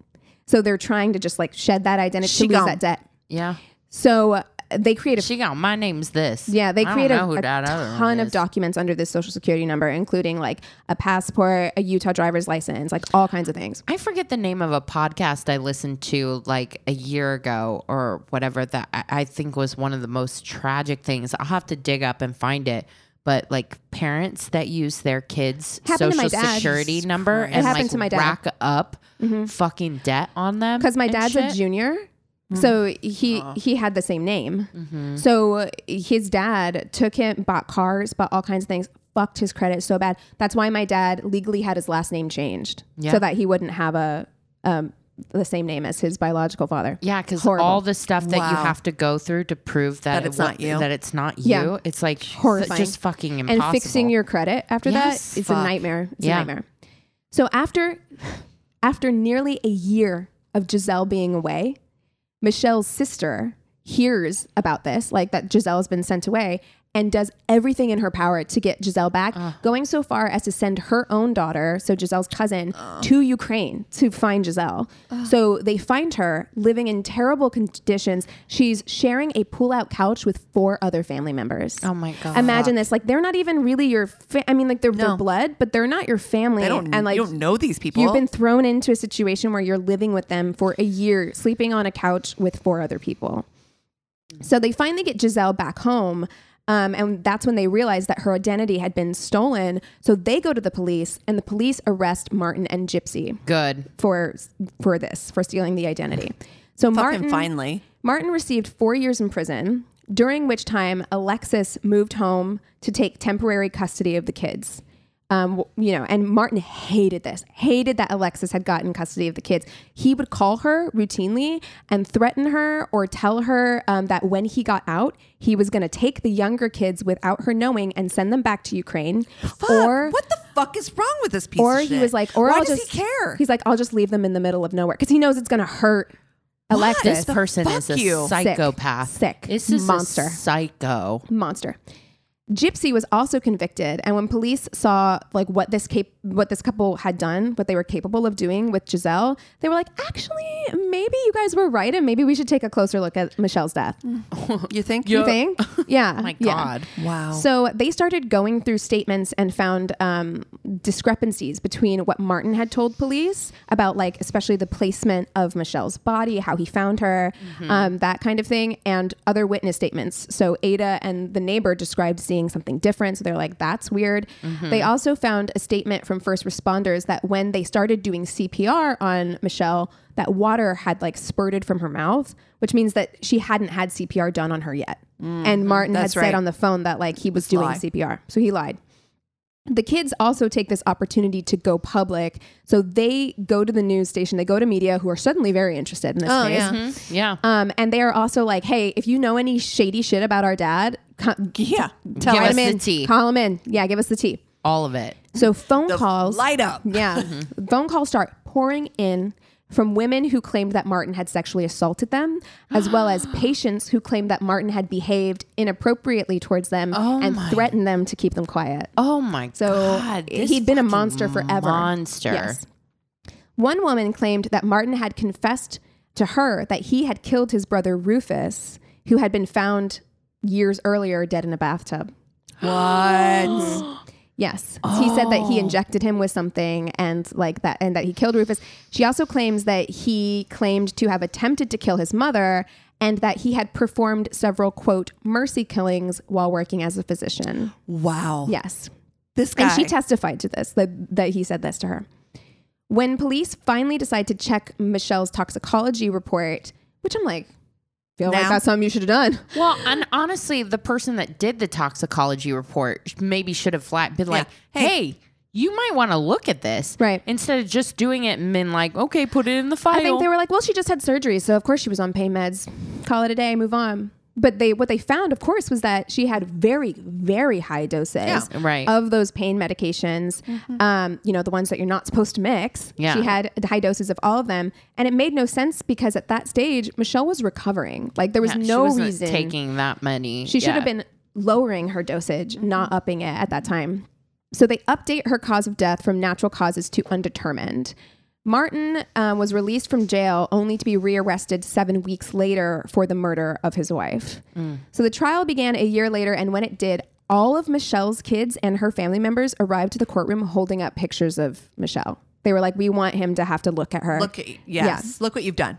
Speaker 2: so they're trying to just like shed that identity
Speaker 3: She
Speaker 2: to lose
Speaker 3: gone.
Speaker 2: that debt
Speaker 4: Yeah.
Speaker 2: so uh, they create a
Speaker 4: She got my name's this.
Speaker 2: yeah they
Speaker 4: I
Speaker 2: create
Speaker 4: don't
Speaker 2: a,
Speaker 4: know who
Speaker 2: a
Speaker 4: that other one
Speaker 2: ton of
Speaker 4: is.
Speaker 2: documents under this social security number including like a passport a utah driver's license like all kinds of things
Speaker 4: I forget the name of a podcast I listened to like a year ago or whatever that I I think was one of the most tragic things. I'll have to dig up and find it. But like parents that use their kids'
Speaker 2: Happened to my
Speaker 4: social
Speaker 2: dad.
Speaker 4: security
Speaker 3: Jesus
Speaker 4: number
Speaker 3: Christ.
Speaker 4: and
Speaker 2: happened
Speaker 4: like
Speaker 2: to my dad.
Speaker 4: rack up fucking debt on them
Speaker 2: because my
Speaker 4: and
Speaker 2: dad's
Speaker 4: shit. Mm.
Speaker 2: a junior so he he had the same name
Speaker 4: Mm-hmm.
Speaker 2: so his dad took him bought cars bought all kinds of things fucked his credit so bad that's why my dad legally had his last name changed so
Speaker 4: Yeah.
Speaker 2: that he wouldn't have a um the same name as his biological father
Speaker 4: Yeah, because
Speaker 2: Horrible.
Speaker 4: all the stuff that you
Speaker 3: Wow.
Speaker 4: have to go through to prove that,
Speaker 3: That
Speaker 4: it
Speaker 3: it's
Speaker 4: wa-
Speaker 3: not you.
Speaker 4: that it's not you,
Speaker 2: Yeah.
Speaker 4: it's like
Speaker 2: Horrifying.
Speaker 4: just fucking impossible.
Speaker 2: and fixing your credit after
Speaker 4: Yes,
Speaker 2: that it's a
Speaker 4: fuck.
Speaker 2: nightmare it's
Speaker 4: Yeah.
Speaker 2: a nightmare so after after nearly a year of giselle being away michelle's sister hears about this like that giselle has been sent away and does everything in her power to get giselle back going so far as to send her own daughter so giselle's cousin to ukraine to find giselle so they find her living in terrible conditions she's sharing a pull-out couch with four other family members
Speaker 4: oh my god,
Speaker 2: imagine this like they're not even really your fa- i mean like they're, they're blood but they're not your family
Speaker 3: I don't.
Speaker 2: and like
Speaker 3: you don't know these people.
Speaker 2: you've been thrown into a situation where you're living with them for a year sleeping on a couch with four other people so they finally get giselle back home um, and that's when they realize that her identity had been stolen so they go to the police and the police arrest martin and gypsy
Speaker 4: good.
Speaker 2: for for this for stealing the identity So
Speaker 3: Fucking
Speaker 2: Martin
Speaker 3: finally.
Speaker 2: Martin received four years in prison, during which time Alexis moved home to take temporary custody of the kids. Um, w- you know, and Martin hated this, hated that Alexis had gotten custody of the kids. He would call her routinely and threaten her or tell her um, that when he got out, he was going to take the younger kids without her knowing and send them back to Ukraine.
Speaker 3: Fuck,
Speaker 2: or
Speaker 3: what the fuck is wrong with this piece
Speaker 2: or
Speaker 3: of
Speaker 2: he
Speaker 3: shit?
Speaker 2: was like, or
Speaker 3: Why
Speaker 2: I'll
Speaker 3: does
Speaker 2: just
Speaker 3: he care?
Speaker 2: He's like, I'll just leave them in the middle of nowhere because he knows it's going to hurt Alexis.
Speaker 4: This person
Speaker 3: fuck
Speaker 4: is a
Speaker 2: Sick.
Speaker 3: you.
Speaker 4: psychopath.
Speaker 2: Sick.
Speaker 4: This is
Speaker 2: Monster.
Speaker 4: a psycho.
Speaker 2: monster. Gypsy was also convicted, and when police saw like what this cap- what this couple had done, what they were capable of doing with Giselle, they were like, actually, maybe you guys were right, and maybe we should take a closer look at Michelle's death.
Speaker 3: you think?
Speaker 2: You think? Yeah. oh
Speaker 4: My
Speaker 2: yeah.
Speaker 4: God.
Speaker 3: Wow.
Speaker 2: So they started going through statements and found um, discrepancies between what Martin had told police about, like, especially the placement of Michelle's body, how he found her,
Speaker 3: Mm-hmm.
Speaker 2: um, that kind of thing, and other witness statements. So Ada and the neighbor described seeing something different. So they're like, that's weird.
Speaker 3: Mm-hmm.
Speaker 2: They also found a statement from first responders that when they started doing CPR on Michelle, that water had like spurted from her mouth, which means that she hadn't had CPR done on her yet. and Martin had
Speaker 3: Mm, That's
Speaker 2: said
Speaker 3: right.
Speaker 2: on the phone that like he was doing
Speaker 3: lie.
Speaker 2: CPR. So he lied. The kids also take this opportunity to go public. So they go to the news station, they go to media who are suddenly very interested in this
Speaker 3: Oh,
Speaker 2: case.
Speaker 3: yeah.
Speaker 4: Yeah.
Speaker 2: Um, and they are also like, hey, if you know any shady shit about our dad, come,
Speaker 3: yeah.
Speaker 2: tell
Speaker 4: Give
Speaker 2: him
Speaker 4: us the
Speaker 2: in.
Speaker 4: tea.
Speaker 2: Call him in. Yeah, give us the tea.
Speaker 4: All of it.
Speaker 2: So phone
Speaker 3: The
Speaker 2: calls.
Speaker 3: Light up.
Speaker 2: Yeah. Phone calls start pouring in from women who claimed that Martin had sexually assaulted them, as well as patients who claimed that Martin had behaved inappropriately towards them and threatened them to keep them quiet.
Speaker 4: Oh my
Speaker 2: So
Speaker 4: god. this
Speaker 2: he'd been a
Speaker 4: fucking
Speaker 2: monster forever.
Speaker 4: Monster.
Speaker 2: Yes. One woman claimed that Martin had confessed to her that he had killed his brother Rufus, who had been found years earlier dead in a bathtub.
Speaker 3: What?
Speaker 2: Yes. He said that
Speaker 4: Oh.
Speaker 2: he injected him with something and like that and that he killed Rufus. She also claims that he claimed to have attempted to kill his mother and that he had performed several quote mercy killings while working as a physician.
Speaker 3: wow.
Speaker 2: Yes.
Speaker 3: This guy.
Speaker 2: And she testified to this, that, that he said this to her. When police finally decide to check Michelle's toxicology report, which I'm like, feel like
Speaker 3: Now?
Speaker 2: that's something you should have done.
Speaker 4: Well, and honestly, the person that did the toxicology report sh- maybe should have flat been like, "Hey, you might want to look at this,"
Speaker 2: Right.
Speaker 4: Instead of just doing it and been like, "Okay, put it in the file."
Speaker 2: I think they were like, well, she just had surgery, so of course she was on pain meds. Call it a day, move on. But they what they found, of course, was that she had very, very high doses
Speaker 4: Yeah, right. Mm-hmm.
Speaker 2: of those pain medications. Um, you know, the ones that you're not supposed to mix.
Speaker 4: Yeah.
Speaker 2: She had high doses of all of them. And it made no sense because at that stage, Michelle was recovering. Like there was
Speaker 4: Yeah, she
Speaker 2: no
Speaker 4: wasn't
Speaker 2: reason
Speaker 4: taking that money.
Speaker 2: she should have been lowering her dosage, not upping it at that time. So they update her cause of death from natural causes to undetermined. Martin um, was released from jail only to be rearrested seven weeks later for the murder of his wife. So the trial began a year later, and when it did, all of Michelle's kids and her family members arrived to the courtroom holding up pictures of Michelle. They were like, "We want him to have to look at her." Mm.
Speaker 3: Look, yes. Look what you've done.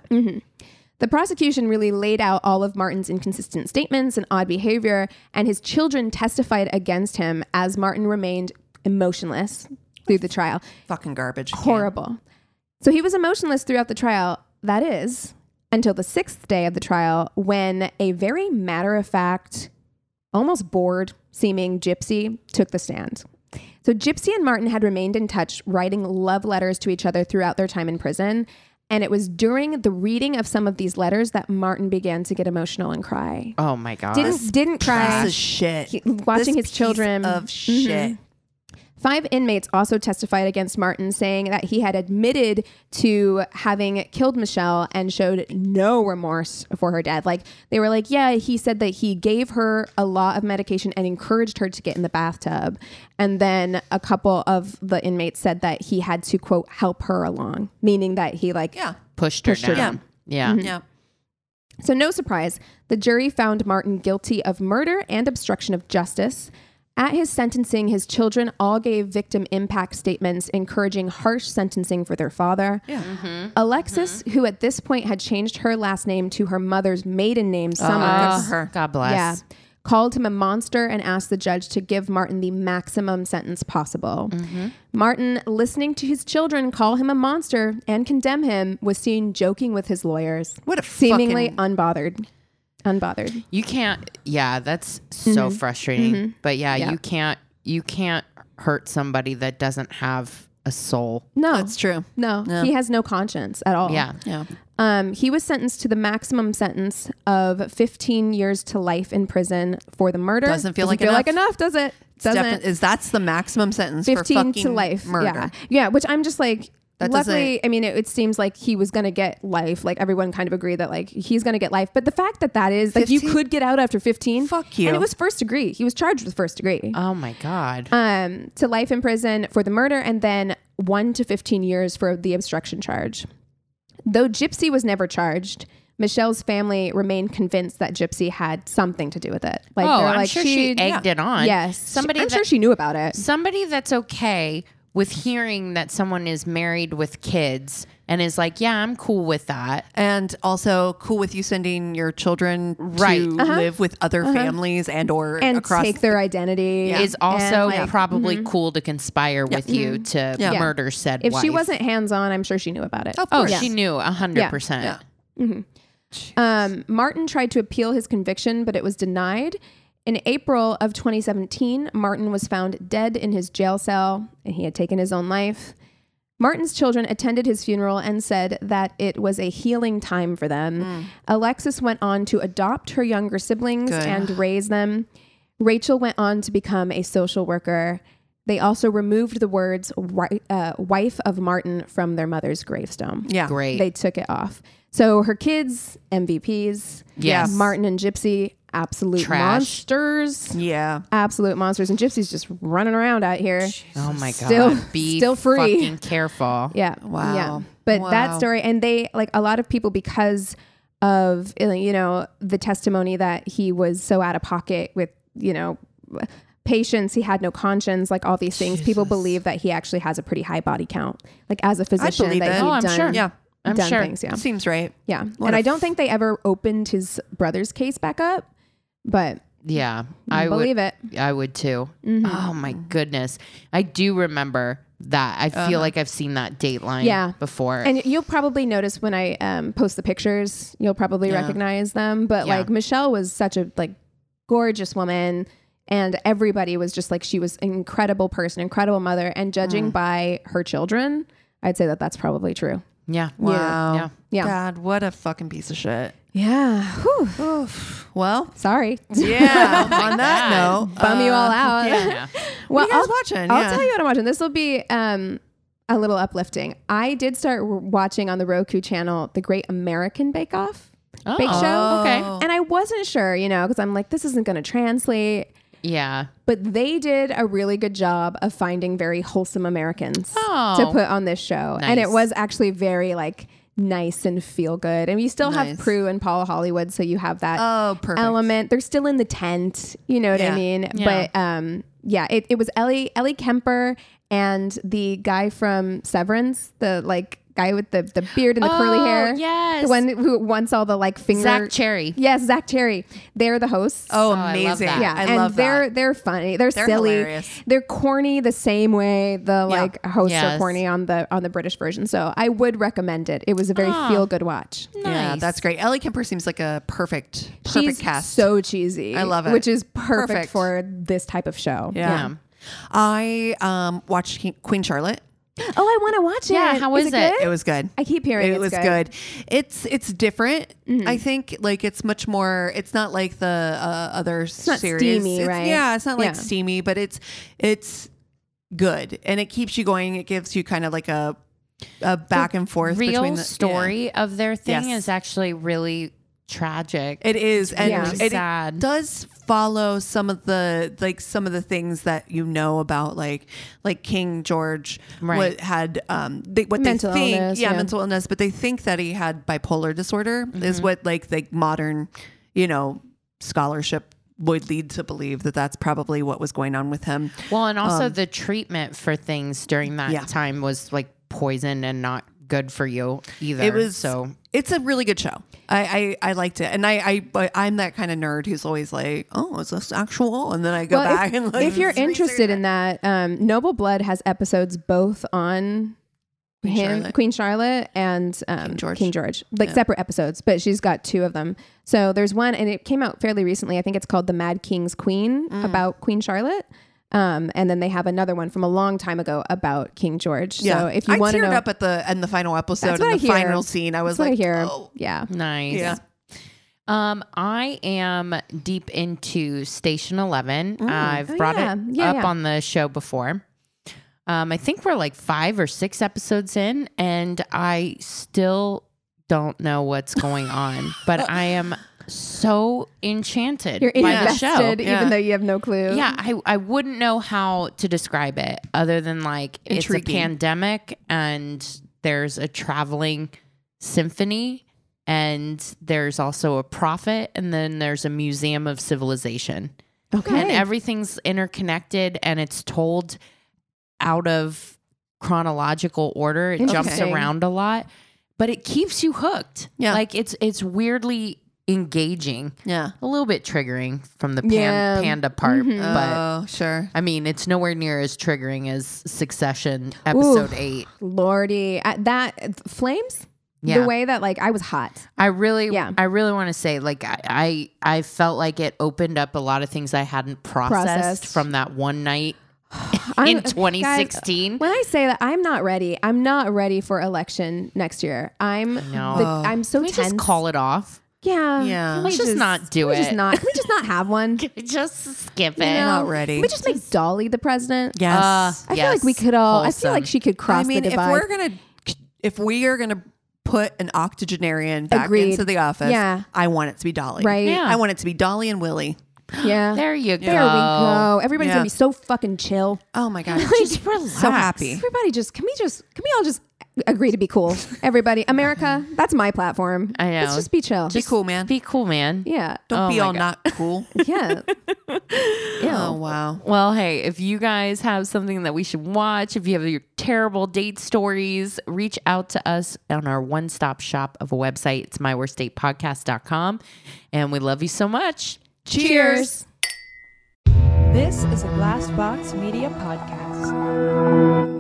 Speaker 2: The prosecution really laid out all of Martin's inconsistent statements and odd behavior, and his children testified against him as Martin remained emotionless through the trial.
Speaker 3: Fucking garbage. can.
Speaker 2: Horrible. So he was emotionless throughout the trial. That is, until the sixth day of the trial, when a very matter of fact, almost bored seeming gypsy took the stand. So Gypsy and Martin had remained in touch, writing love letters to each other throughout their time in prison. And it was during the reading of some of these letters that Martin began to get emotional and cry.
Speaker 4: Oh my god.
Speaker 2: Didn't didn't cry.
Speaker 3: Piece of shit.
Speaker 2: He- watching
Speaker 3: This
Speaker 2: his children. Mm-hmm.
Speaker 3: piece of shit.
Speaker 2: Five inmates also testified against Martin, saying that he had admitted to having killed Michelle and showed no remorse for her death. Like, they were like, yeah, he said that he gave her a lot of medication and encouraged her to get in the bathtub. And then a couple of the inmates said that he had to, quote, help her along, meaning that he, like,
Speaker 3: Yeah.
Speaker 4: pushed her
Speaker 2: Pushed her
Speaker 4: down. Yeah.
Speaker 2: Mm-hmm.
Speaker 3: Yeah.
Speaker 2: so, no surprise, the jury found Martin guilty of murder and obstruction of justice. At his sentencing, his children all gave victim impact statements encouraging harsh sentencing for their father.
Speaker 3: Yeah.
Speaker 2: Alexis, who at
Speaker 4: Ah.
Speaker 2: this point had changed her last name to her mother's maiden name, Summers,
Speaker 3: Her.
Speaker 4: God bless.
Speaker 2: yeah, called him a monster and asked the judge to give Martin the maximum sentence possible.
Speaker 3: Mm-hmm.
Speaker 2: Martin, listening to his children call him a monster and condemn him, was seen joking with his lawyers.
Speaker 3: What a
Speaker 2: seemingly
Speaker 3: fucking-
Speaker 2: unbothered. Unbothered.
Speaker 4: You can't. Yeah, that's so frustrating. But Mm-hmm. yeah, you can't. You can't hurt somebody that doesn't have a soul.
Speaker 2: No,
Speaker 3: That's true.
Speaker 2: No, he has no conscience at all.
Speaker 4: Yeah.
Speaker 3: Yeah.
Speaker 2: Um, he was sentenced to the maximum sentence of 15 years to life in prison for the murder.
Speaker 3: Doesn't feel like
Speaker 2: like
Speaker 3: enough.
Speaker 2: enough, does it?
Speaker 3: It's
Speaker 2: Doesn't.
Speaker 3: defi- is that's the maximum sentence
Speaker 2: 15
Speaker 3: for fucking
Speaker 2: to life.
Speaker 3: murder.
Speaker 2: Yeah. Yeah. Which I'm just like,
Speaker 3: That
Speaker 2: luckily, I mean, it, it seems like he was going to get life. Like everyone kind of agreed that like he's going to get life. But the fact that that is, like, you
Speaker 3: 15?
Speaker 2: could get out after 15.
Speaker 3: Fuck you.
Speaker 2: And it was first degree. He was charged with first degree.
Speaker 4: Oh my god.
Speaker 2: um, to life in prison for the murder and then one to 15 years for the obstruction charge. Though Gypsy was never charged, Michelle's family remained convinced that Gypsy had something to do with it. Like,
Speaker 4: oh,
Speaker 2: they're
Speaker 4: I'm
Speaker 2: like,
Speaker 4: sure she, egged it on.
Speaker 2: Yes. Somebody
Speaker 4: Somebody.
Speaker 2: I'm
Speaker 4: that,
Speaker 2: sure she knew about it.
Speaker 4: somebody that's okay with hearing that someone is married with kids and is like, yeah, I'm cool with that.
Speaker 3: And also cool with you sending your children
Speaker 4: Right.
Speaker 3: to live with other families and or
Speaker 2: Uh-huh. And
Speaker 3: across
Speaker 2: take their identity.
Speaker 4: Is also
Speaker 2: And, like, mm-hmm.
Speaker 4: probably cool to conspire with you to
Speaker 3: Yeah.
Speaker 4: murder said
Speaker 2: If she
Speaker 4: wife.
Speaker 2: wasn't hands on, I'm sure she knew about it.
Speaker 4: Oh,
Speaker 3: course.
Speaker 4: she knew a hundred
Speaker 2: Yeah.
Speaker 4: percent.
Speaker 3: Yeah.
Speaker 2: Um, Martin tried to appeal his conviction, but it was denied. In April of 2017, Martin was found dead in his jail cell and he had taken his own life. Martin's children attended his funeral and said that it was a healing time for them. Alexis went on to adopt her younger siblings
Speaker 3: Mm. Good.
Speaker 2: and raise them. Rachel went on to become a social worker. They also removed the words wi- uh, wife of Martin from their mother's gravestone
Speaker 3: Yeah.
Speaker 4: Great.
Speaker 2: they took it off. So her kids, MVPs,
Speaker 4: Yes.
Speaker 2: Martin and Gypsy, absolute
Speaker 4: Trash.
Speaker 2: monsters,
Speaker 3: Yeah.
Speaker 2: absolute monsters, and Gypsy's just running around out here.
Speaker 4: oh my god.
Speaker 2: Still-
Speaker 4: Be
Speaker 2: still free.
Speaker 4: fucking careful.
Speaker 2: Yeah.
Speaker 3: Wow.
Speaker 2: Yeah. But that
Speaker 3: Wow.
Speaker 2: story, and they like a lot of people because of you know the testimony that he was so out of pocket with you know patients he had no conscience like all these things people believe that he actually has a pretty high body count like as a physician
Speaker 3: believe
Speaker 2: that
Speaker 3: it.
Speaker 2: he'd
Speaker 3: Oh,
Speaker 4: I'm
Speaker 2: done,
Speaker 4: sure.
Speaker 3: Yeah.
Speaker 4: I'm
Speaker 2: done
Speaker 4: sure.
Speaker 2: things yeah
Speaker 3: Seems right.
Speaker 2: Yeah. and I don't think they ever opened his brother's case back up, but
Speaker 4: Yeah.
Speaker 3: Mm-hmm.
Speaker 2: I
Speaker 4: I would
Speaker 2: believe it.
Speaker 4: I would too. Oh my goodness. I do remember that. I
Speaker 3: Uh-huh.
Speaker 4: feel like I've seen that dateline
Speaker 2: Yeah.
Speaker 4: before.
Speaker 2: And you'll probably notice when I um, post the pictures, you'll probably recognize them. But
Speaker 4: Yeah.
Speaker 2: like Michelle was such a like gorgeous woman and everybody was just like she was an incredible person, incredible mother and judging by her children, I'd say that that's probably true.
Speaker 4: yeah.
Speaker 3: Wow.
Speaker 4: Yeah.
Speaker 2: Yeah.
Speaker 3: God, what a fucking piece of shit.
Speaker 2: Yeah. Whew.
Speaker 3: Well,
Speaker 2: Sorry.
Speaker 3: yeah.
Speaker 2: oh
Speaker 3: on that note,
Speaker 2: Bum you all out.
Speaker 4: Yeah.
Speaker 2: well,
Speaker 3: you guys
Speaker 2: I'll-
Speaker 3: watching?
Speaker 2: I'll
Speaker 3: Yeah.
Speaker 2: tell you what I'm watching. This will be um, a little uplifting. I did start w- watching on the Roku channel The Great American Bake Off
Speaker 4: Oh,
Speaker 2: Bake Show.
Speaker 4: Okay.
Speaker 2: And I wasn't sure, you know, because I'm like, this isn't going to translate.
Speaker 4: Yeah.
Speaker 2: But they did a really good job of finding very wholesome Americans
Speaker 4: Oh.
Speaker 2: to put on this show. And it
Speaker 4: Nice.
Speaker 2: was actually very like nice and feel good. And you still have
Speaker 3: Nice.
Speaker 2: Prue and Paula Hollywood. So you have that
Speaker 3: Oh, perfect.
Speaker 2: element. They're still in the tent, you know what I
Speaker 3: Yeah.
Speaker 2: mean? But um yeah, it, it was Ellie Ellie Kemper and the guy from Severance, the like guy with the, the beard and the curly
Speaker 4: Oh,
Speaker 2: hair.
Speaker 4: yes.
Speaker 2: The one who wants all the like finger
Speaker 4: Zach Cherry.
Speaker 2: Yes, Zach Cherry. They're the hosts.
Speaker 3: Oh,
Speaker 4: I love
Speaker 3: amazing.
Speaker 4: that.
Speaker 2: Yeah,
Speaker 3: I
Speaker 2: and
Speaker 3: love
Speaker 2: they're
Speaker 3: that.
Speaker 2: they're funny. They're,
Speaker 3: They're
Speaker 2: silly.
Speaker 3: hilarious.
Speaker 2: They're corny the same way the like hosts are
Speaker 4: Yes.
Speaker 2: corny on the on the British version. So I would recommend it. It was a very
Speaker 3: Ah.
Speaker 2: feel good watch.
Speaker 3: Yeah,
Speaker 4: Nice.
Speaker 3: that's great. Ellie Kemper seems like a perfect, perfect
Speaker 2: She's
Speaker 3: cast.
Speaker 2: So cheesy.
Speaker 3: I love it.
Speaker 2: Which is perfect,
Speaker 3: Perfect.
Speaker 2: for this type of show.
Speaker 3: yeah. I um watched Ke- Queen Charlotte.
Speaker 2: Oh, I want to watch it.
Speaker 4: Yeah, how
Speaker 2: Is
Speaker 4: is it?
Speaker 2: good?
Speaker 3: It was good.
Speaker 2: I keep hearing
Speaker 3: it
Speaker 2: it's
Speaker 3: was
Speaker 2: good.
Speaker 3: good. It's it's different. I think like it's much more. It's not like the uh, other
Speaker 2: not
Speaker 3: series.
Speaker 2: steamy,
Speaker 3: It's-
Speaker 2: right?
Speaker 3: Yeah, it's not like
Speaker 2: Yeah.
Speaker 3: steamy, but it's it's good and it keeps you going. It gives you kind of like a a back and forth
Speaker 4: Real
Speaker 3: between the yeah.
Speaker 4: story of their thing
Speaker 3: Yes.
Speaker 4: is actually really tragic.
Speaker 3: It is, and
Speaker 2: Yeah.
Speaker 3: it
Speaker 4: Sad.
Speaker 3: does follow some of the like some of the things that you know about like like King George
Speaker 4: Right.
Speaker 3: what had um they, what
Speaker 2: Mental
Speaker 3: they think
Speaker 2: illness,
Speaker 3: yeah,
Speaker 2: yeah.
Speaker 3: mental illness, but they think that he had bipolar disorder
Speaker 2: Mm-hmm.
Speaker 3: is what like like modern you know scholarship would lead to believe that that's probably what was going on with him.
Speaker 4: Well, and also the treatment for things during that
Speaker 3: um, Yeah.
Speaker 4: time was like poison and not good for you either.
Speaker 3: It was
Speaker 4: so.
Speaker 3: It's a really good show. I I, I liked it, and I I but I'm that kind of nerd who's always like, oh, is this actual? And then I go
Speaker 2: Well,
Speaker 3: back
Speaker 2: if,
Speaker 3: and like,
Speaker 2: if you're
Speaker 3: research
Speaker 2: interested
Speaker 3: it.
Speaker 2: in that, um, Noble Blood has episodes both on
Speaker 3: Queen
Speaker 2: him,
Speaker 3: Charlotte.
Speaker 2: Queen Charlotte, and um, King
Speaker 3: George.
Speaker 2: George. like separate episodes, but she's got two of them. So there's one, and it came out fairly recently. I think it's called The Mad King's Queen
Speaker 3: Mm.
Speaker 2: about Queen Charlotte. Um, and then they have another one from a long time ago about King George. So if you
Speaker 3: I
Speaker 2: want to
Speaker 3: teared
Speaker 2: know,
Speaker 3: up at the and the final episode
Speaker 2: That's what
Speaker 3: and
Speaker 2: I
Speaker 3: the
Speaker 2: hear.
Speaker 3: final scene, I was
Speaker 2: that's what I
Speaker 3: like,
Speaker 2: hear.
Speaker 3: oh,
Speaker 2: Yeah,
Speaker 4: Nice.
Speaker 3: yeah.
Speaker 4: Um, I am deep into Station Eleven. I've
Speaker 2: Oh,
Speaker 4: brought
Speaker 2: yeah.
Speaker 4: it
Speaker 2: Yeah,
Speaker 4: up
Speaker 2: yeah.
Speaker 4: on the show before. Um, I think we're like five or six episodes in, and I still don't know what's going on, but I am so enchanted
Speaker 2: you're
Speaker 4: by the show.
Speaker 2: invested,
Speaker 3: yeah.
Speaker 2: even though you have no clue.
Speaker 4: Yeah, I, I wouldn't know how to describe it other than like it's a
Speaker 3: Intriguing.
Speaker 4: pandemic and there's a traveling symphony and there's also a prophet and then there's a museum of civilization.
Speaker 2: Okay.
Speaker 4: And everything's interconnected and it's told out of chronological order. It jumps
Speaker 2: Interesting.
Speaker 4: around a lot, but it keeps you hooked.
Speaker 3: Yeah.
Speaker 4: Like it's it's weirdly engaging.
Speaker 3: Yeah.
Speaker 4: A little bit triggering from the pan,
Speaker 2: Yeah. Mm-hmm. Uh.
Speaker 4: panda part,
Speaker 2: Mm.
Speaker 4: but
Speaker 3: oh, sure.
Speaker 4: I mean, it's nowhere near as triggering as Succession episode
Speaker 2: Ooh.
Speaker 4: eight.
Speaker 2: Lordy, uh, that flames.
Speaker 4: Yeah.
Speaker 2: The way that like I was hot.
Speaker 4: I really,
Speaker 2: Yeah.
Speaker 4: I really want to say, like, I, I, I felt like it opened up a lot of things I hadn't processed,
Speaker 2: Processed.
Speaker 4: from that one night
Speaker 2: I'm-
Speaker 4: in 2016.
Speaker 2: Guys, when I say that, I'm not ready. I'm not ready for election next year. I'm.
Speaker 4: know.
Speaker 2: The, I'm so
Speaker 4: Can we
Speaker 2: tense.
Speaker 4: just call it off?
Speaker 2: Yeah.
Speaker 3: Yeah.
Speaker 2: Can we
Speaker 4: Let's just not do
Speaker 2: can we Just
Speaker 4: it.
Speaker 2: not. Can we just not have one. You
Speaker 4: Just skip it.
Speaker 2: know?
Speaker 3: Not ready.
Speaker 2: Can we just make Dolly the president.
Speaker 3: Yes.
Speaker 4: Uh,
Speaker 2: I feel like we
Speaker 4: yes.
Speaker 2: could all. I feel
Speaker 4: Wholesome.
Speaker 2: like she could cross
Speaker 3: I mean,
Speaker 2: the
Speaker 3: if
Speaker 2: divide.
Speaker 3: we're gonna, if we are gonna put an octogenarian back
Speaker 2: Agreed.
Speaker 3: into the office,
Speaker 2: Yeah.
Speaker 3: I want it to be Dolly.
Speaker 2: Right.
Speaker 4: Yeah.
Speaker 3: I want it to be Dolly and Willie.
Speaker 2: yeah.
Speaker 4: There you
Speaker 2: There we go. Everybody's
Speaker 3: Yeah.
Speaker 2: gonna be so fucking chill.
Speaker 3: Oh my god.
Speaker 4: Just relax.
Speaker 3: so happy.
Speaker 2: Everybody just can we just can we all just agree to be cool? Everybody, America, that's my platform.
Speaker 4: I know.
Speaker 2: Let's just be chill.
Speaker 3: Be cool, man.
Speaker 4: Be cool, man.
Speaker 2: yeah.
Speaker 3: Don't
Speaker 4: Oh
Speaker 3: be
Speaker 4: my
Speaker 3: all
Speaker 4: God.
Speaker 3: not cool.
Speaker 2: Yeah.
Speaker 3: Oh wow.
Speaker 4: Well, hey, if you guys have something that we should watch, if you have your terrible date stories, reach out to us on our one stop shop of a website. It's myworstdatepodcast.com. And we love you so much.
Speaker 2: Cheers.
Speaker 1: This is a Glassbox Media Podcast.